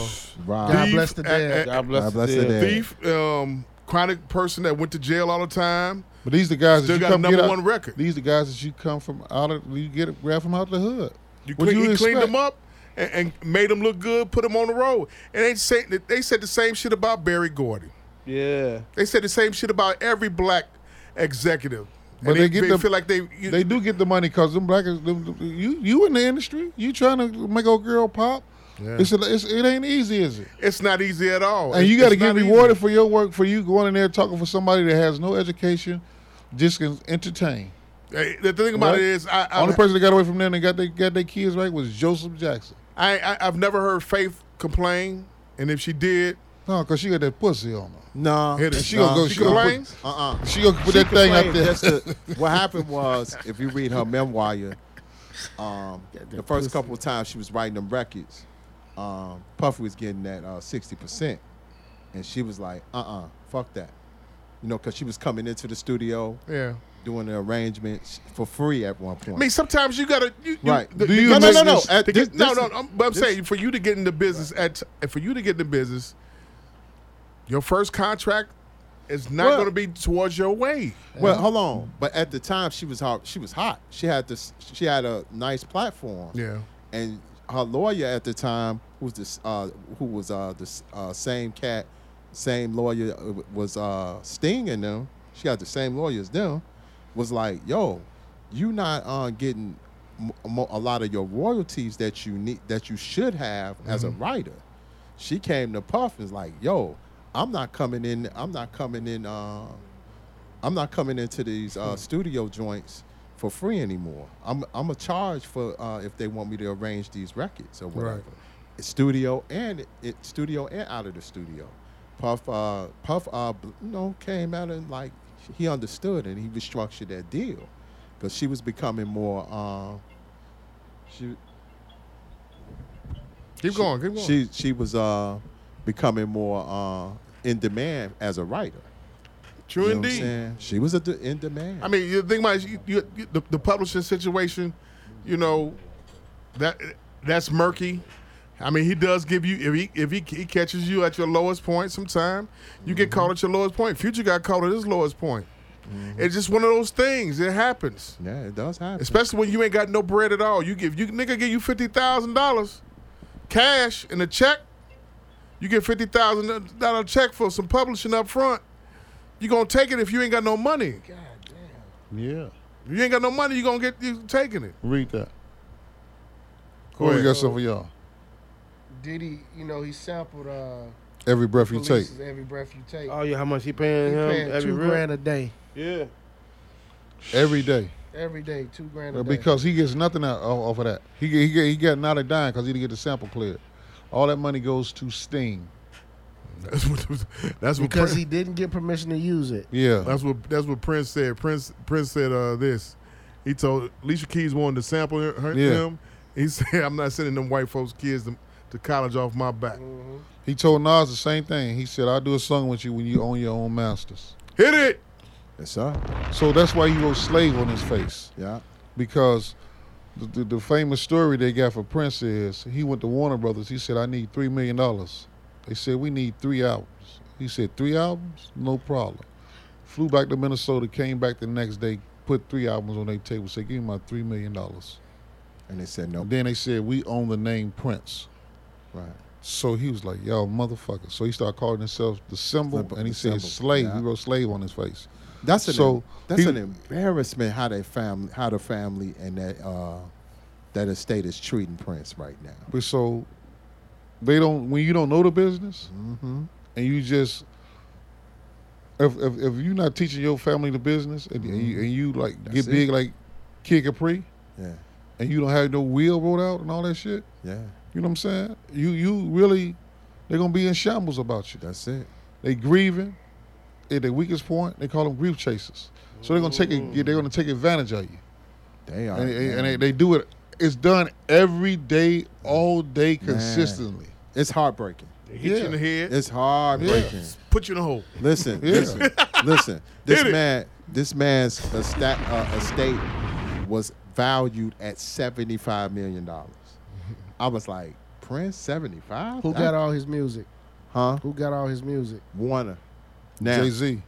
A: uh
C: Right.
D: God
A: Thief,
D: bless the dead.
A: uh,
H: God bless,
C: God bless
H: the
C: the
H: dead.
C: dead.
A: thief, um, chronic person that went to jail all the time.
E: But these the guys
A: Still
E: that you
A: got a
E: come
A: number
E: get out-
A: one record.
E: These the guys that you come from out of you get grab from out the hood.
A: You,
E: What
A: clean,
E: you
A: he cleaned
E: expect?
A: them up and, and made them look good, put them on the road. And they say, they said the same shit about Barry Gordy.
H: Yeah.
A: They said the same shit about every black executive.
E: But
A: and
E: they get the-
A: feel like they you,
E: They do get the money because them black is- them, you you in the industry. You trying to make old girl pop. It's, a, it's it ain't easy, is it?
A: It's not easy at all.
E: And
A: It-
E: you got to
A: it's
E: get
A: not easy.
E: rewarded for your work for you going in there talking for somebody that has no education, just can entertain.
A: Hey, The thing about
E: Right?
A: it is, I, I,
E: Only person that got away from there and got they got their kids right was Joseph Jackson.
A: I, I I've never heard Faith complain, and if she did,
E: No, because she got that pussy on her.
C: Nah.
A: hit it.
E: She gonna go-
A: She
E: she gonna put-
A: complains.
C: Uh-uh.
E: She gonna put
C: She
E: that thing out
C: complained
E: there. *laughs*
C: just to- what happened was, if you read her memoir, um, the first couple of times she was writing them records, um, Puffy was getting that uh, 60%. And she was like, uh-uh, fuck that. You know, because she was coming into the studio,
A: Yeah.
C: doing the arrangements for free at one point.
A: I mean, sometimes you gotta. You, you-
C: Right.
A: the-
C: Do
A: the-
C: you
A: no, no,
C: make
A: no, no,
C: this- at
A: The-
C: this-
A: no,
C: this
A: no,
C: is-
A: I'm, but I'm
C: this-
A: saying for you to get in the business at for you to get in the business, your first contract is not
C: Well-
A: going to be towards your way.
C: Well, hold on. But at the time, she was hot. She was hot. She had this. She had a nice platform.
A: Yeah.
C: And her lawyer at the time, who was this, uh, who was uh, this uh, same cat, same lawyer uh, was uh, Sting and them. She got the same lawyer as them. Was like, yo, you not uh, getting m- mo- a lot of your royalties that you need that you should have as a writer she came to Puff and was like, "Yo, I'm not coming in. I'm not coming in. Uh, I'm not coming into these uh, studio joints for free anymore. I'm I'm a charge for uh, if they want me to arrange these records or whatever, studio and it studio and out of the studio." Puff, uh, Puff, uh, bl- you know, came out and like he understood and he restructured that deal because she was becoming more. Uh, she
A: Keep going. Keep going.
C: she she was uh becoming more uh in demand as a writer.
A: True
C: You know what I'm
A: indeed.
C: saying? She was a de- in demand.
A: I mean, you think about it, you, you, you- the, the publishing situation. You know, that that's murky. I mean, he does give you if he if he, he catches you at your lowest point. Sometime you get
C: Mm-hmm.
A: caught at your lowest point. Future got caught at his lowest point. It's just one of those things. It happens,
C: yeah, it does happen.
A: especially when you ain't got no bread at all. You give you nigga give you fifty thousand dollars cash in a check. You get fifty thousand dollar check for some publishing up front. You gonna take it if you ain't got no money.
E: Yeah.
A: If you ain't got no money, you gonna get you taking it.
E: Read that.
A: Go
E: Corey
A: ahead.
E: got something for y'all.
D: Diddy, you know, he sampled uh,
E: Every breath you take.
D: Police's Every Breath You Take.
H: Oh yeah, how much he paying
D: he
H: him
D: paying
H: every
D: two
H: real?
D: grand a day.
H: Yeah.
E: Every day.
D: Every day, two grand a day.
E: Because he gets nothing out off off of that. He get, he get, he got not a dime because he didn't get the sample cleared. All that money goes to Sting.
A: *laughs* That's what that's what
D: because
A: Prince,
D: he didn't get permission to use it.
E: Yeah.
A: that's what that's what Prince said. Prince Prince said uh, this. He told Alicia Keys wanted to sample her, her-
E: Yeah.
A: him. He *laughs* said, "I'm not sending them white folks kids to, to college off my back."
E: He told Nas the same thing. He said, I'll do a song with you when you own your own masters.
A: Hit it.
C: yes, sir.
E: So that's why he wrote Slave on his face.
C: Yeah.
E: because the, the, the famous story they got for Prince is he went to Warner Brothers. He said, I need $3 million. They said, We need three albums. He said, Three albums? No problem. Flew back to Minnesota, came back the next day, put three albums on their table, said, Give me my $3 million.
C: And they said no.
E: And then they said, We own the name Prince.
C: Right.
E: So he was like, Y'all motherfuckers. So he started calling himself the symbol,
C: Symbol,
E: and he
C: the
E: said,
C: symbol,
E: Slave.
C: yeah.
E: He wrote slave on his face.
C: That's an
E: So,
C: that's
E: he-
C: an embarrassment how they family how the family and that uh that estate is treating Prince right now.
E: But so they don't when you don't know the business
C: Mm-hmm.
E: and you just if, if if you're not teaching your family the business and, and, you, and you like
C: Mm-hmm. That's
E: get
C: it.
E: big like Kid Capri
C: Yeah,
E: and you don't have no will rolled out and all that shit,
C: yeah,
E: you know what I'm saying? You you really they're gonna be in shambles about you.
C: that's it.
E: They grieving at their weakest point. They call them grief chasers. So they're gonna take it. They're gonna take advantage of you,
C: They are,
E: and, and- and
C: man.
E: they, they do it. It's done every day, all day, consistently.
C: it's heartbreaking.
A: They hit you in the head,
C: It's heartbreaking.
A: put you in a hole.
C: Listen,
E: Yeah.
C: listen, listen. This
A: Hit it.
C: man, this man's estate, uh, estate was valued at seventy five million dollars. I was like, Prince seventy five?
D: Who got all his music?
C: Huh?
D: Who got all his music?
C: Warner. Now
E: Jay Z,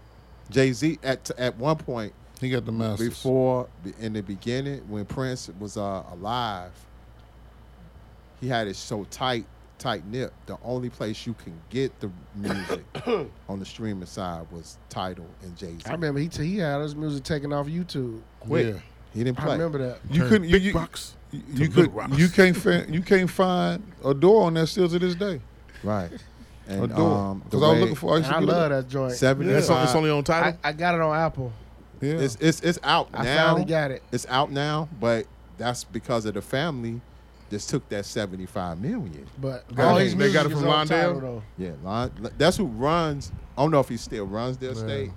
C: Jay Z at at one point
E: he got the masters.
C: before in the beginning when Prince was uh, alive, he had it so tight, tight knit. The only place you can get the
E: *coughs*
C: music on the streaming side was Tidal and Jay Z.
D: I remember he t- he had his music taken off YouTube.
E: yeah.
C: He didn't play.
D: I remember that.
E: You couldn't. You, you,
A: Rocks.
E: you
A: good
E: could.
A: rocks.
E: You can't. Find, you can't find a door on that still to this day.
C: Right.
E: A
C: And
E: door.
C: um, the
E: Because I was
C: way
E: looking for. I,
D: And
E: used to
D: I
E: get it.
D: love that joint.
C: seventy.
A: That's on- it's only on
D: I,
A: title.
D: I got it on Apple.
E: Yeah.
C: It's it's it's out
D: I
C: now.
D: finally got it.
C: It's out now, but that's because of the family. Just took that seventy-five million.
D: But
A: Got
D: all
A: it.
D: his
A: They
D: music
A: got it
D: is
A: from
D: on title,
A: Lindale?
D: though.
C: Yeah, Lon, that's who runs. I don't know if he still runs their estate,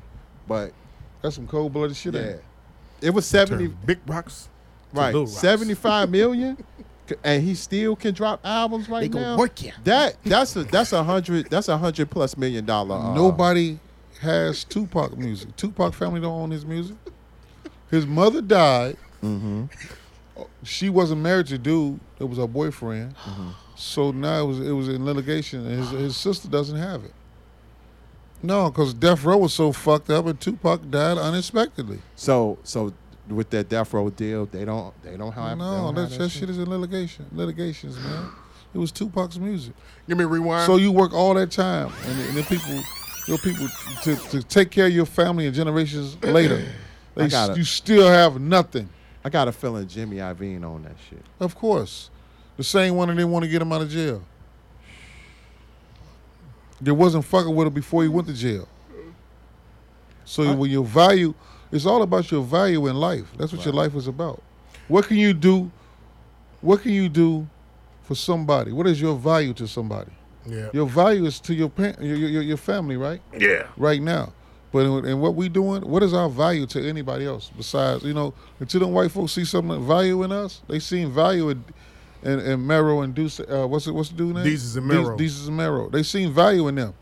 C: but
E: That's some cold blooded shit. ain't
C: yeah,
E: it?
C: it was seventy.
A: Turn big rocks. to little
C: Right,
A: rocks. *laughs*
C: seventy-five million, c- and he still can drop albums right
D: They gonna
C: now.
D: work ya.
C: That that's a that's a hundred that's a hundred plus million dollar. uh,
E: Nobody has Tupac music. Tupac family don't own his music. His mother died.
C: Mm-hmm.
E: Uh, She wasn't married to dude. It was her boyfriend.
C: Mm-hmm.
E: So now it was it was in litigation. And his his sister doesn't have it. No, because Death Row was so fucked up, and Tupac died unexpectedely.
C: So so with that death row deal, they don't they don't have they
E: No,
C: Oh, don't have
E: that, that shit is in litigation. Litigations, man. It was Tupac's music.
A: Give me a rewind.
E: So you work all that time, and, and then people, your people, to, to take care of your family and generations
C: *clears throat*
E: later,
C: I
E: they,
C: got it.
E: you still have nothing.
C: I got a feeling Jimmy Iovine on that shit.
E: Of course, the same one that didn't want to get him out of jail. There wasn't fucking with him before he went to jail. So when your value, it's all about your value in life. That's what your life is about. What can you do? What can you do for somebody? What is your value to somebody?
A: yeah.
E: Your value is to your parent, your, your, your- your family, right?
A: yeah.
E: Right now. But in, in what we doing, what is our value to anybody else besides, you know, until them white folks see something of value in us, they seen value in in, in Mero and Deuce. Uh, what's it? What's the dude name?
A: Desus and
E: Deuce-
A: Mero.
E: Desus and Mero. They seen value in them.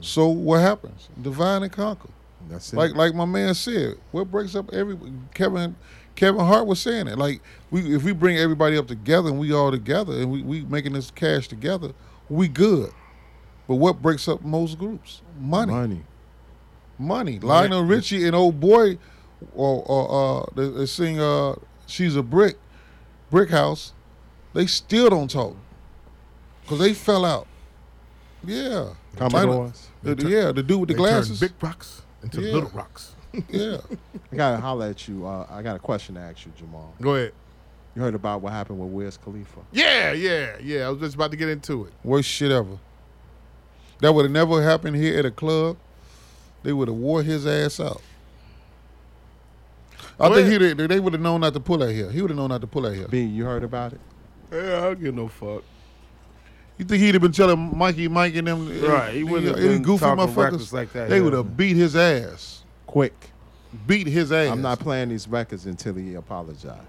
E: So what happens? Divine and conquer.
C: That's it.
E: Like like my man said, what breaks up every Kevin Kevin Hart was saying it. Like we if we bring everybody up together and we all together and we, we making this cash together, we good. But what breaks up most groups? Money. Money.
C: money.
E: Lionel Richie and old boy or, or uh they, they sing uh She's a Brick, Brick House, they still don't talk. Cause they fell out. Yeah. Lionel-
C: Commodores.
E: the- the- yeah, the dude with the
A: They turn
E: glasses.
A: big rocks into
E: Yeah.
A: little rocks.
E: yeah.
C: I gotta holler at you. Uh, I got a question to ask you, Jamal.
A: Go ahead.
C: You heard about what happened with Wiz Khalifa?
A: Yeah, yeah, yeah. I was just about to get into it.
E: Worst shit ever. That would have never happened here at a club. They would have wore his ass out. I
A: Go
E: think
A: ahead.
E: he they, they would have known not to pull out here. He would have known not to pull out here.
C: B, you heard about it?
H: Yeah, I don't give no fuck.
E: You think he'd have been telling Mikey, Mike, and them?
A: uh,
H: Right, he wouldn't have
E: any
H: been talking reckless like that,
E: They
H: yeah.
E: would have beat his ass.
C: Quick.
E: Beat his ass.
C: I'm not playing these records until he apologized.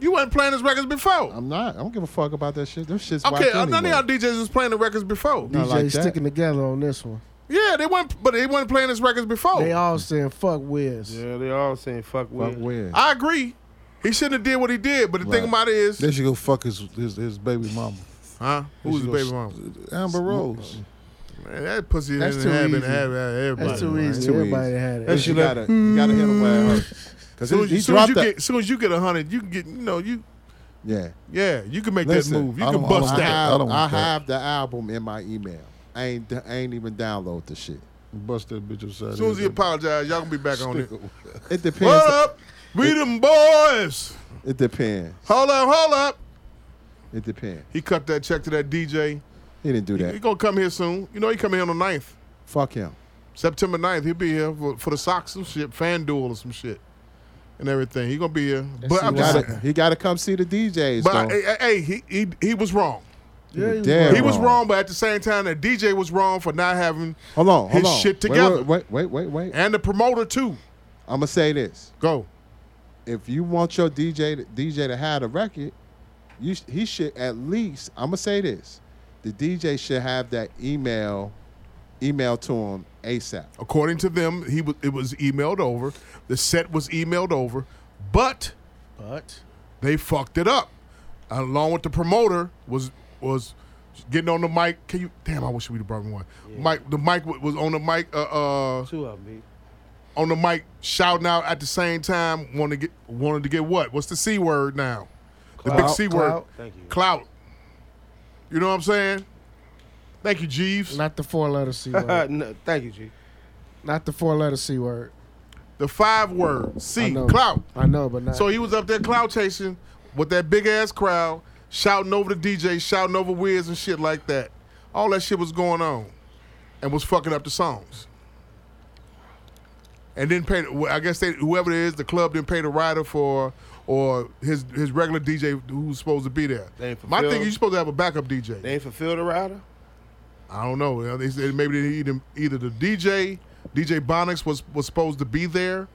A: You weren't playing his records before.
C: I'm not. I don't give a fuck about that shit. Those shit's
A: okay, uh,
C: whack
A: none of
C: anyway.
A: y'all DJs was playing the records before.
C: Not
D: DJ
C: like that.
D: sticking together on this one.
A: Yeah, they weren't, but they weren't playing his records before.
D: They all saying fuck Wiz.
H: Yeah, they all saying fuck
C: Fuck
H: with.
C: Wiz.
A: I agree. He shouldn't have did what he did. But the
C: Right.
A: thing about it is,
E: They should go fuck his his, his baby mama,
A: huh?
E: should
A: Who's the
E: go
A: baby
E: s-
A: mama?
E: Amber Rose.
A: Man, that pussy
D: That's
A: didn't
D: too
A: have been
D: easy.
A: have everybody.
D: That's too
A: man.
D: easy.
C: Too easy.
D: Everybody had it.
C: You
H: she
C: gotta, you gotta hit him where it hurts. Cause
A: Soon, as,
C: he,
A: soon
C: he
A: as you
C: dropped that.
A: get, soon as you get a hundred, you can get, you know, you,
C: yeah.
A: yeah, *laughs* you can make
C: Listen,
A: that move. You
E: I
A: can
E: don't- I
A: bust
E: don't-
C: I
A: that.
C: have,
E: don't
C: I
E: want that.
C: have the album in my email. I ain't, I ain't even download the shit.
E: Bust that bitch upside.
A: As soon as he
E: his head.
A: apologized, y'all gonna be back on it. *laughs*
C: It depends.
A: What up? We them boys.
C: It depends.
A: Hold up, hold up.
C: It depends.
A: He cut that check to that DJ.
C: He didn't do
A: He
C: that.
A: gonna come here soon. You know he coming here on the 9th.
C: Fuck him.
A: September 9th, he'll be here for, for the Sox some shit, fan duel or some shit. And everything. He gonna be here. But
D: see
A: I'm
C: He
A: just
C: gotta, he gotta come see the DJs.
A: but
C: though.
A: I- hey, hey, he, he he was wrong.
D: Yeah,
C: was
D: was
C: dead.
D: right.
A: He was
C: wrong.
A: wrong, but at the same time that DJ was wrong for not having
C: Hold on, hold
A: his
C: on.
A: shit
C: Wait,
A: together.
C: Wait, wait, wait, wait.
A: and the promoter too.
C: I'm gonna say this:
A: Go.
C: if you want your DJ to, DJ to have a record, you sh- he should at least. I'm gonna say this: the DJ should have that email, email to him ASAP.
A: According to them, he was it was emailed over. The set was emailed over, but
D: But
A: they fucked it up. Along with the promoter was was getting on the mic. Can you? Damn, I wish we'd have brought me one. Mike, the mic wa- was on the mic. Uh, uh,
H: Two of them.
A: on the mic, shouting out at the same time. Want to get wanted to get what? What's the c word now? the big
D: Clout.
A: c
D: Clout.
A: word. *laughs*
H: Thank you.
A: Clout. You know what I'm saying? Thank you, Jeeves.
D: not the four letter C
A: *laughs*
H: *laughs*
D: word.
H: no, thank you, G.
D: not the four letter C word.
A: The five word C
D: I know.
A: clout.
D: I know, but not.
A: So he was up there clout chasing with that big ass crowd, shouting over the DJ, shouting over Wiz and shit like that. All that shit was going on, and was fucking up the songs. And didn't pay. I guess they, whoever it is, the club didn't pay the rider for or his his regular DJ who's supposed to be there.
H: They ain't
A: My thing,
H: fulfilled.
A: you supposed to have a backup DJ.
H: They ain't fulfilled the rider.
A: I don't know. They said maybe they either, either the DJ, DJ Bonix was was supposed to be there,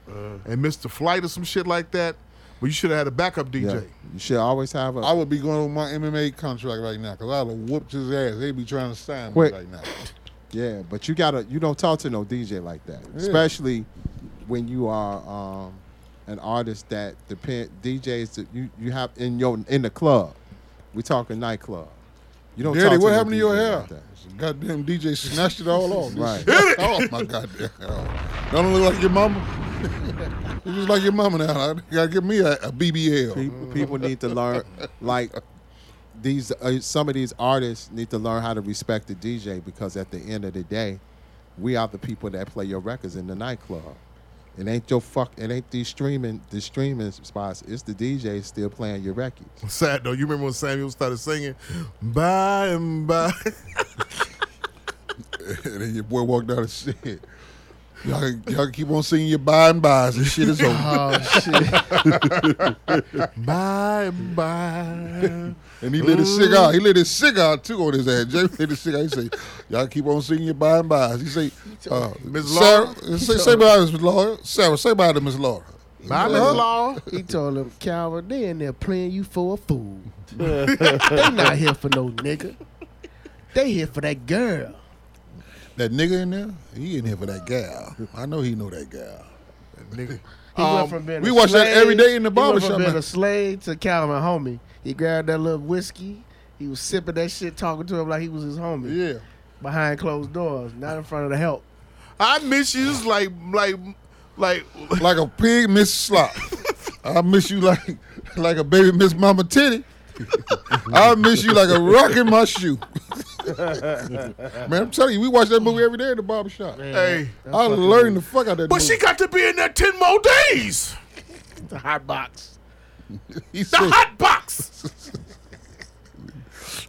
A: and missed the flight or some shit like that. But you should have had a backup DJ.
C: Yeah. You should always have a.
E: I would be going with my MMA contract right now because I'd have whooped his ass. They'd be trying to sign
C: Wait.
E: me right now.
C: yeah, but you gotta. You don't talk to no DJ like that, especially when you are um, an artist that depend DJs that you you have in your in the club. We talking nightclub. You don't.
E: Daddy,
C: talk to
E: what
C: no
E: happened to your
C: DJ
E: hair?
C: like that.
E: Goddamn DJ snatched it all
C: *laughs*
E: off.
C: Right.
E: Oh my goddamn. hair. Don't it look like your mama. *laughs* You just like your mama now. You gotta give me a, a BBL.
C: People, people need to learn, like these. Uh, some of these artists need to learn how to respect the DJ because at the end of the day, we are the people that play your records in the nightclub. It ain't your fuck. It ain't these streaming, the streaming spots. It's the DJ still playing your records.
A: *laughs* Sad though. You remember when Samuel started singing, "By and *laughs*
C: *laughs*
A: by."
E: and then your boy walked out and said, Y'all, y'all keep on singing your by and bys and shit
A: *laughs*
E: is
D: *laughs*
E: over.
D: oh shit!
A: By and by.
E: *laughs* And he lit his cigar. He lit his cigar too on his ass. Jamie lit his cigar. He said, "Y'all keep on singing your by and bys." He say, uh,
A: Miss
E: Sarah, say, say bye to Miss Laura. Sarah, say bye to Miss Laura."
A: By Miss
E: Huh?
A: Law.
D: he told him, Calvin, they in there playing you for a fool.
A: *laughs*
D: they not here for no nigga. They here for that girl.
E: That nigga in there, he in here for that gal. I know he know that gal. *laughs*
A: Nigga.
D: He
A: Um,
D: went from being
E: we
D: a
E: watch that
D: slave-
E: every day in the
D: he went from
E: barbershop,
D: Being
E: man.
D: a slave to Calvin homie. He grabbed that little whiskey. He was sipping that shit, talking to him like he was his homie
E: Yeah.
D: behind closed doors, not in front of the help.
A: I miss you just like like like
E: *laughs* Like a pig miss
A: *laughs*
E: slop. I miss you like like a baby miss mama titty. I miss you like a rock in my
A: *laughs*
E: shoe. man, I'm telling you, we watch that movie every day in the barbershop.
A: hey.
E: I learned the fuck out of that
A: But she got to be in there ten more days.
D: The hot box.
E: He
A: The
E: said, *laughs*
A: hot box.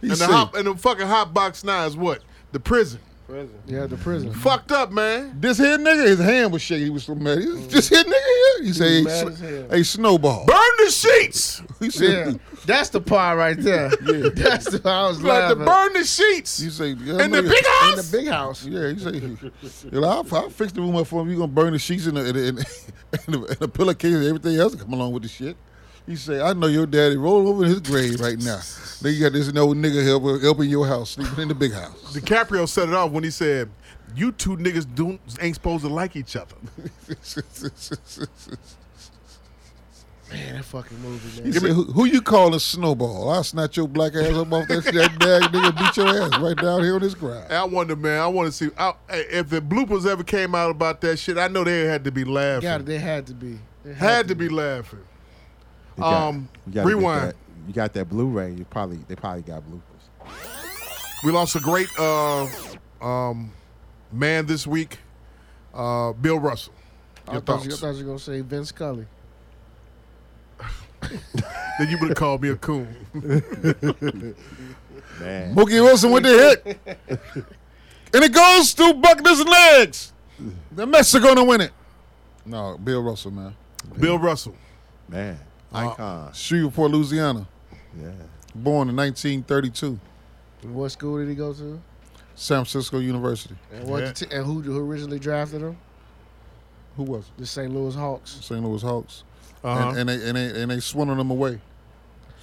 E: he
A: And the
E: said,
A: hot, and the fucking hot box now is what the prison.
H: Prison.
D: Yeah, the prison.
A: Fucked up, man.
E: this here nigga, his hand was shaking. He was so mad. He was, this here nigga here? He said, hey,
D: mad
E: Sn-
D: as hell.
E: hey, Snowball.
A: Burn the sheets.
E: *laughs* He said,
D: Yeah, that's the part right
E: *laughs*
D: there. That's the I was
A: Like to
D: laughing.
A: burn the sheets.
E: he said,
A: in
D: in
A: the big
D: the
A: house.
D: big house.
E: Yeah, he said, you know, I'll, I'll fix the room up for him. You gonna burn the sheets and the, and the, and the, and the pillowcase and everything else that come along with the shit. He said, I know your daddy roll over in his grave right now. then you got this old nigga helping helping your house, sleeping in the big house.
A: DiCaprio set it off when he said, "You two niggas don't ain't supposed to like
E: *laughs*
A: each other."
D: Man, that fucking movie,
E: He
D: man.
E: said, who, who you calling Snowball? I'll snatch your black ass up off that, that bag, nigga, beat your ass right down here on this ground.
A: And I wonder, man. I want to see I, if the bloopers ever came out about that shit. I know they had to be laughing.
D: God, they had to be. They
A: had, to be laughing.
C: You got-
A: Um,
C: you gotta get
A: rewind.
C: that- you got that Blu-ray. You probably they probably got bloopers.
A: We lost a great uh, um, man this week. Uh, Bill Russell.
D: I
A: Your
D: thought,
A: thoughts?
D: you, I thought you were gonna say Vince Scully.
A: then you would have called me a coon.
C: Man.
E: Mookie Wilson with the hit. and it goes through Buckner's legs. The Mets are going to win it. No, Bill Russell, man.
A: Bill Russell.
C: Man. Icon.
E: Shreveport, Louisiana.
C: Yeah.
E: Born in 1932.
D: What school did he go to?
E: San Francisco University.
D: And, what
A: Yeah.
D: t- and who, who originally drafted him?
E: Who was
D: The St. Louis Hawks.
E: it? St. Louis Hawks.
A: Uh-huh.
E: And, and they and they and they swindled him away.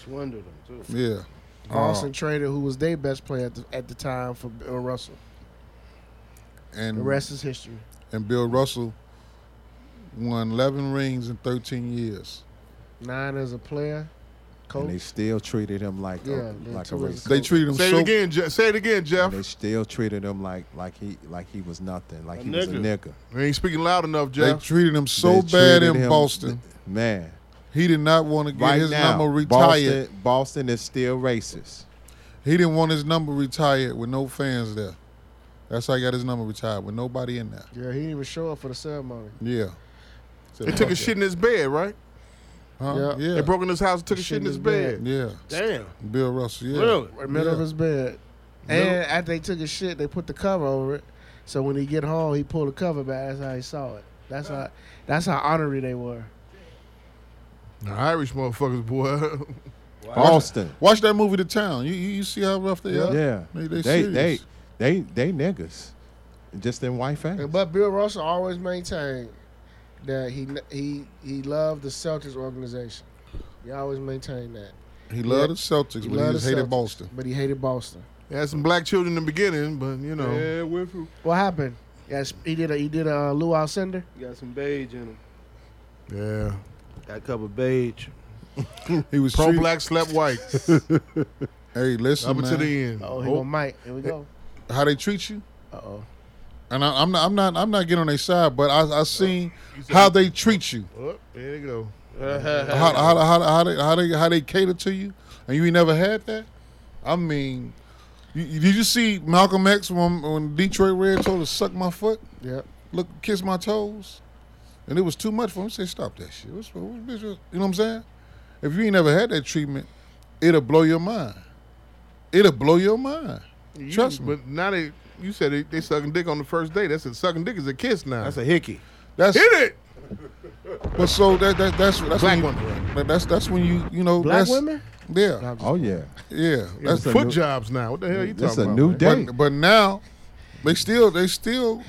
H: Swindled him too.
E: Yeah. Oh.
D: Austin Trader, who was their best player at the, at the time for Bill Russell. The
E: And
D: rest is history.
E: and Bill Russell won 11 rings in 13 years.
D: Nine as a player,
C: And they
D: coach.
C: still treated him like
D: oh. Yeah,
C: a,
D: they
C: like a
D: treated
C: racist.
D: him-
E: They treated him
A: Say
E: so
A: it again. Je- say it again, Jeff.
C: And they still treated him like like he like he was nothing, like
H: A
C: he was a
H: nigga.
C: nigga.
A: You ain't speaking loud enough,
E: they
A: Jeff.
E: treated him so
C: They
E: bad
C: treated
E: in
C: him-
E: Boston.
C: Man,
E: He did not want to get
C: right
E: his
C: now,
E: number retired.
C: Boston, Boston is still racist.
E: He didn't want his number retired with no fans there. That's how he got his number retired with nobody in there.
D: Yeah, he didn't even show up for the ceremony.
E: Yeah. So,
A: They took a shit in his bed, right?
E: huh?
D: Yeah.
E: Yeah.
A: They broke in his house, and took a shit in his bed.
E: yeah.
H: Damn.
E: Bill Russell. Yeah.
H: Really?
D: Right middle of
E: Yeah.
D: his bed. And after they took his shit, they put the cover over it. So when he get home, he pulled the cover back. That's how he saw it. That's how that's how honorary they were.
A: The Irish motherfuckers, boy. *laughs*
C: Boston.
E: Watch that movie, The Town. You you, you see how rough they
C: Yeah.
E: are. They-
C: They
E: they
C: they, they
E: serious.
C: they niggas. Just in white face.
D: And- But Bill Russell always maintained that he he he loved the Celtics organization. He always maintained that.
E: He loved the Celtics,
D: He
E: but he
D: loved
E: just
D: the
E: hated
D: Celtics,
C: *laughs*
E: Boston.
D: But he hated Boston.
A: They had some black children in the beginning, but you know.
H: Yeah, Winfrey.
D: What happened? Yes, he did a he did a uh, luau sender.
H: Got some beige in him.
A: Yeah.
H: Got a couple beige.
E: He was
A: Pro
E: treated-
A: black, slept white.
E: Hey, listen,
A: Up
E: man.
A: until the end.
D: Oh, he
A: Oh,
D: go Mike. Here we go.
E: how they treat you,
D: Uh oh.
E: and I, I'm not I'm not I'm not getting on their side, but I I seen how they treat you,
A: oh, there you go.
E: how how how, how they how they how they cater to you, and you ain't never had that. I mean, you, you- did you see Malcolm X when when Detroit Red told her suck my foot,
D: Yep.
E: look kiss my toes, and it was too much for him. He said stop that shit. What's, what, what, bitch, what, you know what I'm saying? If you ain't never had that treatment, it'll blow your mind. It'll blow your mind.
A: You-
E: Trust me.
A: But now they, you said they, they sucking dick on the first day. That's a sucking dick is a kiss now.
H: That's a hickey.
E: That's
A: hit it.
E: But so that, that that's that's
A: Black
E: when you,
A: women.
E: But that's that's when you you know
D: Black
E: that's,
D: women.
E: Yeah,
C: oh yeah.
E: yeah. That's
A: That's
C: a
A: foot
C: new-
A: jobs now. What the hell are you
C: That's
A: talking
C: a
A: about?
C: new
A: man?
C: day.
E: but but now they still they still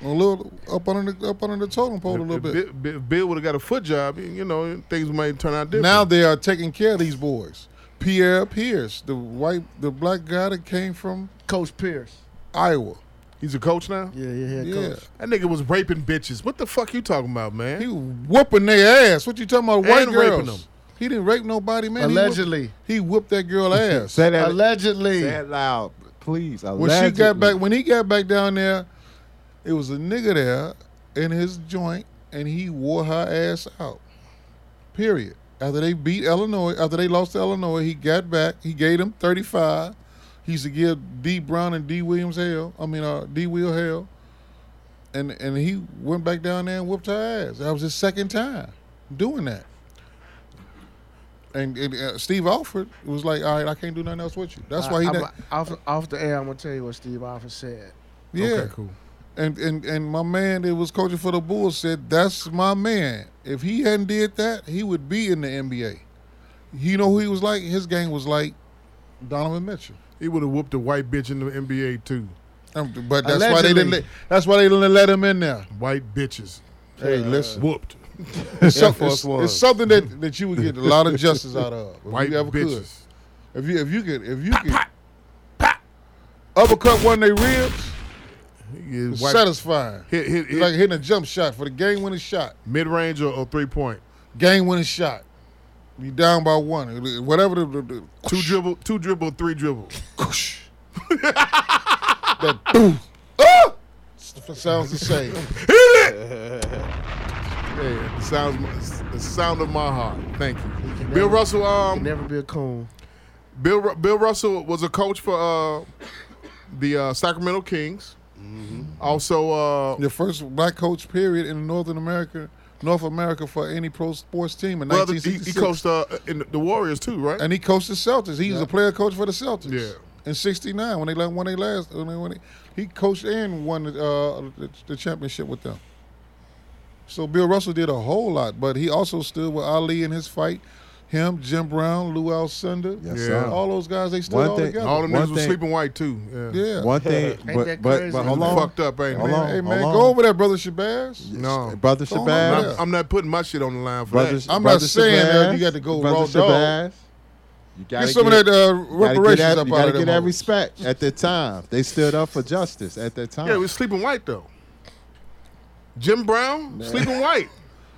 E: a little up under the up under the totem pole a little
A: If
E: bit.
A: Bi- Bi- Bill would have got a foot job, you know, things might turn out different.
E: Now they are taking care of these boys. Pierre Pierce, the white the black guy that came from
D: Coach Pierce.
E: Iowa.
A: he's a coach now.
D: Yeah, yeah, head
E: Yeah.
D: coach.
A: That nigga was raping bitches. What the fuck you talking about, man?
E: He was whooping their ass. What you talking about? White
A: And raping
E: girls.
A: them.
E: He didn't rape nobody, man. He whooped-
D: Allegedly.
E: he whooped that girl ass.
C: Say that,
D: Allegedly.
C: say that loud, please.
E: When she got
C: Allegedly.
E: back, when he got back down there, it was a nigga there in his joint, and he wore her ass out. Period. After they beat Illinois, after they lost to Illinois, he got back. He gave them thirty five. He used to give D Brown and D Williams hell. I mean, uh, D Will hell. And and he went back down there and whooped her ass. That was his second time doing that. And, and uh, Steve Alford was like, "All right, I can't do nothing else with you." That's why he.
D: I'm-
E: not,
D: off, off the air, I'm gonna tell you what Steve Alford said.
E: yeah, cool. And and and my man that was coaching for the Bulls said, "That's my man. If he hadn't did that, he would be in the NBA." You know who he was like? His gang was like Donovan Mitchell.
A: He would have whooped a white bitch in the NBA too.
E: Um, but that's why they didn't.
D: Allegedly.
E: Let, that's why they didn't let him in
A: *laughs*
E: there.
A: White bitches
E: Hey, listen,
A: whooped.
E: it's, some-
H: Force
E: it's-
H: One.
E: it's something that, that you would get a lot of justice out of. If
A: White
E: you ever
A: bitches.
E: could, if you if you could, if you could, uppercut one of their ribs,
A: Yeah,
E: it's
A: white-
E: satisfying.
A: hit hit,
E: It's
A: hit
E: like hitting a jump shot for the game winning shot.
A: mid range or, or three point.
E: game winning shot. You down by one. Whatever the, the, the
A: Two dribble, two dribble, three dribble.
E: that boom. Ah! S- Sounds the
A: *laughs*
E: same.
A: Hey, it sounds it's the sound of my heart. Thank you, Bill Russell. Um,
D: Never be a coon.
A: Bill Ru- Bill Russell was a coach for uh, the uh, Sacramento Kings. Also, uh,
E: The first Mm-hmm. black coach period in Northern America, North America for any pro sports team in
A: well, the, he,
E: 1966.
A: he coached uh, in the- the Warriors too, right?
E: and he coached the Celtics. He was a player coach for the Celtics.
A: Yeah.
E: In '69, when they left, when they last, when they, when they- he coached and won the, uh, the, the championship with them. So Bill Russell did a whole lot, but he also stood with Ali in his fight. Him, Jim Brown, Lou Alcindor,
C: Yes, Yeah. sir.
E: all those guys. They stood
C: One
E: all
C: thing-
E: together.
A: all them
C: One
A: niggas was
C: thing-
A: sleeping white too. Yeah.
E: yeah.
C: One thing, but,
D: that
C: but,
D: crazy?
C: but hold
A: It's
C: on.
A: fucked up, ain't it?
C: Hold
A: man?
C: on.
E: Hey man,
C: hold
E: go
C: on.
E: over there, brother Shabazz.
A: No.
C: Brother
E: Go on over
A: I'm,
C: Shabazz.
E: there.
A: I'm not putting my shit on the line for
C: Brother,
A: that.
E: I'm
C: brother
E: not saying
C: Shabazz,
E: that you got to go
C: brother
E: raw dog.
C: Shabazz, You gotta
E: Get some
C: get-
E: of that uh,
C: gotta
E: reparations
C: get that,
E: up
C: you
E: out
C: gotta
E: of
C: get
E: them
C: that
E: hoes.
C: respect at that time. They stood up for justice at that time.
A: Yeah, it was sleeping white though. Jim Brown, sleeping
C: *laughs*
A: white.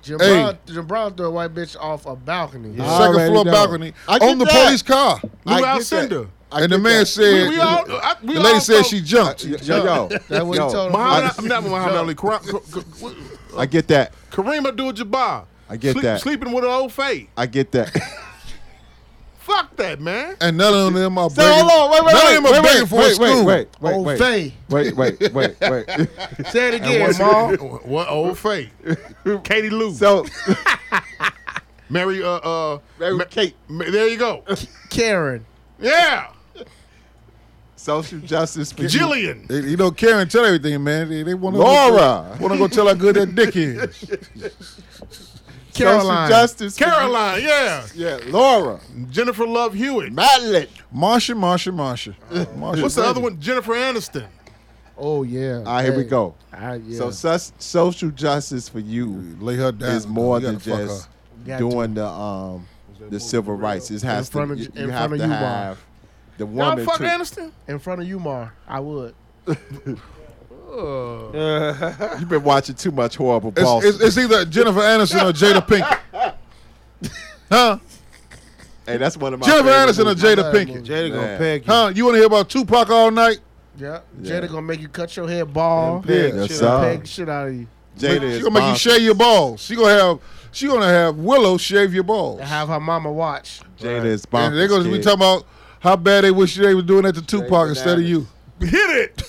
D: Jim,
E: Hey.
D: Brown, Jim Brown threw a white bitch off a balcony.
C: Yeah.
E: Second
C: Already
E: floor
C: know.
E: balcony
C: I get
E: on the
C: that.
E: police car.
A: Lou
C: I get that.
A: Alcindor.
C: I
E: and the
C: get
E: man
C: that.
E: said,
A: We all, I, we
E: the
A: all
E: lady said
A: thought-
E: she jumped.
C: Yo, yo,
D: That's what
C: yo,
D: he told him.
A: Muhammad, I'm not Muhammad Ali. Kara- Ka-
C: *laughs*
A: Ka-
C: I get that.
A: uh, Kareem Abdul-Jabbar.
C: I get that.
A: Sleeping with an old fade.
C: I get that.
A: *laughs* Fuck that, man.
E: and none of them are
C: So
E: begging.
C: hold on, wait, wait,
E: none
C: wait,
E: of them are
C: wait,
E: begging
C: wait,
E: for a
C: wait, wait,
E: school.
C: wait, wait,
D: Old
C: wait.
D: Faye.
C: *laughs* Wait, *laughs* wait, wait, wait.
D: Say it again, Ma.
A: What, what old fade? Katie Lou.
C: So,
A: *laughs* Mary, uh, uh,
C: Mary
A: Ma-
C: Kate.
A: Ma- there you go.
D: Karen.
A: Yeah.
C: social justice. for you.
A: Jillian.
E: They, you know, Karen tell everything, man. They, they want
C: Laura.
E: Want to go tell how good that dick
C: *laughs*
E: is.
C: Social
D: Caroline.
C: justice. for you.
A: Caroline, yeah.
C: Yeah, Laura.
A: Jennifer Love Hewitt.
C: Madeline.
E: Marsha, Marsha,
C: *laughs*
E: Marsha. Marsha
A: What's the
E: Brady.
A: other one? Jennifer Aniston.
D: Oh, yeah.
C: All right, here we
D: Hey.
C: go.
D: Ah, yeah.
C: So sus- social justice for you
E: Lay her down.
C: is more
E: You
C: than
E: gotta fuck
C: just
E: her.
D: Got to.
C: doing the um the civil rights. It has to
D: front of-
C: you,
D: in
C: you
D: front
C: have
D: of
C: to
D: you, Bob.
C: have the
A: Y'all
C: woman
A: fuck
C: to-
A: Aniston?
D: In front of you, Mar. I would.
C: You've been watching too much horrible boss.
E: It's, it's, it's either Jennifer Anderson or Jada Pinkett. Huh?
C: hey, that's one of my
E: Jennifer
C: favorite
E: Anderson or
C: movies.
E: Jada
D: Love
E: Pinkett.
H: Jada gonna
C: Man.
H: peg you.
E: Huh? You want to hear about Tupac all night?
D: Yeah.
C: Yeah.
D: Jada gonna make you cut your hair bald.
H: Peg
C: Yes,
H: shit
C: sir.
H: out.
D: Peg shit out of you.
C: Jada
E: She
C: is
E: gonna make you
C: monster.
E: shave your balls. She gonna have she gonna have Willow shave your balls.
D: And have her mama watch.
C: Jada is bonkers,
E: And they're gonna be
C: kid.
E: talking about how bad they wish they were doing that to Tupac instead of you.
A: Hit it.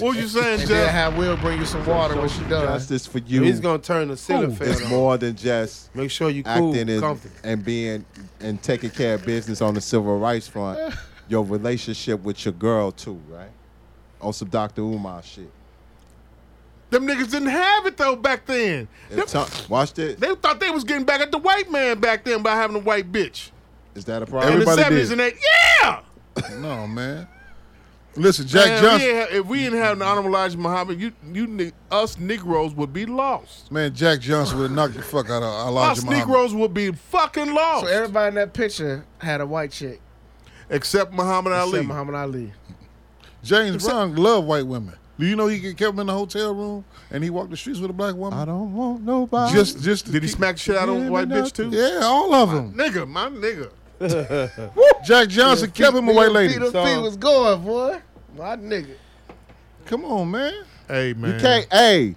A: what was you saying,
D: And then
A: Jeff?
D: have Will bring you some water when she does.
C: justice for you.
H: He's gonna turn the ceiling fan
C: is
H: on.
C: more than just
H: Make sure you cool,
C: acting and,
H: comfortable.
C: and being and taking care of business on the civil rights front,
H: *laughs*
C: your relationship with your girl too, right? On some Dr. Umar shit.
A: Them niggas didn't have it though back then.
C: And
A: Them-
C: Tom- watch this.
A: they thought they was getting back at the white man back then by having a white bitch.
C: Is that a
A: In
C: problem?
A: the
E: Everybody
A: seventies
E: did.
A: and eight. Yeah.
E: No, man. Listen, Jack
A: Man,
E: Johnson.
A: We ain't have, if we didn't have the honorable Elijah Muhammad, you you ni- us Negroes would be lost.
E: Man, Jack Johnson would have knocked the fuck out of Elijah
A: us
E: Muhammad.
A: Negroes would be fucking lost.
D: So everybody in that picture had a white chick.
A: except Muhammad Ali.
D: Except Muhammad Ali.
E: James Brown loved white women. Do you know he get- kept him in the hotel room and he walked the streets with a black
C: I
E: woman?
C: don't want nobody.
E: Just, just to
A: Did he
E: keep-
A: smack shit out on a white bitch too?
E: Yeah, all of them.
A: Nigga, my nigga.
E: *laughs* Jack Johnson kept him a
D: Where
E: white
D: them
E: lady.
D: feet- them feet was going, boy. My nigga.
E: Come on, man.
A: Hey man.
C: you can't. Hey,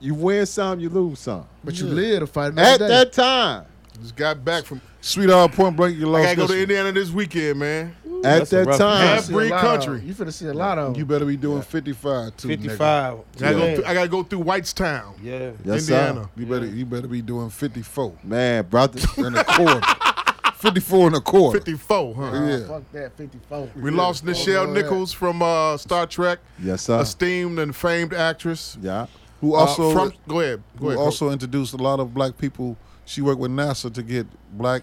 C: you win some, you lose some.
D: But you live to fight another
C: At
D: day.
C: that time,
A: Just got back from
E: Sweetheart, point blank, you
A: I
E: lost.
A: gotta go
E: this
A: to
E: one.
A: Indiana this weekend, man.
C: at
H: That's a
C: that
H: rough
D: You finna
C: time,
A: half
D: see a
A: breed
D: lot of-
A: country.
D: You finna see a lot of
E: You
D: them.
E: better be doing 55 too. nigga.
H: 55.
A: I, go
H: Yeah.
A: through, I gotta go through Whitestown,
H: yeah.
C: yes,
A: Indiana.
E: You better, you better be doing 54
C: sir. Man,
H: *laughs*
C: brother,
E: and a quarter. *laughs* 54 and a quarter.
A: Fifty-four, huh?
E: Yeah.
D: Oh, Fuck that, Oh, 54.
A: We lost Nichelle
D: yeah.
A: Nichols from uh, Star Trek,
C: yes, sir.
A: esteemed and famed actress.
C: Yeah,
E: Who
A: Uh,
E: also
A: from, go ahead, go
E: who
A: ahead.
E: also introduced a lot of black people. She worked with NASA to get black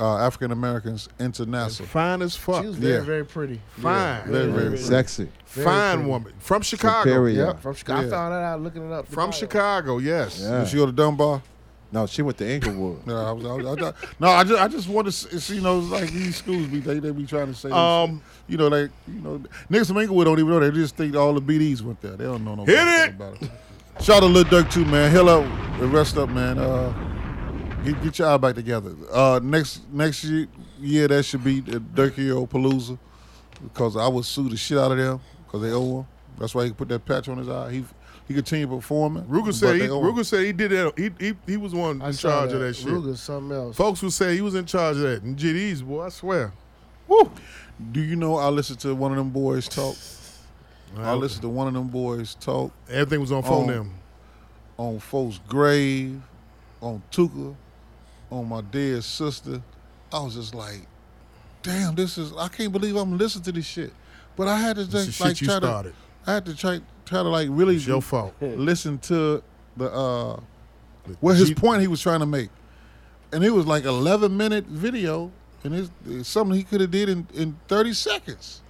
E: uh, African Americans into NASA.
A: fine as fuck,
D: She was very,
E: Yeah.
D: very pretty.
A: fine,
E: Very, very
C: sexy,
A: fine woman from Chicago,
C: superior.
D: Yep, from Chicago.
E: Yeah.
D: I found that out looking it up.
A: from Chicago. Yes,
C: Yeah.
E: Did she go to Dunbar?
C: No, she went to Inglewood.
E: No, I, was, I, was, I, was- no, I just I just want to see. You know, it's like these schools be they, they be trying to say. this
A: Um,
E: shit. you know, like you know, niggas from Inglewood don't even know. They just think all the BDs went there. They don't know no
A: Hit
E: fucking
A: it!
E: thing about it. Shout out to Lil Durk too, man. Hell up, and rest up, man. Uh, get, get your eye back together. Uh, next next year, year that should be the Durkio Palooza because I would sue the shit out of them because they owe him. That's why he put that patch on his eye. He he continued performing.
A: Ruger
E: but
A: said he,
E: they owe him.
A: Ruger said he did that. He he, he was the one
D: I
A: in
D: saw
A: charge of that shit.
D: Ruger's something else.
A: Folks who say he was in charge of that, and GDs, boy, I swear.
E: Do you know I listened to one of them boys talk? I listened to one of them boys talk
A: Everything was on phone
E: Oh.
A: them.
E: on folks' grave, on Tuka, on my dead sister. I was just like, damn, this is I can't believe I'm listening to this shit. But I had to
A: This
E: think,
A: is
E: like
A: shit you
E: try to
A: started.
E: I had to try try to like really
A: It's your fault.
E: listen to the uh what his
A: Jeep-
E: point he was trying to make. And it was like eleven minute video and it's, it's something he could have did in, in thirty seconds.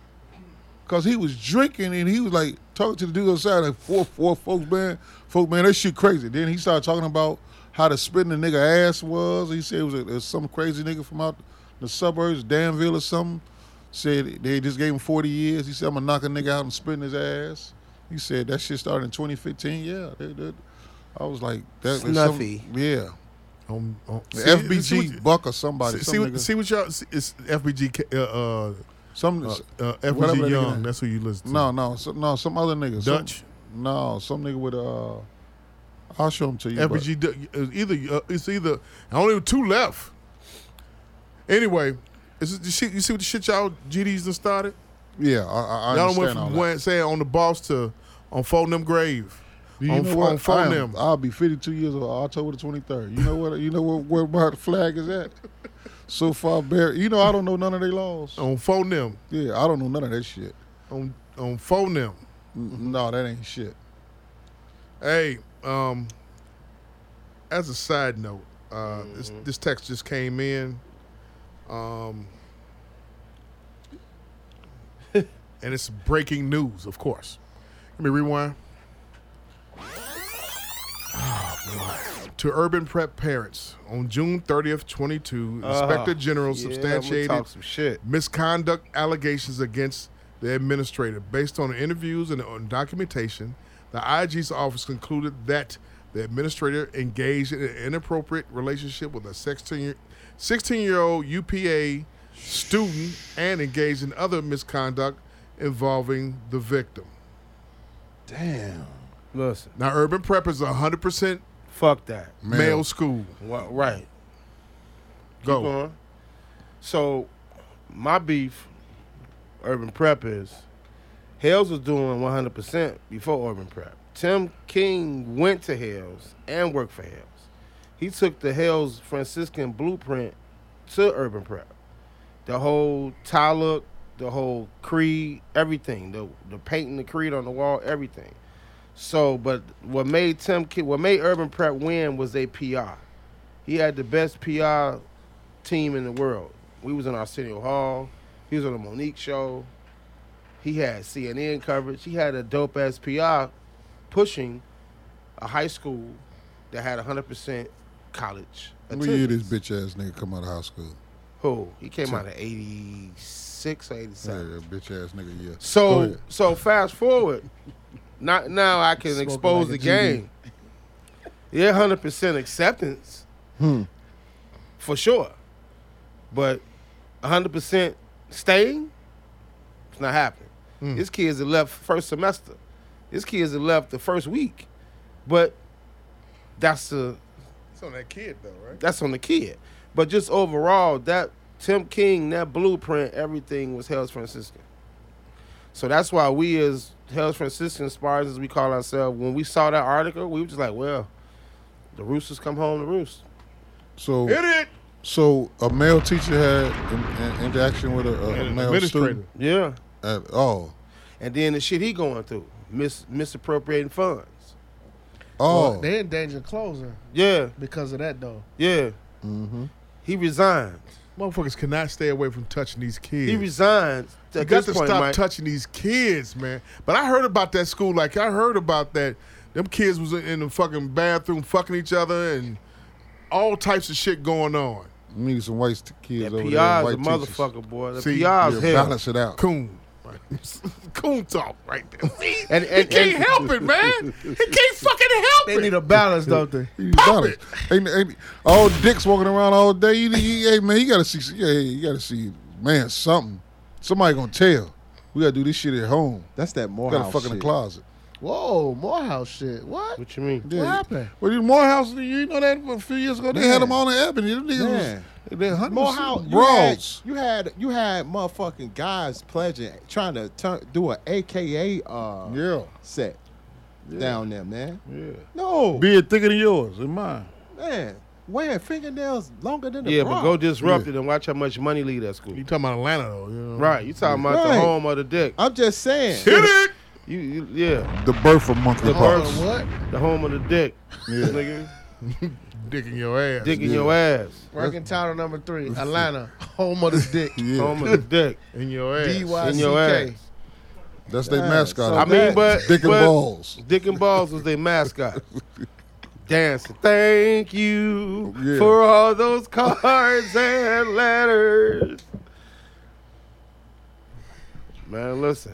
E: Cause he was drinking and he was like talking to the dude outside like four four folks man, folk man, that shit crazy. Then he started talking about how the spitting the nigga ass was. He said it was, a, it was some crazy nigga from out the suburbs, Danville or something. Said they just gave him forty years. He said I'm gonna knock a nigga out and spit in his ass. He said that shit started in 2015. Yeah, they did. I was like that. that's some-
H: Snuffy.
E: yeah,
A: On, on,
E: the
A: See, see what
E: FBG
A: you-
E: Buck or somebody.
A: See,
E: some
A: see,
E: nigga-
A: what, see what y'all. See, it's FBG. K- Uh, uh,
E: some
A: uh,
E: whatever that
A: FBG
E: nigga
A: Young.
E: name.
A: That's who you listen to.
E: no, no, some, no, some other nigga. Some-
A: Dutch.
E: no, some nigga with uh, I'll show him to you. but-
A: FBG. Du- uh, Either uh, it's either. I only have two left. Anyway, is it, you, see, you see what the shit y'all GDs done started.
E: yeah, I, I, I
A: y'all done
E: understand
A: went from
E: all that.
A: one, saying on the boss to on phone them grave.
E: You
A: on,
E: know
A: f-
E: what?
A: on phone
E: I am-
A: them.
E: I'll be 52 years old, October the 23rd. You know what? You know where, where my flag is at? So far, bare. You know I don't know none of their laws.
A: on phone them.
E: Yeah, I don't know none of that shit.
A: On on phone them.
E: No, that ain't shit.
A: Hey, um, as a side note, uh, this, this text just came in, um, and it's breaking news, of course. Let me rewind. *sighs* To urban prep parents on June 30th, 22, Inspector General
H: Yeah, I'm gonna
A: substantiated
H: talk some shit.
A: misconduct allegations against the administrator. Based on interviews and on documentation, the IG's office concluded that the administrator engaged in an inappropriate relationship with a 16 year old UPA student and engaged in other misconduct involving the victim.
C: Damn.
H: Listen,
A: Now, Urban Prep is 100%
H: fuck that.
A: male, school.
H: Well, right.
A: Go.
H: Keep on. So, my beef, Urban Prep is, Hales was doing 100% before Urban Prep. Tim King went to Hales and worked for Hales. He took the Hales Franciscan blueprint to Urban Prep. The whole tie look, the whole creed, everything. The the painting, the creed on the wall, everything. So, but what made Tim King, what made Urban Prep win was they PR. He had the best PR team in the world. We was in Arsenio Hall. He was on the Monique show. He had CNN coverage. He had a dope ass PR pushing a high school that had 100% college
E: What year
H: attendance.
E: this bitch ass nigga come out of high school?
H: Who? He came out of 86 or 87.
E: Yeah, that bitch ass nigga, yeah. Go
H: So
E: ahead.
H: so fast forward. Not now I can
D: Smoking
H: expose
D: like
H: the
D: a GD.
H: game. Yeah, hundred percent acceptance. For sure. But hundred percent staying, it's not happening. This kid's that left first semester. This kid's that left the first week. But that's the
A: It's on that kid, though, right?
H: that's on the kid. But just overall, that Tim King, that blueprint, everything was Hell's Franciscan. So that's why we as Hell's Franciscan spies, as we call ourselves, when we saw that article, we were just like, well, the roosters come home to roost.
E: So
A: Hit it!
E: So a male teacher had in, in, interaction with a, a- a
A: And an
E: male
A: administrator.
E: student
H: Yeah.
E: at oh, all.
H: And then the shit he going through, mis- misappropriating funds.
E: Oh,
D: They in danger of closing
H: Yeah,
D: because of that though.
H: yeah.
A: Mm-hmm.
H: He resigned.
A: Motherfuckers cannot stay away from touching these kids.
H: He resigned. At
A: You got
H: this
A: to
H: point,
A: stop
H: Mike,
A: touching these kids, man. But I heard about that school. Like I heard about that. Them kids was in the fucking bathroom, fucking each other, and all types of shit going on.
E: need some white st- kids
H: that
E: over
H: PR's
E: there. White
H: a motherfucker, boy. The PR's
A: See,
E: Teachers. Yeah,
H: hell.
E: balance it out.
A: Coon, *laughs* coon talk right
H: *laughs*
A: there. See,
H: And- and-
A: he can't
H: and-
A: help it, man.
H: *laughs*
A: He can't fucking help
D: They
A: it.
D: need a balance, don't they?
E: You need balance. Ain't, ain't all dicks walking around all day. You, need- you- hey man, you gotta see. Yeah, you gotta see, man, something. Somebody gonna tell. We gotta do this shit at home.
C: That's that
E: We gotta
C: Morehouse
E: fuck in the
C: shit.
E: closet.
D: Whoa, Morehouse shit. What?
H: What you mean?
D: What happened?
E: Well, you Morehouse, you know that a few years ago they had them on the avenue. Them niggas was-
C: Man.
E: they hunting
C: Morehouse, Oh, you
E: bros.
C: had, you had you had motherfucking guys pledging, trying to turn, do an AKA uh,
E: yeah,
C: set down there, man.
E: yeah.
C: No,
E: Beard thicker than yours and mine.
C: man, wearing fingernails longer than the
H: Yeah,
C: bra.
H: but go disrupt it and watch how much money leave that school.
A: You talking about Atlanta though? You know?
H: Right, you talking about
C: Right.
H: the home of the dick?
C: I'm just saying.
A: Hit it.
H: You, you yeah,
E: The birth of monkey
H: the
E: pox.
H: birth-
D: What?
H: the home of the dick, nigga,
A: Dick in your ass.
H: dick in your ass,
D: Working title number three, Atlanta, home of the dick.
E: Yeah,
H: home of the
E: *laughs*
H: dick.
A: In your ass.
D: D-Y-C-K.
H: In your ass.
E: that's their
C: Yeah,
E: mascot.
C: so
H: I mean, but
E: Dick and
H: but
E: balls.
H: Dick and balls was their
E: *laughs*
H: mascot. Dancing. Thank you
E: Yeah.
H: for all those cards and letters. Man, listen.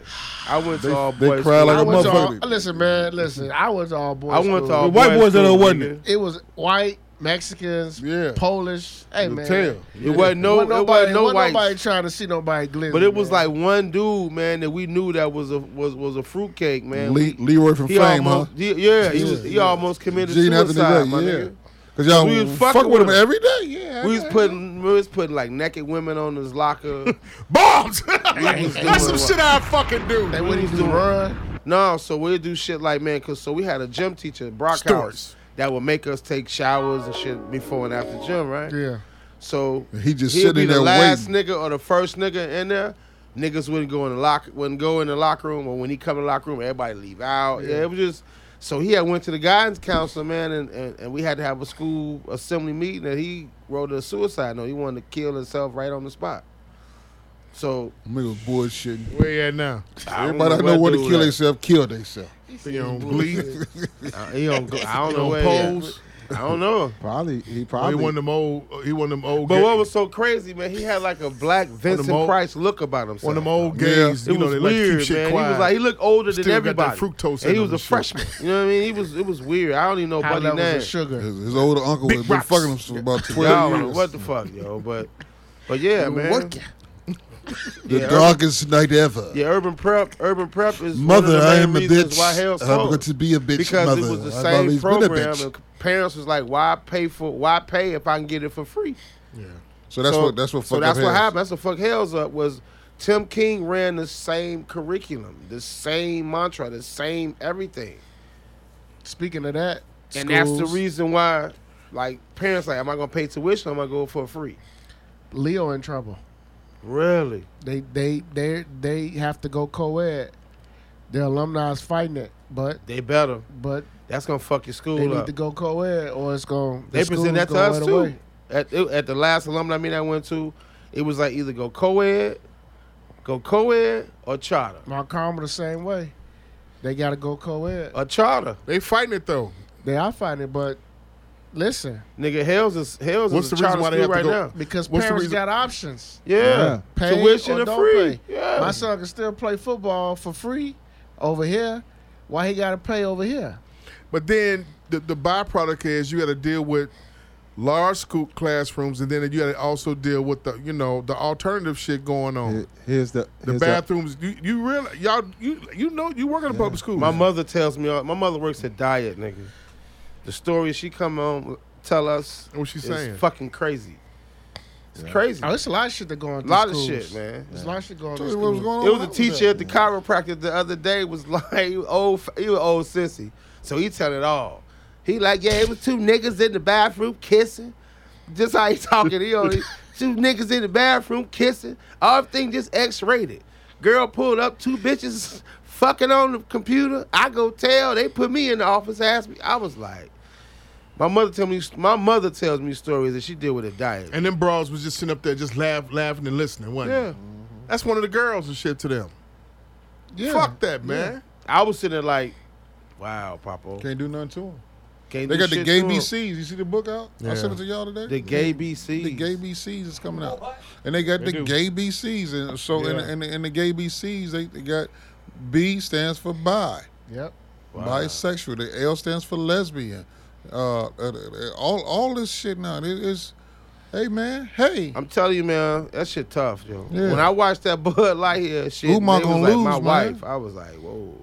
H: I went to all
E: they
H: boys.
E: cry like
D: I
E: a
H: school.
D: was all,
E: motherfucker.
D: listen, man, listen. I was all boys.
H: I went to
D: school.
H: all
E: The white boys that
H: school,
E: wasn't
H: nigga.
D: It was white Mexicans,
E: Yeah.
D: Polish. Hey man,
E: Tail.
H: It wasn't no,
D: wasn't
H: it
D: nobody,
H: wasn't no
D: wasn't
H: whites.
D: nobody trying to see nobody glizzy.
H: But it was
D: man.
H: like one dude, man, that we knew that was a was was a fruitcake, man.
E: Le- Leroy from
H: he
E: Fame, huh?
H: almost, he- yeah, he was, he almost committed
E: Gene Anthony
H: suicide,
E: Ray,
H: my
E: yeah.
H: nigga.
E: Cause y'all
H: We was
E: fuck
H: fucking
E: with
H: with
E: him
H: him.
E: every day. Yeah,
H: We was putting we was putting like naked women on his
E: *laughs*
H: locker. *laughs*
A: Bombs. That's some shit I fucking do.
D: they wouldn't even run.
H: No, so we'll do shit like man, cause so we had a gym teacher, at Brockhouse,
A: Stewart's.
H: that would make us take showers and shit before and after gym, right?
D: Yeah,
H: So
E: He just
H: he'd
E: sitting
H: be the
E: there
H: last
E: waiting.
H: nigga or the first nigga in there. Niggas wouldn't go in the lock wouldn't go in the locker room, or when he come in the locker room, everybody leave out. Yeah, it was just so he had went to the guidance counselor, man, and, and, and we had to have a school assembly meeting and he wrote a suicide note. He wanted to kill himself right on the spot. So
E: Niggas bullshitting.
A: Where you at now?
H: I don't
E: Everybody I know
H: what
E: where to
H: dude
E: kill
H: at.
E: themselves, kill themselves.
A: You
H: *laughs*
A: don't bleed.
H: Uh, He don't go, I don't know
A: don't
H: where he at.
A: pose.
H: I don't know.
C: Probably he
A: He
C: probably
A: won them old. He won them old.
H: But
A: gay-
H: what was so crazy, man? He had like a black Vincent
A: old-
H: Price look about himself.
A: one of them old
E: Yeah.
A: gays?
H: It
A: you know,
H: was
A: they like
H: weird,
A: keep shit
H: man.
A: quiet.
H: He was like he looked older than
A: Still got that
H: everybody.
A: fructose
H: and
A: in
H: he was
A: him
H: a
A: and shit.
H: freshman. You know what I mean? He was it was weird. I don't even know
D: high
H: about
D: levels
H: name.
D: of sugar.
E: His, his older uncle was
A: Big
E: been
A: rocks.
E: fucking him for about twelve
H: Y'all,
E: years.
H: what the fuck, yo? But but yeah, man.
E: the
H: yeah,
E: darkest night ever.
H: Yeah, urban prep. Urban prep is one
E: Mother,
H: of the
E: I
H: main
E: am a
H: reasons
E: bitch.
H: why hell's
E: I'm
H: cold.
E: going to be a bitch,
H: because
E: mother.
H: it was the
E: I've
H: same
E: always been a
H: program.
E: bitch.
H: And parents was like, "Why pay for? Why pay if I can get it for free?"
E: So that's what that's what.
H: So
E: fuck
H: that's
E: up
H: what
E: has.
H: happened. That's what fuck hells up was. Tim King ran the same curriculum, the same mantra, the same everything,
D: Speaking of that,
H: and that's the
D: schools,
H: reason why, like parents, like, am I gonna pay tuition? Or am I going for free?
D: Leo in trouble.
H: Really?
D: They they they they have to go co-ed. Their alumni is fighting it, but
H: They better.
D: but
H: That's gonna fuck your school
D: they
H: up.
D: need to go co-ed or it's going.
H: they present that to us too. At, it- at the last alumni meeting I went to, it was like either go co-ed, go co-ed or charter.
D: My karma the same way. They got to go co-ed.
H: A charter,
A: they fighting it though.
D: They are fighting it, but listen,
H: nigga. Hell's is hell's
A: What's
H: is
A: the
H: a
A: reason
H: charter
A: why they
H: school
A: have to
H: right
A: go-
H: now.
D: because
A: What's the
D: parents
A: reason-
D: got options.
H: Yeah,
C: Yeah.
D: Pay
H: tuition
D: or
H: and
D: don't
H: free.
D: pay.
H: Yeah,
D: My son can still play football for free over here. Why he got to pay over here?
A: But then the, the byproduct is you got to deal with large school classrooms, and then you got to also deal with the you know the alternative shit going on.
C: Here- Here's the
A: the
C: here's
A: bathrooms. You you realize y'all you you know you work in a public school.
H: my mother tells me my mother works at Diet, nigga. The stories she come on tell us
A: What she
H: is
A: saying?
H: fucking crazy. It's crazy.
D: Oh,
H: A
D: it's a lot of shit that going. through
H: lot of
D: schools.
H: shit, man.
D: There's a lot of shit going.
E: Tell
D: through
E: you what was
D: schools.
E: going on.
H: It was a
E: How
H: teacher
E: that?
H: at the chiropractor the other day was *laughs* like old he was old sissy. So he tell it all. He like, yeah, it was two niggas in the bathroom kissing. Just how he talking, he
E: *laughs*
H: only two niggas in the bathroom kissing. Everything just X rated. Girl pulled up, two bitches *laughs* fucking on the computer. I go tell, they put me in the office, asked me. I was like, my mother tell me my mother tells me stories that she did with a diet.
A: and them bras was just sitting up there just laugh, laughing and listening. Wasn't
H: Yeah.
A: yeah,
E: Mm-hmm.
A: that's one of the girls and shit to them.
D: Yeah.
A: Fuck that man.
H: I was sitting there like, wow, Papa.
E: Can't do nothing to him.
H: Can't
E: They
H: do
E: got the
H: shit
E: gay
H: to 'em.
E: BCs. You see the book out? I sent it to y'all today.
H: The gay BC.
E: The gay BCs is coming out, and they got the
A: do.
E: gay BCs, and so in,
A: Yeah.
E: in, in the gay BCs they, they got B stands for bi,
D: Yep.
E: bisexual. The L stands for lesbian. Uh, uh, uh, all all this shit now. It is, hey man, hey,
H: I'm telling you, man, that shit tough, yo.
E: Yeah.
H: When I watched that *laughs* Bud Light here shit,
E: Who am I
H: they was
E: gonna
H: like
E: lose,
H: my
E: man?
H: wife. I was like, whoa.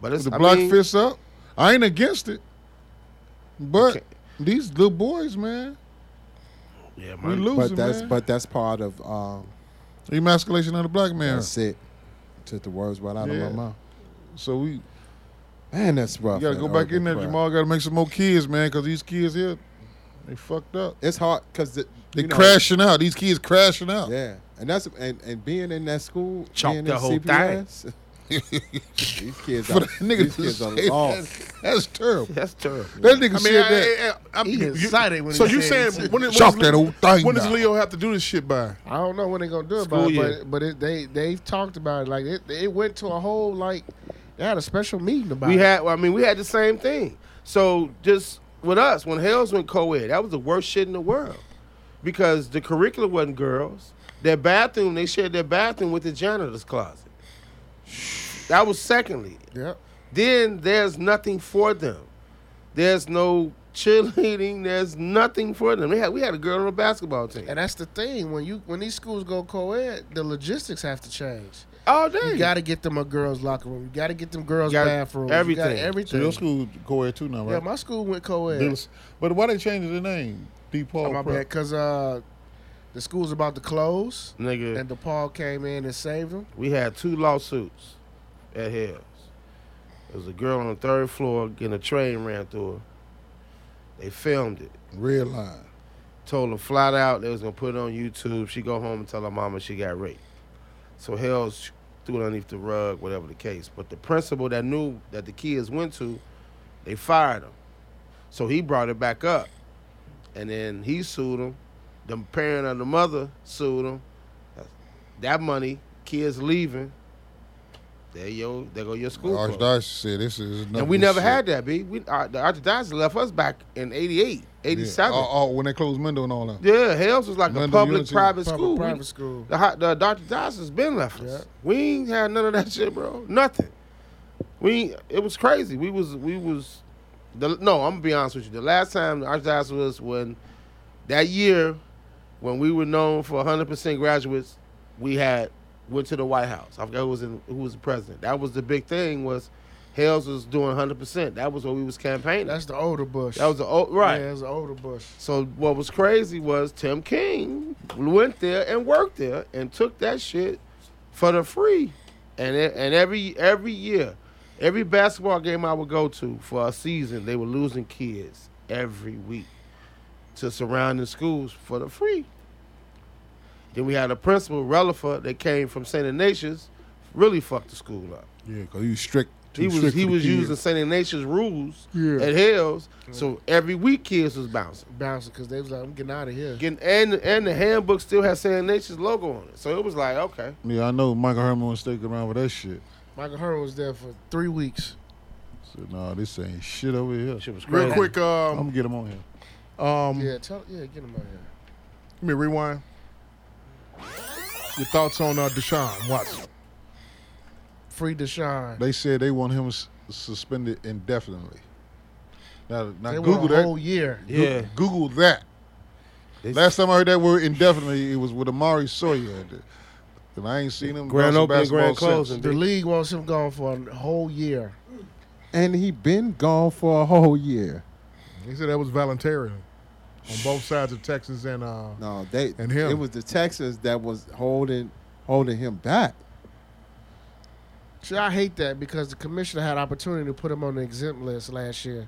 H: But it's
E: the
H: I
E: block
H: mean,
E: fists up. I ain't against it, but
H: Okay.
E: these little boys, man,
H: Yeah, man.
E: we
C: But
E: losing,
C: that's
E: man.
C: but that's part of um,
E: Emasculation of the black man.
C: that's it. Took the words right out
E: Yeah.
C: of my mouth.
E: So we
C: Man, that's rough.
E: you gotta
C: man.
E: go back
C: Urban
E: in there,
C: crap.
E: Jamal. Gotta make some more kids, man, because these kids here, they fucked up.
C: It's hard because the,
E: They
C: you know,
E: crashing out. These kids crashing out.
C: Yeah, and that's and, and being in that school,
H: Chalk
C: being
H: the
C: in
H: whole
C: CPS, *laughs* these kids
E: For
C: are
E: that nigga
C: these
E: to
C: kids are
E: say
C: lost.
E: that, that's terrible.
H: That's terrible.
E: That nigga
A: I mean,
E: said
A: I-
E: that.
A: I, I, I,
D: He
A: you-
D: excited when
A: so
D: he
A: you
D: said
A: saying when, is-
E: Chop
A: when, is-
E: that old thing
A: when does
E: down.
A: Leo have to do this shit by?
D: I don't know when they're gonna do it,
H: School
D: but
H: year.
D: but, but it, they they've talked about it. Like it, it went to a whole like they had a special meeting about
H: We
D: it.
H: had, well, I mean, we had the same thing. So just with us, when Hells went co-ed, that was the worst shit in the world because the curriculum wasn't girls. Their bathroom, they shared their bathroom with the janitor's closet. That was secondly.
D: Yep.
H: Then there's nothing for them. There's no cheerleading. There's nothing for them. They had, we had a girl on the basketball team.
D: And that's the thing when you when these schools go co-ed, the logistics have to change.
H: all day.
D: You got to get them a girls' locker room. You got to get them girls'
H: Hmm. Gotta-
D: bathrooms. You
H: everything.
D: gotta
E: So
D: everything.
E: your school co-ed too now, right?
D: yeah, my school went co-ed.
E: Billis- But why they changing the name?
D: Oh,
E: DePaul.
D: my bad,
E: Prep.
D: because uh, the school's about to close,
H: Nigga,
D: and DePaul came in and saved them.
H: we had two lawsuits at Hales. There was a girl on the third floor getting a train ran through her. They filmed it.
E: Red line.
H: Told her flat out they was gonna put it on YouTube. She go home and tell her mama she got raped. So Hales threw it underneath the rug, whatever the case. But the principal that knew that the kids went to, they fired him. So he brought it back up. And then he sued him. The parent of the mother sued him. That money, kids leaving. There yo, there go your
E: The
H: school. closed.
E: Archdiocese said this is nothing.
H: and we never had that, B. We, our, the archdiocese left us back in 88, 87.
E: Oh, oh, when they closed Mendo and all that.
H: Yeah, Hells was like a
E: London
H: public
E: Unity.
H: private
D: Public
H: school. We-
D: private school.
H: The, hot- the Dr. Johnson's been left us.
D: Yeah.
H: We ain't had none of that *laughs* shit, bro. Nothing. We ain't- it was crazy. We was we was the no. I'm gonna be honest with you. The last time the Archdiocese was when that year when we were known for 100 percent graduates, we had went to the White House. I forgot who was in, who was the president. That was the big thing was. Hales was doing 100%. That was what we was campaigning.
D: That's the older Bush.
H: that was the old, right.
D: Yeah, that's the older Bush.
H: So what was crazy was Tim King went there and worked there and took that shit for the free, and it, and every every year, every basketball game I would go to for a season, they were losing kids every week to surrounding schools for the free. Then we had a principal, Relifer, that came from St. Ignatius, really fucked the school up
E: Yeah, because he was strict. too
H: he was
E: strict
H: he
E: for the
H: was
E: kids.
H: using St. Ignatius rules
E: Yeah.
H: at Hales, so every week kids was bouncing.
D: Bouncing because they was like, I'm getting out of here.
H: Getting, and and the handbook still had St. Ignatius logo on it, so it was like okay,
E: Yeah, I know Michael Herman was sticking around with that shit.
D: Michael Hurd was there for three weeks.
E: Said, nah, this ain't shit over here.
H: shit was crazy.
A: Real quick,
E: I'm
A: um,
E: gonna get him on here. Mm.
A: um,
D: Yeah, tell yeah, get him out here.
A: let me rewind. Your thoughts on uh, Deshaun Watson?
D: Free Deshaun.
E: They said they want him s- suspended indefinitely. Now, now
D: They
E: Google
D: went a
E: that.
D: whole year.
E: Goo-
H: Yeah.
E: Google that.
H: They-
E: Last time I heard that word indefinitely, it was with Amari Sawyer. And I ain't seen him.
H: Grand
E: bounce a
H: opening, grand
E: basketball
H: closing.
D: The league wants him gone for a whole year.
C: and he been gone for a whole year.
A: He said that was voluntary on both sides of Texas and uh,
C: No, they
A: And him.
C: It was the Texans that was holding holding him back.
D: See, I hate that because the commissioner had opportunity to put him on the exempt list last year,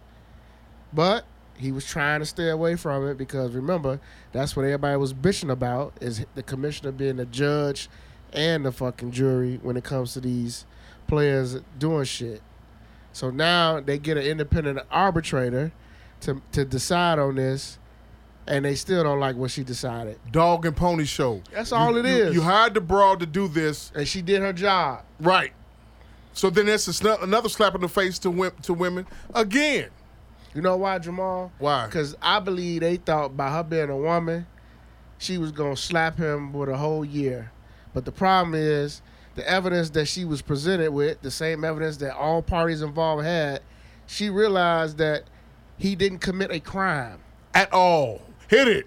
D: but he was trying to stay away from it because remember that's what everybody was bitching about is the commissioner being the judge and the fucking jury when it comes to these players doing shit. So now they get an independent arbitrator to to decide on this, and they still don't like what she decided.
A: Dog and Pony Show.
D: That's all
A: it
D: it
A: is.
D: is.
A: You hired the broad to do this,
D: And she did her job.
A: right? So then that's a sna- another slap in the face to wim- to women again.
D: You know why, Jamal?
A: Why?
D: Because I believe they thought by her being a woman, she was gonna slap him with a whole year. But the problem is the evidence that she was presented with, the same evidence that all parties involved had, she realized that he didn't commit a crime.
A: at all. Hit it.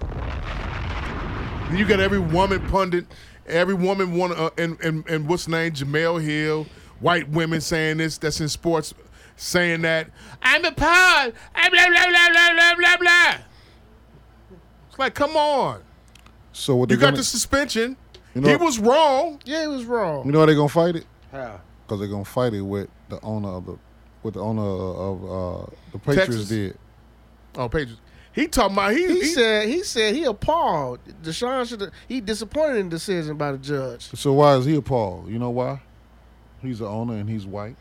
A: Then you got every woman pundit, every woman want uh, and and and what's her name Jamel Hill, white women saying this that's in sports saying that I'm a pod. I'm blah blah blah blah blah blah blah. It's like, come on.
E: So what
A: You
E: they
A: got
E: gonna,
A: the suspension.
E: You know
A: he
E: what-
A: was wrong.
D: Yeah, it was wrong.
E: You know how they gonna fight it?
H: How?
E: Because they're gonna fight it with the owner of the with the owner of uh, the Patriots
A: Texas.
E: did.
A: Oh, Pages. He talking about he,
D: He,
A: he-
D: said he said he appalled. Deshaun should he disappointed in the decision by the judge.
E: So why is he appalled? You know why? He's the owner and he's white.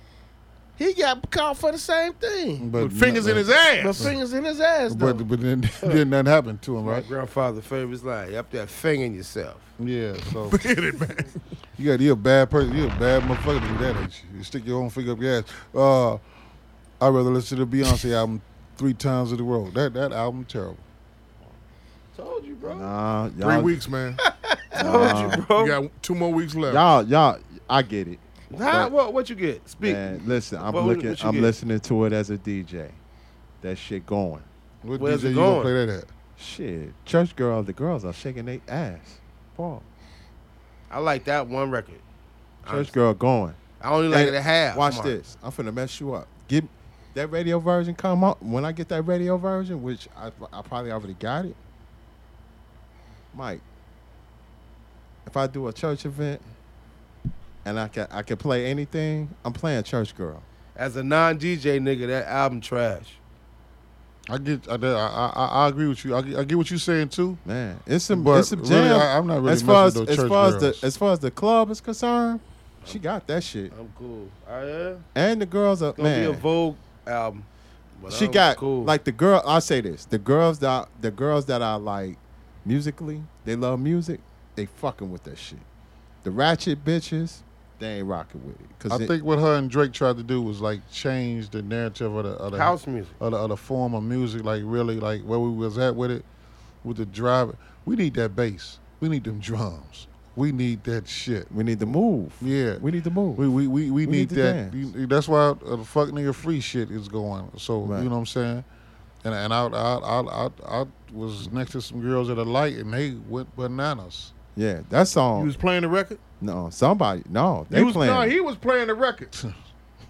D: He got caught for the same thing.
H: Mm.
E: But
A: with fingers in his
D: But
A: ass.
D: fingers in his ass though.
E: But but then then nothing happened to him,
H: My
E: right?
H: grandfather' favorite line: "You up there fingering yourself."
E: Yeah. So
A: Hit it, man.
E: *laughs* you got you're a bad person. You're a bad motherfucker to do that. ain't You? you stick your own finger up your ass. Uh, I'd rather listen to the Beyonce album three times in a row. That that album terrible.
H: Told you, bro.
C: Nah, y'all,
A: Three weeks, man.
H: Told you,
A: You
H: bro.
A: got two more weeks left.
C: y'all, y'all. I get it.
H: Nah, what? What you get? Speak.
C: Man, listen, I'm
H: What- what
C: looking,
H: you
C: I'm
H: get?
C: listening to it as a DJ. That shit going.
E: What
H: Where's
E: DJ
H: it
E: you gonna
H: going?
E: play that at?
C: Shit, church girl, the girls are shaking their ass. Paul,
H: I like that one record.
C: church girl going.
H: I only like it
C: Hey,
H: a half.
C: Watch
H: mark.
C: this. I'm finna mess you up. Give that radio version come out when I get that radio version, which I, I probably already got it. Mike, if I do a church event and I can I can play anything, I'm playing church girl.
H: As a non-DJ nigga, that album trash.
E: I get I, I, I, I agree with you. I, get- I get what you're saying too.
C: Man, it's some
E: But
C: it's some
E: really,
C: jam.
E: I- I'm not really
C: as far as
E: messing with
C: as
E: those
C: far
E: church
C: as
E: girls.
C: the as far as the club is concerned, she got that shit.
H: I'm cool. Oh, I am.
C: And the girls are
H: Gonna
C: man.
H: be a Vogue album. But
C: she
H: I'm
C: got
H: cool.
C: like the girl. I'll say this: the girls that the girls that I like musically, they love music. They fucking with that shit. The ratchet bitches, they ain't rocking with it. Cause
E: I
C: it-
E: think what her and Drake tried to do was like change the narrative of the, of the
H: house music.
E: of the, of the form of music, like really like where we was at with it, with the drive. We need that bass. We need them drums. We need that shit.
C: we need to move.
E: Yeah.
C: we need to move.
E: We we we, we, need,
C: need to
E: that.
C: dance.
E: You- that's why uh, the fuck nigga free shit is going. So
C: Right.
E: you know what I'm saying. And and I I, I I I was next to some girls at a light and they went bananas.
C: yeah, that
A: You
C: song.
A: was playing the record.
C: no, somebody. No, they
A: You was,
C: playing.
A: no, he was playing the record.
E: *laughs*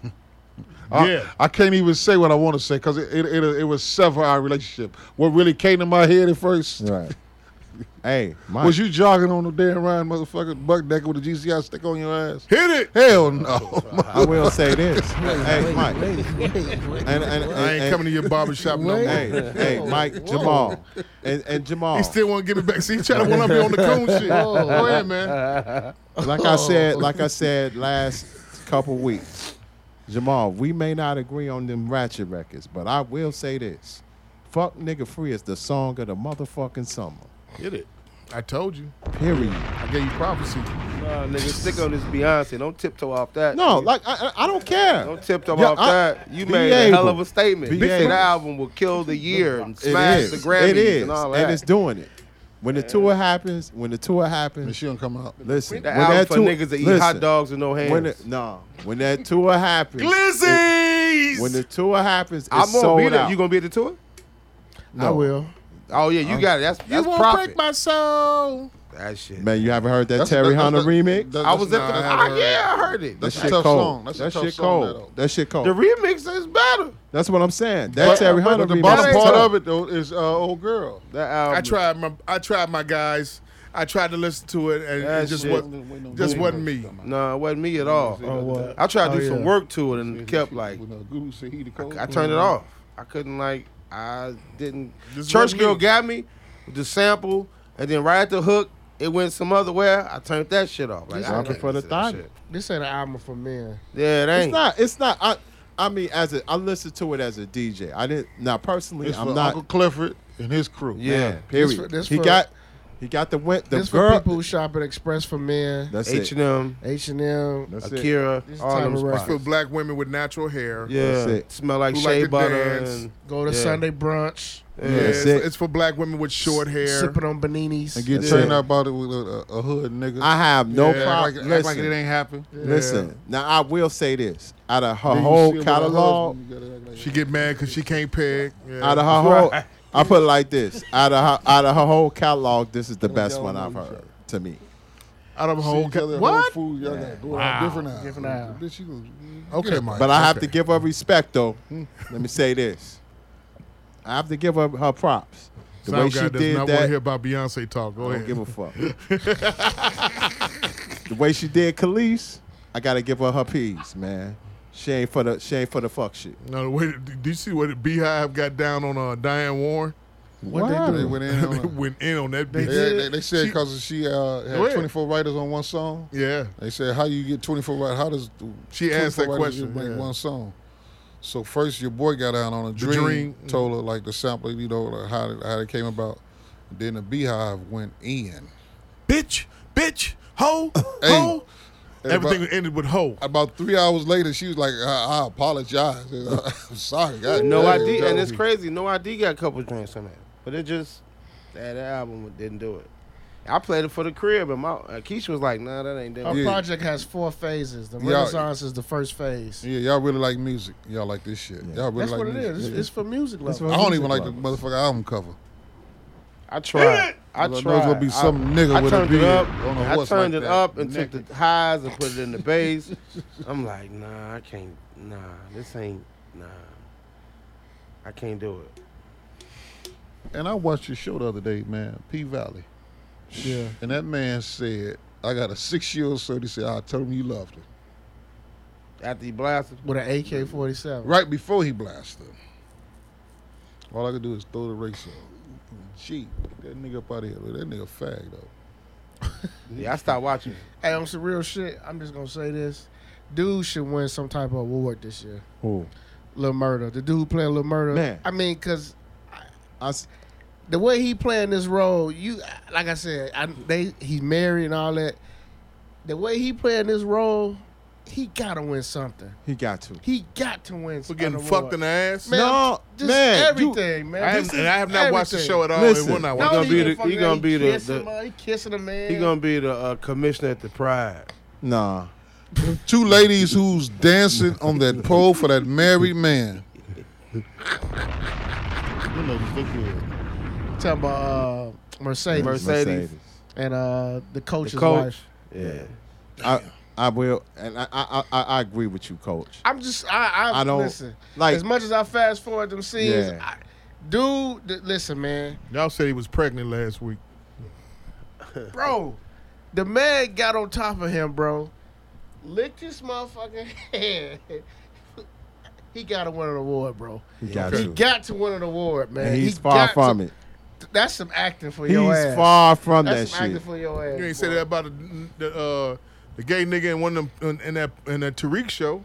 E: I,
A: Yeah.
E: I can't even say what I want to say because it, it, it it was sever our relationship. What really came to my head at first
A: *laughs*
C: right. hey, Mike.
E: was you jogging on the damn Ryan motherfucker buck deck with a GCI stick on your ass.
A: Hit it.
E: Hell no. *laughs*
C: I will say this. hey, Mike. and, and, and,
A: I ain't
C: and-
A: coming to your barber shop no more.
C: Hey, hey, Mike, Jamal, and, and Jamal.
A: He still want to give it back. See, he trying to one up you on the coon
E: *laughs*
A: shit.
E: Oh.
A: Go ahead, man.
C: like I said, like I said last couple weeks, Jamal, we may not agree on them ratchet records, but I will say this: "Fuck Nigga Free" is the song of the motherfucking summer.
A: Hit it. I told you.
C: Period.
A: I gave you prophecy.
H: nah, nigga, stick on this Beyonce. Don't tiptoe off that.
C: No,
H: nigga.
C: like I, I I don't care.
H: Don't tiptoe
C: Yeah,
H: off
C: I-
H: that. You
C: be
H: made a
C: able.
H: hell of a statement.
C: Be
H: Big
C: able.
H: that album will kill the year and
C: It
H: smash
C: is.
H: the Grammys
C: It is,
H: and all
C: and
H: that.
C: it's doing it. When the tour happens, when the tour
E: And
C: happens,
E: she don't come out.
C: listen.
H: that
C: when
H: album
C: that
H: for
C: tour-
H: niggas that eat
C: listen,
H: hot dogs with no hands.
C: When it, no, when that tour happens,
A: Glizzies.
C: when the tour happens, it's
H: I'm gonna
C: sold
H: be there.
C: out.
H: You gonna be at the tour?
D: I will.
H: Oh yeah, you got it. That's
A: you
H: that's
A: won't
H: profit.
A: break my soul.
H: that shit.
C: Man, you haven't heard that Terry Hunter remix?
E: that-
H: I was
E: that's
H: at the.
E: not- I
H: Ah,
E: haven't heard.
H: yeah, I heard it.
C: That
E: That's a
C: shit
E: tough
C: cold.
E: song. That's a
C: that
E: tough
C: shit
E: song,
C: cold.
E: though.
C: that shit cold.
H: the remix is better.
C: That's what I'm saying. That Terry
E: But-
C: Hunter
E: but the
C: remix.
E: bottom
C: is
E: part
C: tough.
E: of it though is uh, old girl.
H: That album.
A: I tried my I tried my guys. I tried to listen to it and
H: That
A: it just
H: shit.
A: wasn't just wasn't me.
H: No, it wasn't me at all.
D: Oh, what?
H: I tried to
D: Oh,
H: do some
D: yeah.
H: work to it and kept like I turned it off. I couldn't like I didn't.
A: This
H: Church
A: wasn't
H: girl
A: me.
H: got me with the sample, and then right at the hook, it went some other where. I turned that shit off. Like
C: It's
H: I
C: not
H: can't
C: for the
H: listen to that
C: thought.
H: shit.
D: This ain't an album for men.
H: Yeah, it ain't.
C: It's not. It's not. I. I mean, as a, I listened to it as a DJ. I didn't. Now, personally,
E: It's
C: I'm
E: for
C: not.
E: Uncle Clifford and his crew.
H: Yeah.
C: man, period.
D: This for- this
C: he
D: for-
C: got. He got the win. The
D: this for
C: girl.
D: people who shop at Express for men,
C: that's
H: H
C: it.
H: and M,
D: H and M.
C: That's it.
H: Akira,
D: This
H: all
D: type
H: them
D: of record.
H: spots.
A: For black women with natural hair.
H: Yeah,
C: That's it.
H: smell like
A: Who like
H: shea
A: to
H: butter.
A: dance.
H: And,
D: Go to
H: Yeah.
D: Sunday brunch.
A: Yeah,
C: Yeah, that's
A: it's,
C: it.
A: it's for black women with short hair.
D: Sipping on Beninis.
E: And get
C: That's
E: turned
C: it.
E: up about it with a, a, a hood nigga.
C: I have no
A: Yeah,
C: problem.
E: Act like, act
C: listen,
E: like it ain't happened.
C: listen. Now, I will say this. Out of her
E: Then you see
C: whole
E: it with her
C: catalog,
E: husband, you gotta act like
A: She get mad because she can't peg. Yeah.
C: out of her whole, I put it like this. Out of her, out of her whole catalog, this is the best one I've heard to me.
A: out of a
E: See
A: whole
E: each other
A: ca-
E: at
A: what?
E: Whole Foods, y'all got going out different aisles.
D: Different aisles.
E: Bitch, you gonna-
A: Okay,
E: get in my-
C: But I have
A: Okay.
C: to give her respect, though. Hmm, Let me say this: I have to give her her props. The way
A: Sound
C: she
A: guy does
C: did
A: not want to
C: that,
A: hear about Beyonce talk. Go
C: I don't
A: ahead.
C: give a fuck. the way she did Khalees, I gotta give her her peas, man. She ain't for the she ain't for the fuck shit.
A: no, wait. Did you see what the Beehive got down on uh, Diane Warren?
D: What
C: Wow.
D: they
E: They
D: do?
E: went in.
A: *laughs* they
E: On
A: went in on that
E: a,
A: bitch.
E: they, they, they said
A: She-
E: because she uh, had
A: Go ahead.
E: 24 writers on one song.
A: yeah.
E: They said, "How you get 24 writers? How does
A: She asked
E: 24
A: that
E: writers just
A: question,
E: Make
A: yeah.
E: one song." So first, your boy got out on a dream,
A: Dream. mm.
E: told her like the sample, you know, like how it, how it came about. Then the Beehive went in.
A: Bitch, bitch, *laughs* ho,
E: Hey.
A: ho.
E: And
A: Everything
E: About,
A: ended with ho.
E: about three hours later, she was like, "I, I apologize. *laughs* I'm sorry." God
H: No
E: damn,
H: ID,
E: bro."
H: and it's crazy. No ID got a couple drinks on that, but it just that album didn't do it. I played it for the crib, and my uh, Keisha was like, "Nah, that ain't
D: Our
H: doing it."
E: Yeah.
D: project has four phases. The
E: Yeah.
D: Renaissance is the first phase.
E: Yeah, y'all really like music. Y'all like this shit. Y'all really
D: That's
E: like
D: what it
E: music.
D: is. It's, it's for music
C: what-
D: level.
E: I don't even like the motherfucking album cover.
H: I tried. I
E: Lord knows
H: tried.
E: there'll be some
H: I,
E: nigga
H: I
E: with a
H: turned
E: beard
H: it up.
E: on a
H: I
E: horse
H: turned
E: like
H: it
E: that,
H: up and took the highs and put it in the bass. I'm like, nah, I can't. Nah, this ain't. Nah, I can't do it.
E: And I watched your show the other day, man, P Valley.
D: Yeah.
E: And that man said, I got a six year old son. He said, I told him you loved him.
H: After he blasted,
D: With an AK 47.
E: Right before he blasted him. All I could do is throw the race up. Gee, get that nigga up out of here. Look, That nigga fag though.
H: yeah, I stopped watching.
D: Hey, on some real shit, I'm just going to say this. Dude should win some type of award this year.
C: Who?
D: Lil Murder. The dude who playing Lil Murder.
C: Man.
D: I mean, because
C: I s-
D: the way he playing this role, you like I said, I, they he's married and all that. The way he playing this role, he gotta win something.
C: he got to.
D: He got to win.
A: For getting
D: an award.
A: fucked in the ass.
D: man,
C: No,
D: just
C: man, you-
D: everything, man.
A: I
D: This
A: have,
D: is
A: and I have not watched the
D: everything.
A: show at all.
C: Listen.
A: and will not
D: No,
A: watch
H: gonna
A: it.
H: be the-
D: fucking-
H: he gonna be the-
D: kissing
H: the-
D: her, he kissing a man.
H: He gonna be the uh, commissioner at the Pride.
C: Nah.
E: Two ladies who's dancing on that pole for that married man.
B: Them niggas look good.
D: talking about uh, Mercedes,
H: Mercedes.
D: and uh, the coach's
H: The coach.
D: wife.
C: Yeah. I I will, and I I, I I agree with you, Coach.
D: I'm just I I,
C: I don't-
D: listen.
C: like-
D: Like as much as I fast forward them scenes,
C: Yeah.
D: I, dude, th- listen, man,
A: Y'all said he was pregnant last week.
D: bro, the man got on top of him, bro, licked his motherfucking *laughs* hand. he got to win an award, bro.
C: He got
D: He
C: to.
D: got to win an award, man.
C: and he's
D: He
C: far
D: got
C: from
D: to-
C: it.
D: That's some acting for
C: He's
D: your ass.
C: far from
D: That's some
C: that
D: acting
C: shit.
D: for your ass.
A: You ain't say
D: boy.
A: that about the the, uh, the gay nigga in one of them in, in that in that Tariq show.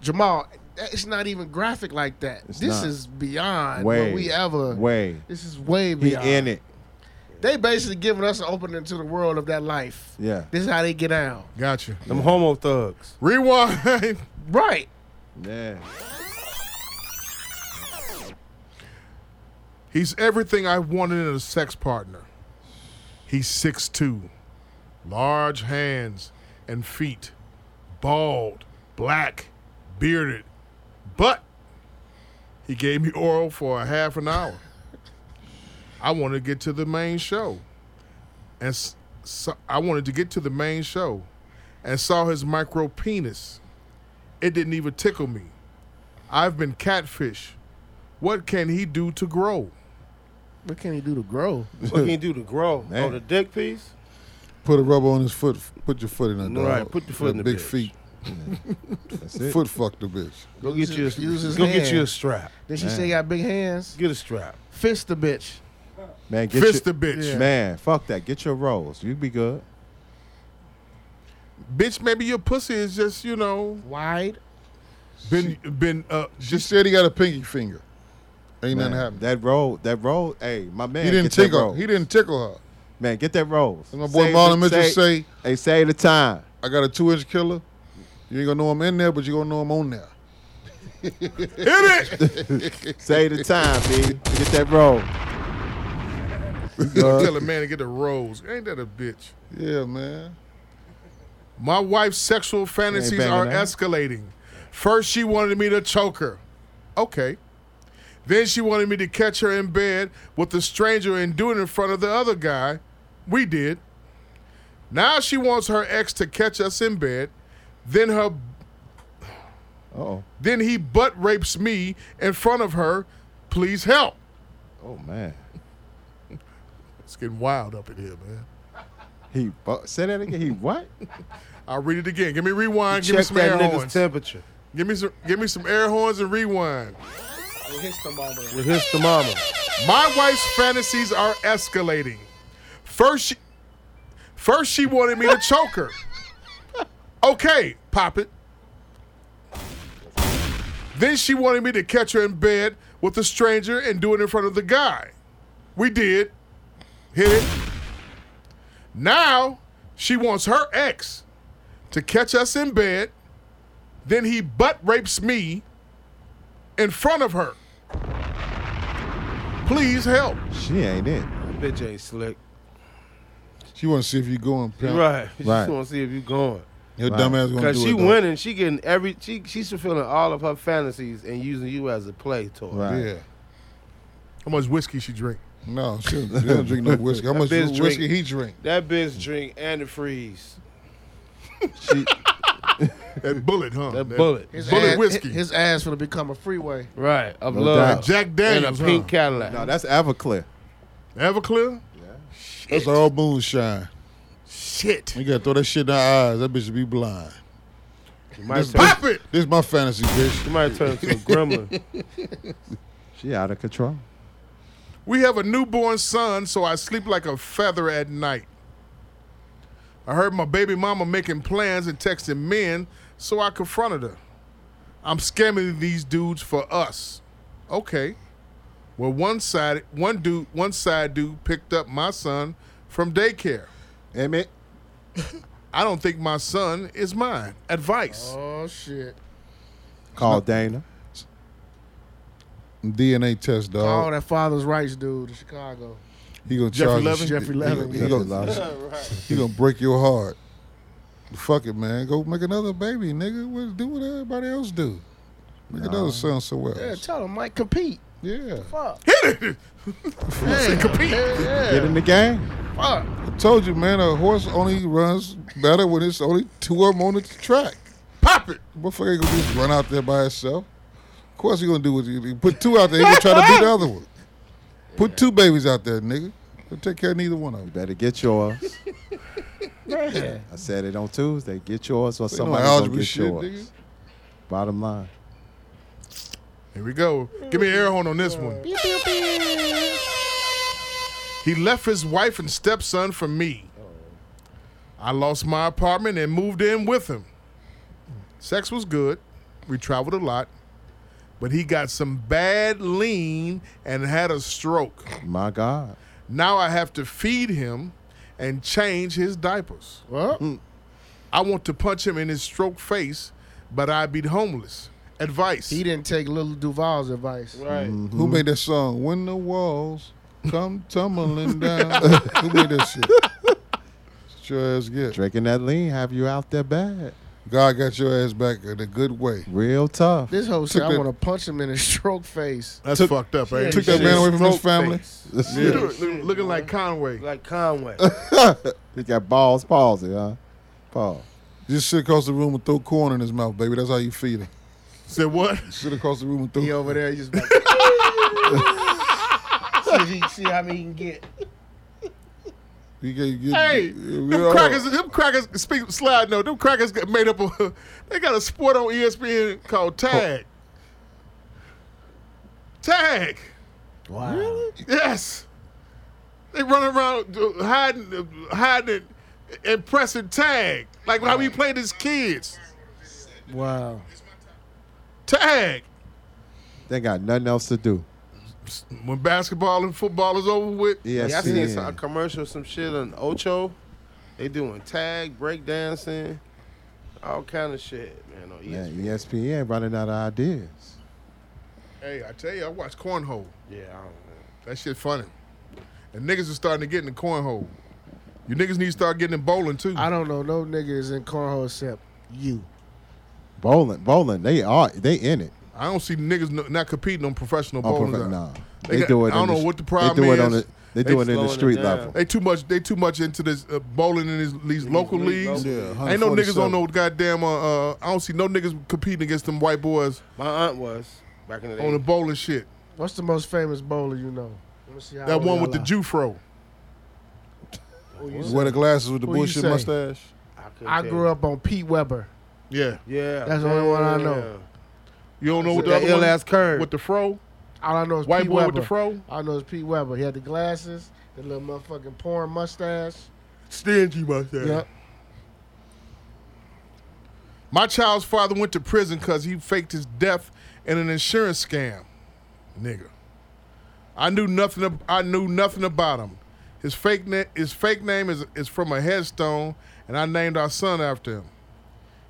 D: Jamal, that- it's not even graphic like that.
C: It's
D: this
C: not.
D: is beyond
C: Way,
D: what we ever.
C: way.
D: This is way
C: He
D: beyond.
C: in it.
D: They basically giving us an opening to the world of that life.
C: Yeah.
D: This is how they get down.
A: Gotcha.
H: Them homo thugs.
A: Rewind.
D: Right.
C: Yeah.
A: He's everything I wanted in a sex partner. He's 6'2, large hands and feet, bald, black, bearded, but he gave me oral for a half an hour. I wanted to get to the main show. And s so I wanted to get to the main show and saw his micro penis. It didn't even tickle me. I've been catfish. What can he do to grow?
D: What can he do to grow?
H: What can you do to grow?
C: Man.
H: Oh, the dick piece.
E: Put a rubber on his foot. Put your foot in that dog.
H: Right, put your foot
E: That
H: in the
E: big
H: bitch.
E: feet.
C: That's it.
E: Foot fuck the bitch.
H: Go get you.
D: his- use his
H: A, go get
D: hand.
H: you a strap.
D: Then she say he got big hands.
H: Get a strap.
D: Fist the bitch.
C: Man, get
A: Fist
C: your,
A: the bitch.
D: Yeah.
C: Man, fuck that. Get your rolls. You be good.
A: Bitch, maybe your pussy is just, you know,
D: Wide.
A: been been uh
E: She
A: just
E: said he got a pinky finger. Ain't
C: Man,
E: nothing happened.
C: That roll, that roll, hey, my man.
E: He didn't
C: get that
E: tickle.
C: roll.
E: He didn't tickle her.
C: Man, get that rolls.
E: And my boy Marlon Mitchell say,
C: Hey, say the time.
E: "I got a two-inch killer. You ain't gonna know I'm in there, but you gonna know I'm on there."
A: hit it.
C: Say the time, B. Get that roll.
A: Tell a man to get the rose. Ain't that a bitch?
E: Yeah, man.
A: My wife's sexual fantasies
C: banging
A: are
C: out.
A: escalating. First, she wanted me to choke her. Okay. Then she wanted me to catch her in bed with a stranger and do it in front of the other guy. We did. Now she wants her ex to catch us in bed. Then her
C: Oh,
A: then he butt rapes me in front of her. Please help.
C: oh man.
A: It's getting wild up in here, man.
C: He bu- say that again. He what?
A: I'll read it again. Give me rewind. Give me
H: Check
A: some air
H: that nigga's
A: horns.
H: temperature
A: Give me some. Give me some air horns and rewind.
H: with his thermometer.
A: My wife's fantasies are escalating. First, she, first she wanted me to choke her. Okay, pop it. Then she wanted me to catch her in bed with a stranger and do it in front of the guy. We did. Hit it. Now she wants her ex to catch us in bed. Then he butt rapes me in front of her. Please help.
C: She ain't in.
H: Bitch ain't slick.
E: She want to see if you going. Pimp.
H: Right. She
C: Right.
H: just want to see if you going.
E: Your dumb ass gonna
H: Cause
E: do
H: she
E: it. though.
H: winning, she getting every she she's fulfilling all of her fantasies and using you as a play toy.
C: Right.
E: Yeah.
A: How much whiskey she drink?
E: No, she don't,
H: *laughs*
E: she don't drink no whiskey. How much
H: bitch
E: whiskey
H: drink-
E: he
H: *laughs*
E: drink?
H: That bitch drink antifreeze.
C: She,
A: That bullet, huh?
H: That bullet.
D: His
A: Bullet
D: ass,
A: whiskey.
D: His ass gonna become a freeway.
H: Right. Of
C: No
H: love.
C: doubt.
A: Jack
H: and a
A: Daniels,
H: pink
A: huh?
H: Cadillac.
C: no, that's Everclear.
A: Everclear?
E: That's all moonshine.
A: Shit.
E: You gotta throw that shit in her eyes. That bitch be blind.
H: you, might turn,
A: Pop it!
E: This is my fantasy,
H: you
E: bitch.
H: might turn into a *laughs* gremlin.
C: She out of control.
A: We have a newborn son, so I sleep like a feather at night. I heard my baby mama making plans and texting men, so I confronted her. I'm scamming these dudes for us. Okay. Well, one side, one dude, one side dude picked up my son from daycare.
C: Emmett.
A: I don't think my son is mine. Advice.
D: Oh shit!
C: Call Dana.
E: DNA test,
D: Oh,
E: dog.
D: that father's rights dude in Chicago.
E: He gonna
A: Jeffrey
E: charge you
A: Levin?
E: shit.
D: Jeffrey Levin.
E: He gonna,
D: *laughs*
E: he gonna break your heart. Fuck it, man. Go make another baby, nigga. What, do what everybody else do. Make another son somewhere
D: Yeah,
E: else.
D: tell him Mike compete.
E: Yeah.
D: Fuck.
A: Say compete.
D: Yeah,
C: Get in the game.
D: fuck.
E: I told you, man, a horse only runs better when it's only two of them on the track.
A: Pop it.
E: Motherfucker ain't gonna just run out there by itself. Of course he gonna do what you you put two out there, he gonna try to beat the other one. Put two babies out there, nigga. Don't take care of neither one of
C: You
E: them.
C: better
E: *laughs*
C: get yours.
D: Yeah.
C: I said it on Tuesday. Get yours or
E: They know
C: somebody gonna
E: algebra
C: get
E: shit,
C: yours.
E: nigga.
C: Bottom line.
A: Here we go. Give me an air horn on this one. He left his wife and stepson for me. I lost my apartment and moved in with him. Sex was good. We traveled a lot. But he got some bad lean and had a stroke.
C: My God.
A: Now I have to feed him and change his diapers. Hmm.
D: Well,
A: I want to punch him in his stroke face, but I'd be homeless. Advice.
D: he didn't take Little Duval's advice.
H: Right.
C: Mm-hmm.
E: Who made that song? When the walls come
C: *laughs*
E: tumbling down. Who made that shit? That's your ass get.
C: Drinking that lean have you out there bad.
E: God got your ass back in a good way.
C: Real tough.
D: This whole shit,
E: Took
D: I
E: that-
D: want to punch him in his stroke face.
A: That's fucked up, ain't
E: Took
A: it?
E: that man away from his
H: Stroke
E: family.
H: face.
A: Look- look- Looking like Conway.
H: Like Conway.
C: He got balls palsy, huh? Paul.
E: Just sit across the room and throw corn in his mouth, baby. That's how you feed
A: *laughs*
E: him.
A: Said what?
E: Sit across the room and throw.
D: He over there, he just like. *laughs* see, see how many he can get.
E: You get, you get,
A: Hey,
E: you-
A: them
E: you-
A: crackers, them crackers. Speak slide note. Them crackers got made up of. *laughs* They got a sport on E ESPN called tag. Tag.
D: Wow.
A: Yes. They run around uh, hiding, uh, hiding, it and pressing tag like how we played as kids.
D: Wow.
A: Tag.
C: They got nothing else to do.
A: When basketball and football is over with,
C: ESPN.
H: Yeah, I seen some, a commercial, some shit on Ocho. They doing tag, break dancing, all kind of shit, man. On E
C: Man,
H: ESPN.
C: ESPN running out of ideas.
A: hey, I tell you, I watch cornhole.
H: Yeah, I don't know.
A: That shit funny. And niggas are starting to get in the cornhole. You niggas need to start getting in bowling too.
D: I don't know no niggas in cornhole except you.
C: Bowling, bowling, they are they in it.
A: I don't see niggas no- not competing on professional
C: Oh,
A: bowling.
C: perfect.
A: now.
C: Nah,
A: They
C: they,
A: got-
C: do
A: I
C: it.
A: don't
C: on the
A: know
C: sh-
A: what the problem
C: They do it on
A: is.
C: the They do it in the
H: slowing it
C: street
H: down.
C: level.
A: They too much. They too much into this uh, bowling in these, these local leagues.
E: Yeah,
A: Ain't no niggas
E: 147.
A: on no goddamn. Uh, uh, I don't see no niggas competing against them white boys
H: My aunt was back in the day.
A: on the bowling shit.
D: What's the most famous bowler you know? Let me see how
A: That
D: old
A: one
D: y'all
A: with the
D: are.
A: Jufro.
D: Who you say?
E: Wear the glasses with the
D: Who you
E: bullshit
D: say?
E: mustache.
H: couldn't
D: I
H: tell
D: grew
H: you.
D: up on Pete Weber.
A: Yeah.
H: Yeah,
D: That's the only one I know.
H: yeah.
A: You don't know what
H: With
A: the
H: that
A: other
H: ill
A: one
H: ass curve.
A: with the fro.
D: All I know is
A: White
D: Pete
A: boy
D: Weber.
A: with the fro.
D: All I know is Pete Weber. He had the glasses, the little motherfucking porn mustache.
A: Stingy mustache.
D: Yep.
A: My child's father went to prison because he faked his death in an insurance scam. Nigga. I knew nothing ab- I knew nothing about him. His fake na- his fake name is, is from a headstone and I named our son after him.